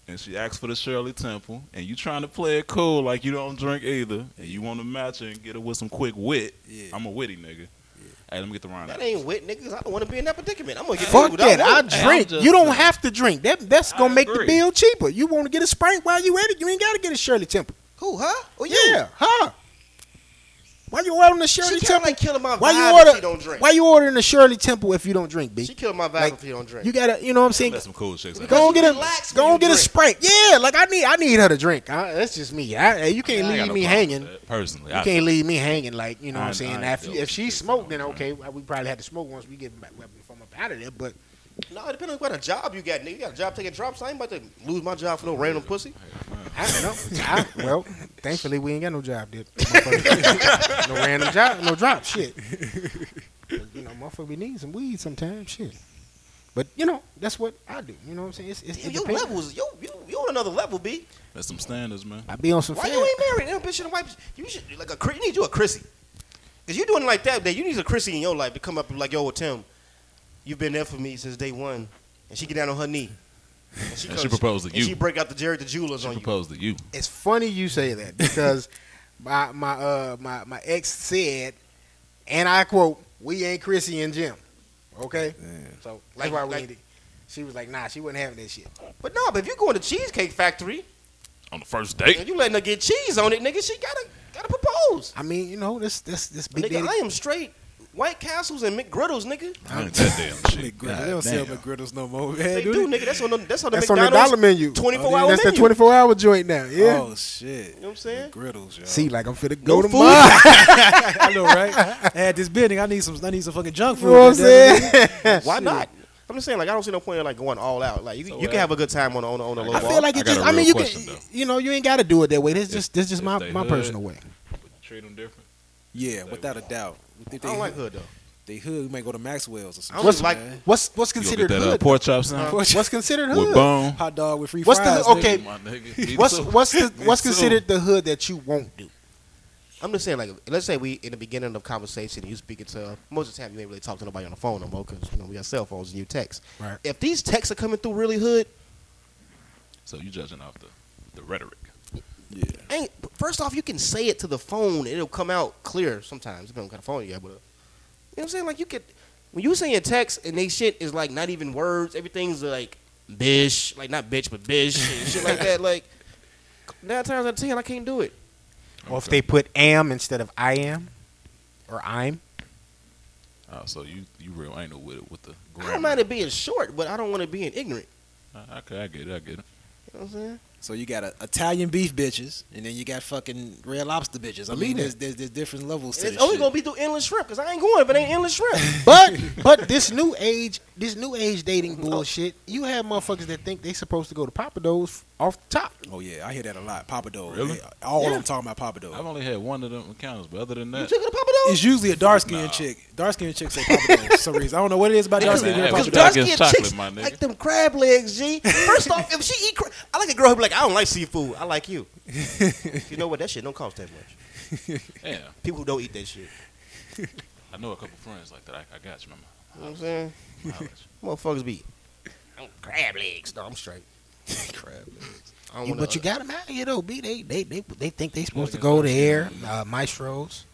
[SPEAKER 5] and she asks for the Shirley Temple, and you trying to play it cool like you don't drink either, and you want to match her and get her with some quick wit,
[SPEAKER 11] Yeah.
[SPEAKER 5] I'm a witty nigga. Hey, let me get the Ron
[SPEAKER 6] That
[SPEAKER 5] Adams.
[SPEAKER 6] ain't wit, niggas. I don't want to be in that predicament. I'm gonna get
[SPEAKER 4] Fuck
[SPEAKER 6] food.
[SPEAKER 4] that!
[SPEAKER 6] I
[SPEAKER 4] I
[SPEAKER 6] want.
[SPEAKER 5] Hey, I'm
[SPEAKER 4] drink.
[SPEAKER 5] just-
[SPEAKER 4] you don't have to drink. That that's
[SPEAKER 5] I
[SPEAKER 4] gonna make the
[SPEAKER 5] agree.
[SPEAKER 4] bill cheaper. You want to get a sprite while you at it? You ain't gotta get a Shirley Temple.
[SPEAKER 6] Who, huh? Oh, you?
[SPEAKER 4] Yeah, huh? Why you ordering a Shirley
[SPEAKER 6] She
[SPEAKER 4] Temple?
[SPEAKER 6] kinda like killing my vibe
[SPEAKER 4] Why you
[SPEAKER 6] if
[SPEAKER 4] order?
[SPEAKER 6] she don't drink.
[SPEAKER 4] Why you ordering a Shirley Temple if you don't drink, B?
[SPEAKER 6] She killed my vibe
[SPEAKER 4] Like,
[SPEAKER 6] if you don't drink.
[SPEAKER 4] You gotta, you know what I'm saying?
[SPEAKER 5] That's some cool chicks. out
[SPEAKER 4] Go
[SPEAKER 5] there.
[SPEAKER 4] and get a,
[SPEAKER 6] relax when
[SPEAKER 4] go
[SPEAKER 6] you
[SPEAKER 4] and get a
[SPEAKER 6] drink.
[SPEAKER 4] sprite. Yeah, like I need, I need her to drink. I, that's just me. I, you
[SPEAKER 5] I ain't got
[SPEAKER 4] can't leave
[SPEAKER 5] no
[SPEAKER 4] me
[SPEAKER 5] problem with
[SPEAKER 4] hanging.
[SPEAKER 5] that, Personally,
[SPEAKER 4] You
[SPEAKER 5] I-
[SPEAKER 4] can't leave me hanging. Like you know what I'm
[SPEAKER 5] I-
[SPEAKER 4] saying.
[SPEAKER 5] I
[SPEAKER 4] Now, if,
[SPEAKER 5] feel
[SPEAKER 4] if she
[SPEAKER 5] chicks
[SPEAKER 4] smoked, then
[SPEAKER 5] don't
[SPEAKER 4] okay, we probably had to smoke once we get back from up out of there. But
[SPEAKER 6] No, it depends on what kind of job you got. Nigga, you got a job taking drops. I ain't about to lose my job for no random pussy.
[SPEAKER 4] I don't know. I, well, thankfully we ain't got no job, dip. Motherfucker. no random job, no drop, shit. But, you know, motherfucker, we need some weed sometimes, shit. But you know, that's what I do. You know what I'm saying? It's, it's
[SPEAKER 6] Your levels, you you you on another level, b.
[SPEAKER 5] That's some standards, man.
[SPEAKER 4] I be on some.
[SPEAKER 6] Why
[SPEAKER 4] fan-
[SPEAKER 6] you ain't married? That bitch should wife. You should like a. Chris- You need you a Chrissy. Cause you doing it like that. That you need a Chrissy in your life to come up and like, yo, Tim, you've been there for me since day one, and she get down on her knee. And she,
[SPEAKER 5] And she proposed to
[SPEAKER 6] and
[SPEAKER 5] you.
[SPEAKER 6] She break out the Jared the Jewelers on you.
[SPEAKER 5] Proposed to you.
[SPEAKER 4] It's funny you say that because my my uh my my ex said, and I quote, "We ain't Chrissy and Jim." Okay, so that's why we
[SPEAKER 6] like-
[SPEAKER 4] need it. She was like, "Nah, she wasn't having that shit."
[SPEAKER 6] But no, but if you going to Cheesecake Factory
[SPEAKER 5] On the first
[SPEAKER 6] and
[SPEAKER 5] date,
[SPEAKER 6] you letting her get cheese on it, nigga, she gotta gotta propose.
[SPEAKER 4] I mean, you know, this this this big
[SPEAKER 6] Nigga,
[SPEAKER 4] daddy.
[SPEAKER 6] I am straight White Castles and McGriddles, nigga.
[SPEAKER 5] I ain't that damn shit.
[SPEAKER 3] McGriddles. They don't sell
[SPEAKER 5] damn.
[SPEAKER 3] McGriddles no more, man.
[SPEAKER 6] They do, nigga. That's on the that's on the
[SPEAKER 4] That's on the
[SPEAKER 6] McDonald's
[SPEAKER 4] dollar menu.
[SPEAKER 6] 24
[SPEAKER 4] Oh,
[SPEAKER 6] hour
[SPEAKER 4] That's that
[SPEAKER 6] menu.
[SPEAKER 4] 24 hour joint now. Yeah.
[SPEAKER 3] Oh shit.
[SPEAKER 6] You know what I'm saying?
[SPEAKER 3] Griddles, yo.
[SPEAKER 4] See, like I'm finna go to
[SPEAKER 6] food. <laughs>
[SPEAKER 4] mine.
[SPEAKER 3] <laughs> I know, right? I had this building. I need some. I need some fucking junk food.
[SPEAKER 4] You know what I'm
[SPEAKER 6] <laughs>
[SPEAKER 4] saying?
[SPEAKER 6] Why not? I'm just saying, like, I don't see no point in like going all out. Like, you, you can have a good time on a- on a- on a low
[SPEAKER 4] I
[SPEAKER 6] ball.
[SPEAKER 4] feel like
[SPEAKER 5] I
[SPEAKER 4] it
[SPEAKER 5] got a
[SPEAKER 4] just. I
[SPEAKER 5] real
[SPEAKER 4] mean, you
[SPEAKER 5] question,
[SPEAKER 4] can.
[SPEAKER 5] though.
[SPEAKER 4] You know, you ain't got to do it that way. That's just. That's just
[SPEAKER 5] if
[SPEAKER 4] my
[SPEAKER 5] they
[SPEAKER 4] my
[SPEAKER 5] hood-
[SPEAKER 4] personal way.
[SPEAKER 5] treat them different.
[SPEAKER 3] Yeah, without a doubt. If they,
[SPEAKER 6] I don't like hood though.
[SPEAKER 3] They hood. We might go to Maxwell's or something.
[SPEAKER 6] I don't
[SPEAKER 4] What's
[SPEAKER 6] like.
[SPEAKER 4] what's what's
[SPEAKER 5] You gonna
[SPEAKER 4] considered
[SPEAKER 5] get that uh,
[SPEAKER 4] hood?
[SPEAKER 5] pork chops now?
[SPEAKER 4] <laughs> What's considered
[SPEAKER 5] With
[SPEAKER 4] hood?
[SPEAKER 5] bone.
[SPEAKER 3] Hot dog with free
[SPEAKER 4] What's the-
[SPEAKER 3] fries.
[SPEAKER 4] okay,
[SPEAKER 5] My nigga. Me
[SPEAKER 4] What's
[SPEAKER 5] too.
[SPEAKER 4] what's the
[SPEAKER 5] <laughs> Me
[SPEAKER 4] what's
[SPEAKER 5] too.
[SPEAKER 4] considered the hood that you won't do?
[SPEAKER 6] I'm just saying, like, let's say we in the beginning of conversation, you speaking to most of the time you ain't really talking to nobody on the phone no more because you know we got cell phones and you text.
[SPEAKER 4] Right.
[SPEAKER 6] If these texts are coming through really hood,
[SPEAKER 5] So you judging off the, the rhetoric.
[SPEAKER 6] ain't first off you can say it to the phone and it'll come out clear sometimes depending on what kind of phone you got. But uh, you know what I'm saying? Like you could when you saying text and they shit is like not even words, everything's like bish, like not bitch but bish and shit like that. Like nine times out of ten I can't do it.
[SPEAKER 4] Or if they put am instead of I am, or I'm.
[SPEAKER 5] Oh, so you you real anal with it with the
[SPEAKER 6] I don't
[SPEAKER 5] grammar.
[SPEAKER 6] mind it being short, but I don't want to be an ignorant.
[SPEAKER 5] I, okay, I get it. I get it.
[SPEAKER 6] You know what I'm saying?
[SPEAKER 3] So you got uh, Italian beef bitches, and then you got fucking red lobster bitches. I mean, there's, there's there's different levels to
[SPEAKER 6] And
[SPEAKER 3] this.
[SPEAKER 6] it's only
[SPEAKER 3] shit.
[SPEAKER 6] gonna be through endless shrimp because I ain't going if it ain't endless shrimp.
[SPEAKER 5] <laughs>
[SPEAKER 4] But but this new age this new age dating
[SPEAKER 5] Oh.
[SPEAKER 4] bullshit. You have motherfuckers that think they supposed to go to Papa Do's off the top.
[SPEAKER 3] Oh yeah, I hear that a lot. Papa Doe.
[SPEAKER 5] Really?
[SPEAKER 3] Yeah, All
[SPEAKER 6] Yeah.
[SPEAKER 3] I'm talking about Papa
[SPEAKER 4] Oh.
[SPEAKER 3] Doe.
[SPEAKER 5] I've only had one of them encounters, but other than
[SPEAKER 6] you
[SPEAKER 5] that,
[SPEAKER 6] took it to Papa
[SPEAKER 3] It's usually a dark skinned
[SPEAKER 5] Nah.
[SPEAKER 3] chick. Dark skinned chicks say Papa Doe for some reason. I don't know what it is about dark
[SPEAKER 5] Because-
[SPEAKER 3] skinned
[SPEAKER 5] Yeah,
[SPEAKER 6] Because
[SPEAKER 5] Papa
[SPEAKER 3] Papa Doe.
[SPEAKER 5] Doe. Dark-skinned
[SPEAKER 6] dark skin
[SPEAKER 5] chocolate,
[SPEAKER 6] chicks
[SPEAKER 5] my nigga.
[SPEAKER 6] like them crab legs, G. First off, if she eat, cra- I like a girl who be like, I don't like seafood. I like you. you know what? That shit don't cost that much.
[SPEAKER 5] yeah,
[SPEAKER 6] People who don't eat that shit.
[SPEAKER 5] I know a couple friends like that. I, I got you, mama.
[SPEAKER 6] You know what I'm saying? Motherfuckers be. I'm crab legs. No, I'm straight. crab legs. I don't
[SPEAKER 4] You,
[SPEAKER 6] wanna-
[SPEAKER 4] but you got them out here though. B they they they, they think they supposed to go there, uh, maestros.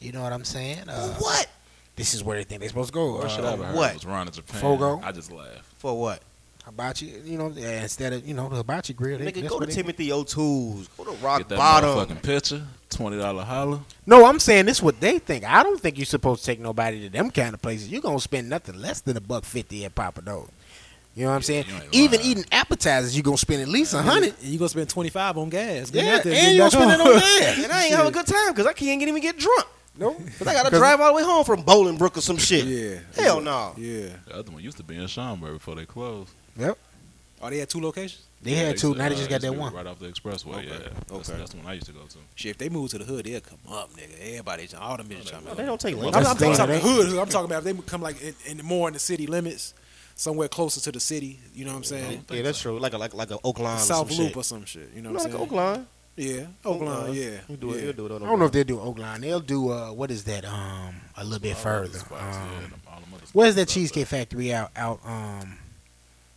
[SPEAKER 4] You know what I'm saying? Uh,
[SPEAKER 6] What?
[SPEAKER 4] This is where they think they supposed to go.
[SPEAKER 5] First shit I
[SPEAKER 4] Uh,
[SPEAKER 5] ever heard
[SPEAKER 6] what?
[SPEAKER 5] was Ron in Japan.
[SPEAKER 4] Fogo?
[SPEAKER 5] I just laughed.
[SPEAKER 6] For what?
[SPEAKER 4] hibachi, you know, yeah, instead of you know the hibachi grill. They,
[SPEAKER 6] Nigga,
[SPEAKER 4] that's
[SPEAKER 6] go
[SPEAKER 4] what
[SPEAKER 6] to
[SPEAKER 4] they-
[SPEAKER 6] Timothy O'Toole's. Go to Rock
[SPEAKER 5] Get that
[SPEAKER 6] Bottom.
[SPEAKER 5] <laughs> motherfucking picture. Twenty dollar holler.
[SPEAKER 4] No, I'm saying this what they think. I don't think you're supposed to take nobody to them kind of places. You're gonna spend nothing less than a buck fifty at Papa Do's. You know what I'm saying?
[SPEAKER 5] you ain't
[SPEAKER 4] Even
[SPEAKER 5] lying.
[SPEAKER 4] eating appetizers, you're gonna spend at least a
[SPEAKER 3] And
[SPEAKER 4] hundred.
[SPEAKER 3] you gonna spend twenty five on gas. Get
[SPEAKER 4] Yeah,
[SPEAKER 3] out there
[SPEAKER 4] and
[SPEAKER 3] get back
[SPEAKER 4] you're gonna spend it
[SPEAKER 3] home.
[SPEAKER 4] on
[SPEAKER 6] <laughs>
[SPEAKER 4] gas.
[SPEAKER 6] Oh, And I ain't having a good time because I can't even get drunk.
[SPEAKER 4] No,
[SPEAKER 6] Because I got to drive all the way home from Bolingbrook or some shit.
[SPEAKER 3] Yeah.
[SPEAKER 6] Hell no.
[SPEAKER 3] Yeah.
[SPEAKER 5] The other one used to be in Schaumburg before they closed.
[SPEAKER 3] Oh, they had two locations.
[SPEAKER 4] They had
[SPEAKER 5] used
[SPEAKER 4] two.
[SPEAKER 5] to,
[SPEAKER 4] Now they
[SPEAKER 5] uh,
[SPEAKER 4] just got
[SPEAKER 5] used to
[SPEAKER 4] that
[SPEAKER 5] be
[SPEAKER 4] one.
[SPEAKER 5] right off the expressway.
[SPEAKER 3] Okay.
[SPEAKER 5] Yeah, That's,
[SPEAKER 3] Okay.
[SPEAKER 5] that's the one I used to go to.
[SPEAKER 3] Shit, if they move to the hood, they'll come up, nigga. Everybody, all them bitches trying to.
[SPEAKER 6] They don't take
[SPEAKER 3] I'm,
[SPEAKER 6] lunch.
[SPEAKER 3] I'm
[SPEAKER 4] That's
[SPEAKER 3] talking
[SPEAKER 4] the
[SPEAKER 3] about the
[SPEAKER 4] thing.
[SPEAKER 3] hood. I'm talking about if they come like in, in more in the city limits, somewhere closer to the city. You know what I'm saying?
[SPEAKER 6] Yeah, that's true. Like a like like a Oakland
[SPEAKER 3] South
[SPEAKER 6] or some
[SPEAKER 3] Loop
[SPEAKER 6] shit.
[SPEAKER 3] or some shit. You know
[SPEAKER 6] No,
[SPEAKER 3] what
[SPEAKER 6] like
[SPEAKER 3] I'm saying?
[SPEAKER 6] Oakland.
[SPEAKER 3] Yeah, Oakland.
[SPEAKER 6] Oakland.
[SPEAKER 3] Yeah,
[SPEAKER 6] You do it.
[SPEAKER 3] yeah.
[SPEAKER 6] You do it. On
[SPEAKER 4] I don't know if they do Oakland. They'll do uh, what is that? Um, a little bit further.
[SPEAKER 5] Spots, yeah,
[SPEAKER 4] Um,
[SPEAKER 5] them- all them other
[SPEAKER 4] where's that
[SPEAKER 5] spots.
[SPEAKER 4] cheesecake factory out? Out um,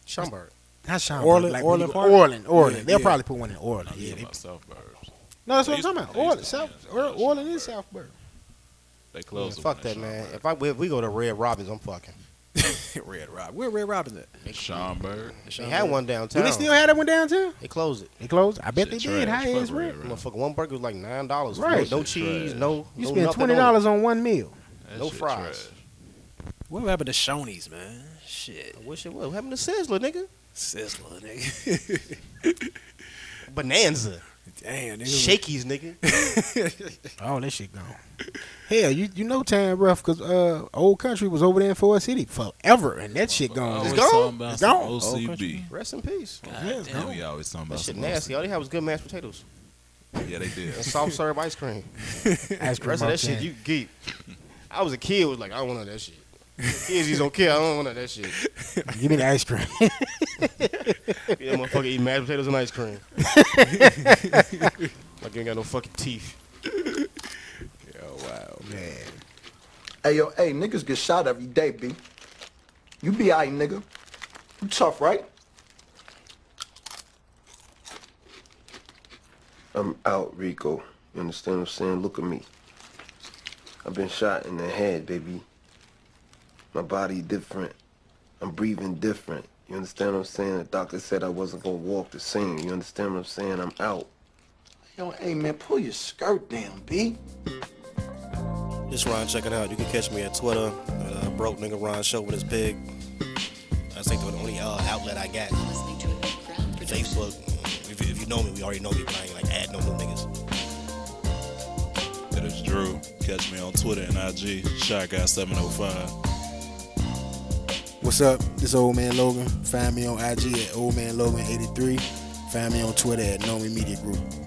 [SPEAKER 6] Schaumburg.
[SPEAKER 4] not Sean.
[SPEAKER 3] Orland-
[SPEAKER 4] like
[SPEAKER 3] Orland
[SPEAKER 4] Orland,
[SPEAKER 3] Park?
[SPEAKER 4] Orland, Orland.
[SPEAKER 3] Yeah,
[SPEAKER 4] They'll
[SPEAKER 3] yeah.
[SPEAKER 4] probably put one in Orland.
[SPEAKER 5] I'm
[SPEAKER 4] Yeah,
[SPEAKER 5] talking
[SPEAKER 4] they,
[SPEAKER 5] about Southburg.
[SPEAKER 4] no, that's
[SPEAKER 5] They
[SPEAKER 4] what I'm
[SPEAKER 5] used to-
[SPEAKER 4] talking about.
[SPEAKER 5] they used
[SPEAKER 4] Orland,
[SPEAKER 5] to-
[SPEAKER 4] South,
[SPEAKER 5] yeah,
[SPEAKER 4] Or-
[SPEAKER 5] yeah,
[SPEAKER 4] Orland is
[SPEAKER 5] Schaumburg.
[SPEAKER 4] Southburg.
[SPEAKER 5] They closed. the
[SPEAKER 6] Fuck
[SPEAKER 5] one
[SPEAKER 6] that
[SPEAKER 5] in
[SPEAKER 6] man. If I if we go to Red Robins, I'm fucking.
[SPEAKER 3] <laughs> Red Robin. Where Red Robin at?
[SPEAKER 5] Schaumburg.
[SPEAKER 6] They had one downtown.
[SPEAKER 4] Do they still have that one downtown?
[SPEAKER 6] They closed it.
[SPEAKER 4] They closed. I bet
[SPEAKER 5] Shit
[SPEAKER 4] they did.
[SPEAKER 5] trash.
[SPEAKER 4] How
[SPEAKER 5] Fuck
[SPEAKER 4] is
[SPEAKER 5] Red
[SPEAKER 4] rent?
[SPEAKER 5] Robin.
[SPEAKER 6] Motherfucker, one burger was like nine dollars.
[SPEAKER 4] Right.
[SPEAKER 6] No
[SPEAKER 5] Shit
[SPEAKER 6] cheese.
[SPEAKER 5] trash.
[SPEAKER 6] No.
[SPEAKER 4] You
[SPEAKER 6] no
[SPEAKER 4] spend
[SPEAKER 6] nothing
[SPEAKER 4] twenty
[SPEAKER 6] on it.
[SPEAKER 4] dollars on one meal.
[SPEAKER 5] That
[SPEAKER 6] No
[SPEAKER 5] shit
[SPEAKER 6] fries.
[SPEAKER 5] trash.
[SPEAKER 3] What happened to Shoney's, man? Shit,
[SPEAKER 6] I wish it was. What happened to Sizzler, nigga?
[SPEAKER 3] Sizzler, nigga.
[SPEAKER 6] Bonanza.
[SPEAKER 11] Damn, nigga.
[SPEAKER 6] Shakies, nigga.
[SPEAKER 4] oh, that shit gone. Hell, you, you know time rough because uh, old country was over there in Forest City forever, and that shit gone.
[SPEAKER 5] Always
[SPEAKER 4] It's
[SPEAKER 5] talking
[SPEAKER 4] gone.
[SPEAKER 5] about
[SPEAKER 4] It's
[SPEAKER 5] some
[SPEAKER 4] gone.
[SPEAKER 5] OCB.
[SPEAKER 6] Rest in peace.
[SPEAKER 4] Yeah, it's
[SPEAKER 5] Damn,
[SPEAKER 4] gone.
[SPEAKER 5] we always talking about
[SPEAKER 6] That shit
[SPEAKER 5] some
[SPEAKER 6] nasty. All they had was good mashed potatoes
[SPEAKER 5] OCB. Yeah, they did.
[SPEAKER 6] and soft serve
[SPEAKER 5] <laughs>
[SPEAKER 6] ice cream.
[SPEAKER 4] Ice
[SPEAKER 6] The
[SPEAKER 4] cream
[SPEAKER 6] rest of
[SPEAKER 4] up
[SPEAKER 6] that shit,
[SPEAKER 4] there.
[SPEAKER 6] you geek. I was a kid. Was like, I don't want none of that shit. Kids, these don't care. I don't want none of that shit.
[SPEAKER 4] Give me the ice cream.
[SPEAKER 6] Yeah, motherfucker eat mashed potatoes and ice cream. like you ain't got no fucking teeth.
[SPEAKER 12] Hey yo, hey, niggas get shot every day, B. You be aight, nigga. You tough, right?
[SPEAKER 13] I'm out, Rico. You understand what I'm saying? Look at me. I've been shot in the head, baby. My body different. I'm breathing different. You understand what I'm saying? The doctor said I wasn't gonna walk the same. You understand what I'm saying? I'm out.
[SPEAKER 12] Yo, hey man, pull your skirt down, B.
[SPEAKER 6] This Ron checking out. You can catch me at Twitter, uh, broke nigga Ron show with his pig. That's like the only uh, outlet I got. Facebook. If, if you know me, we already know me, but I ain't like add no new niggas.
[SPEAKER 5] That is Drew. Catch me on Twitter and IG. Shy Guy 705.
[SPEAKER 4] What's up? This old man Logan. Find me on IG at old man Logan 83. Find me on Twitter at Nomi Media Group.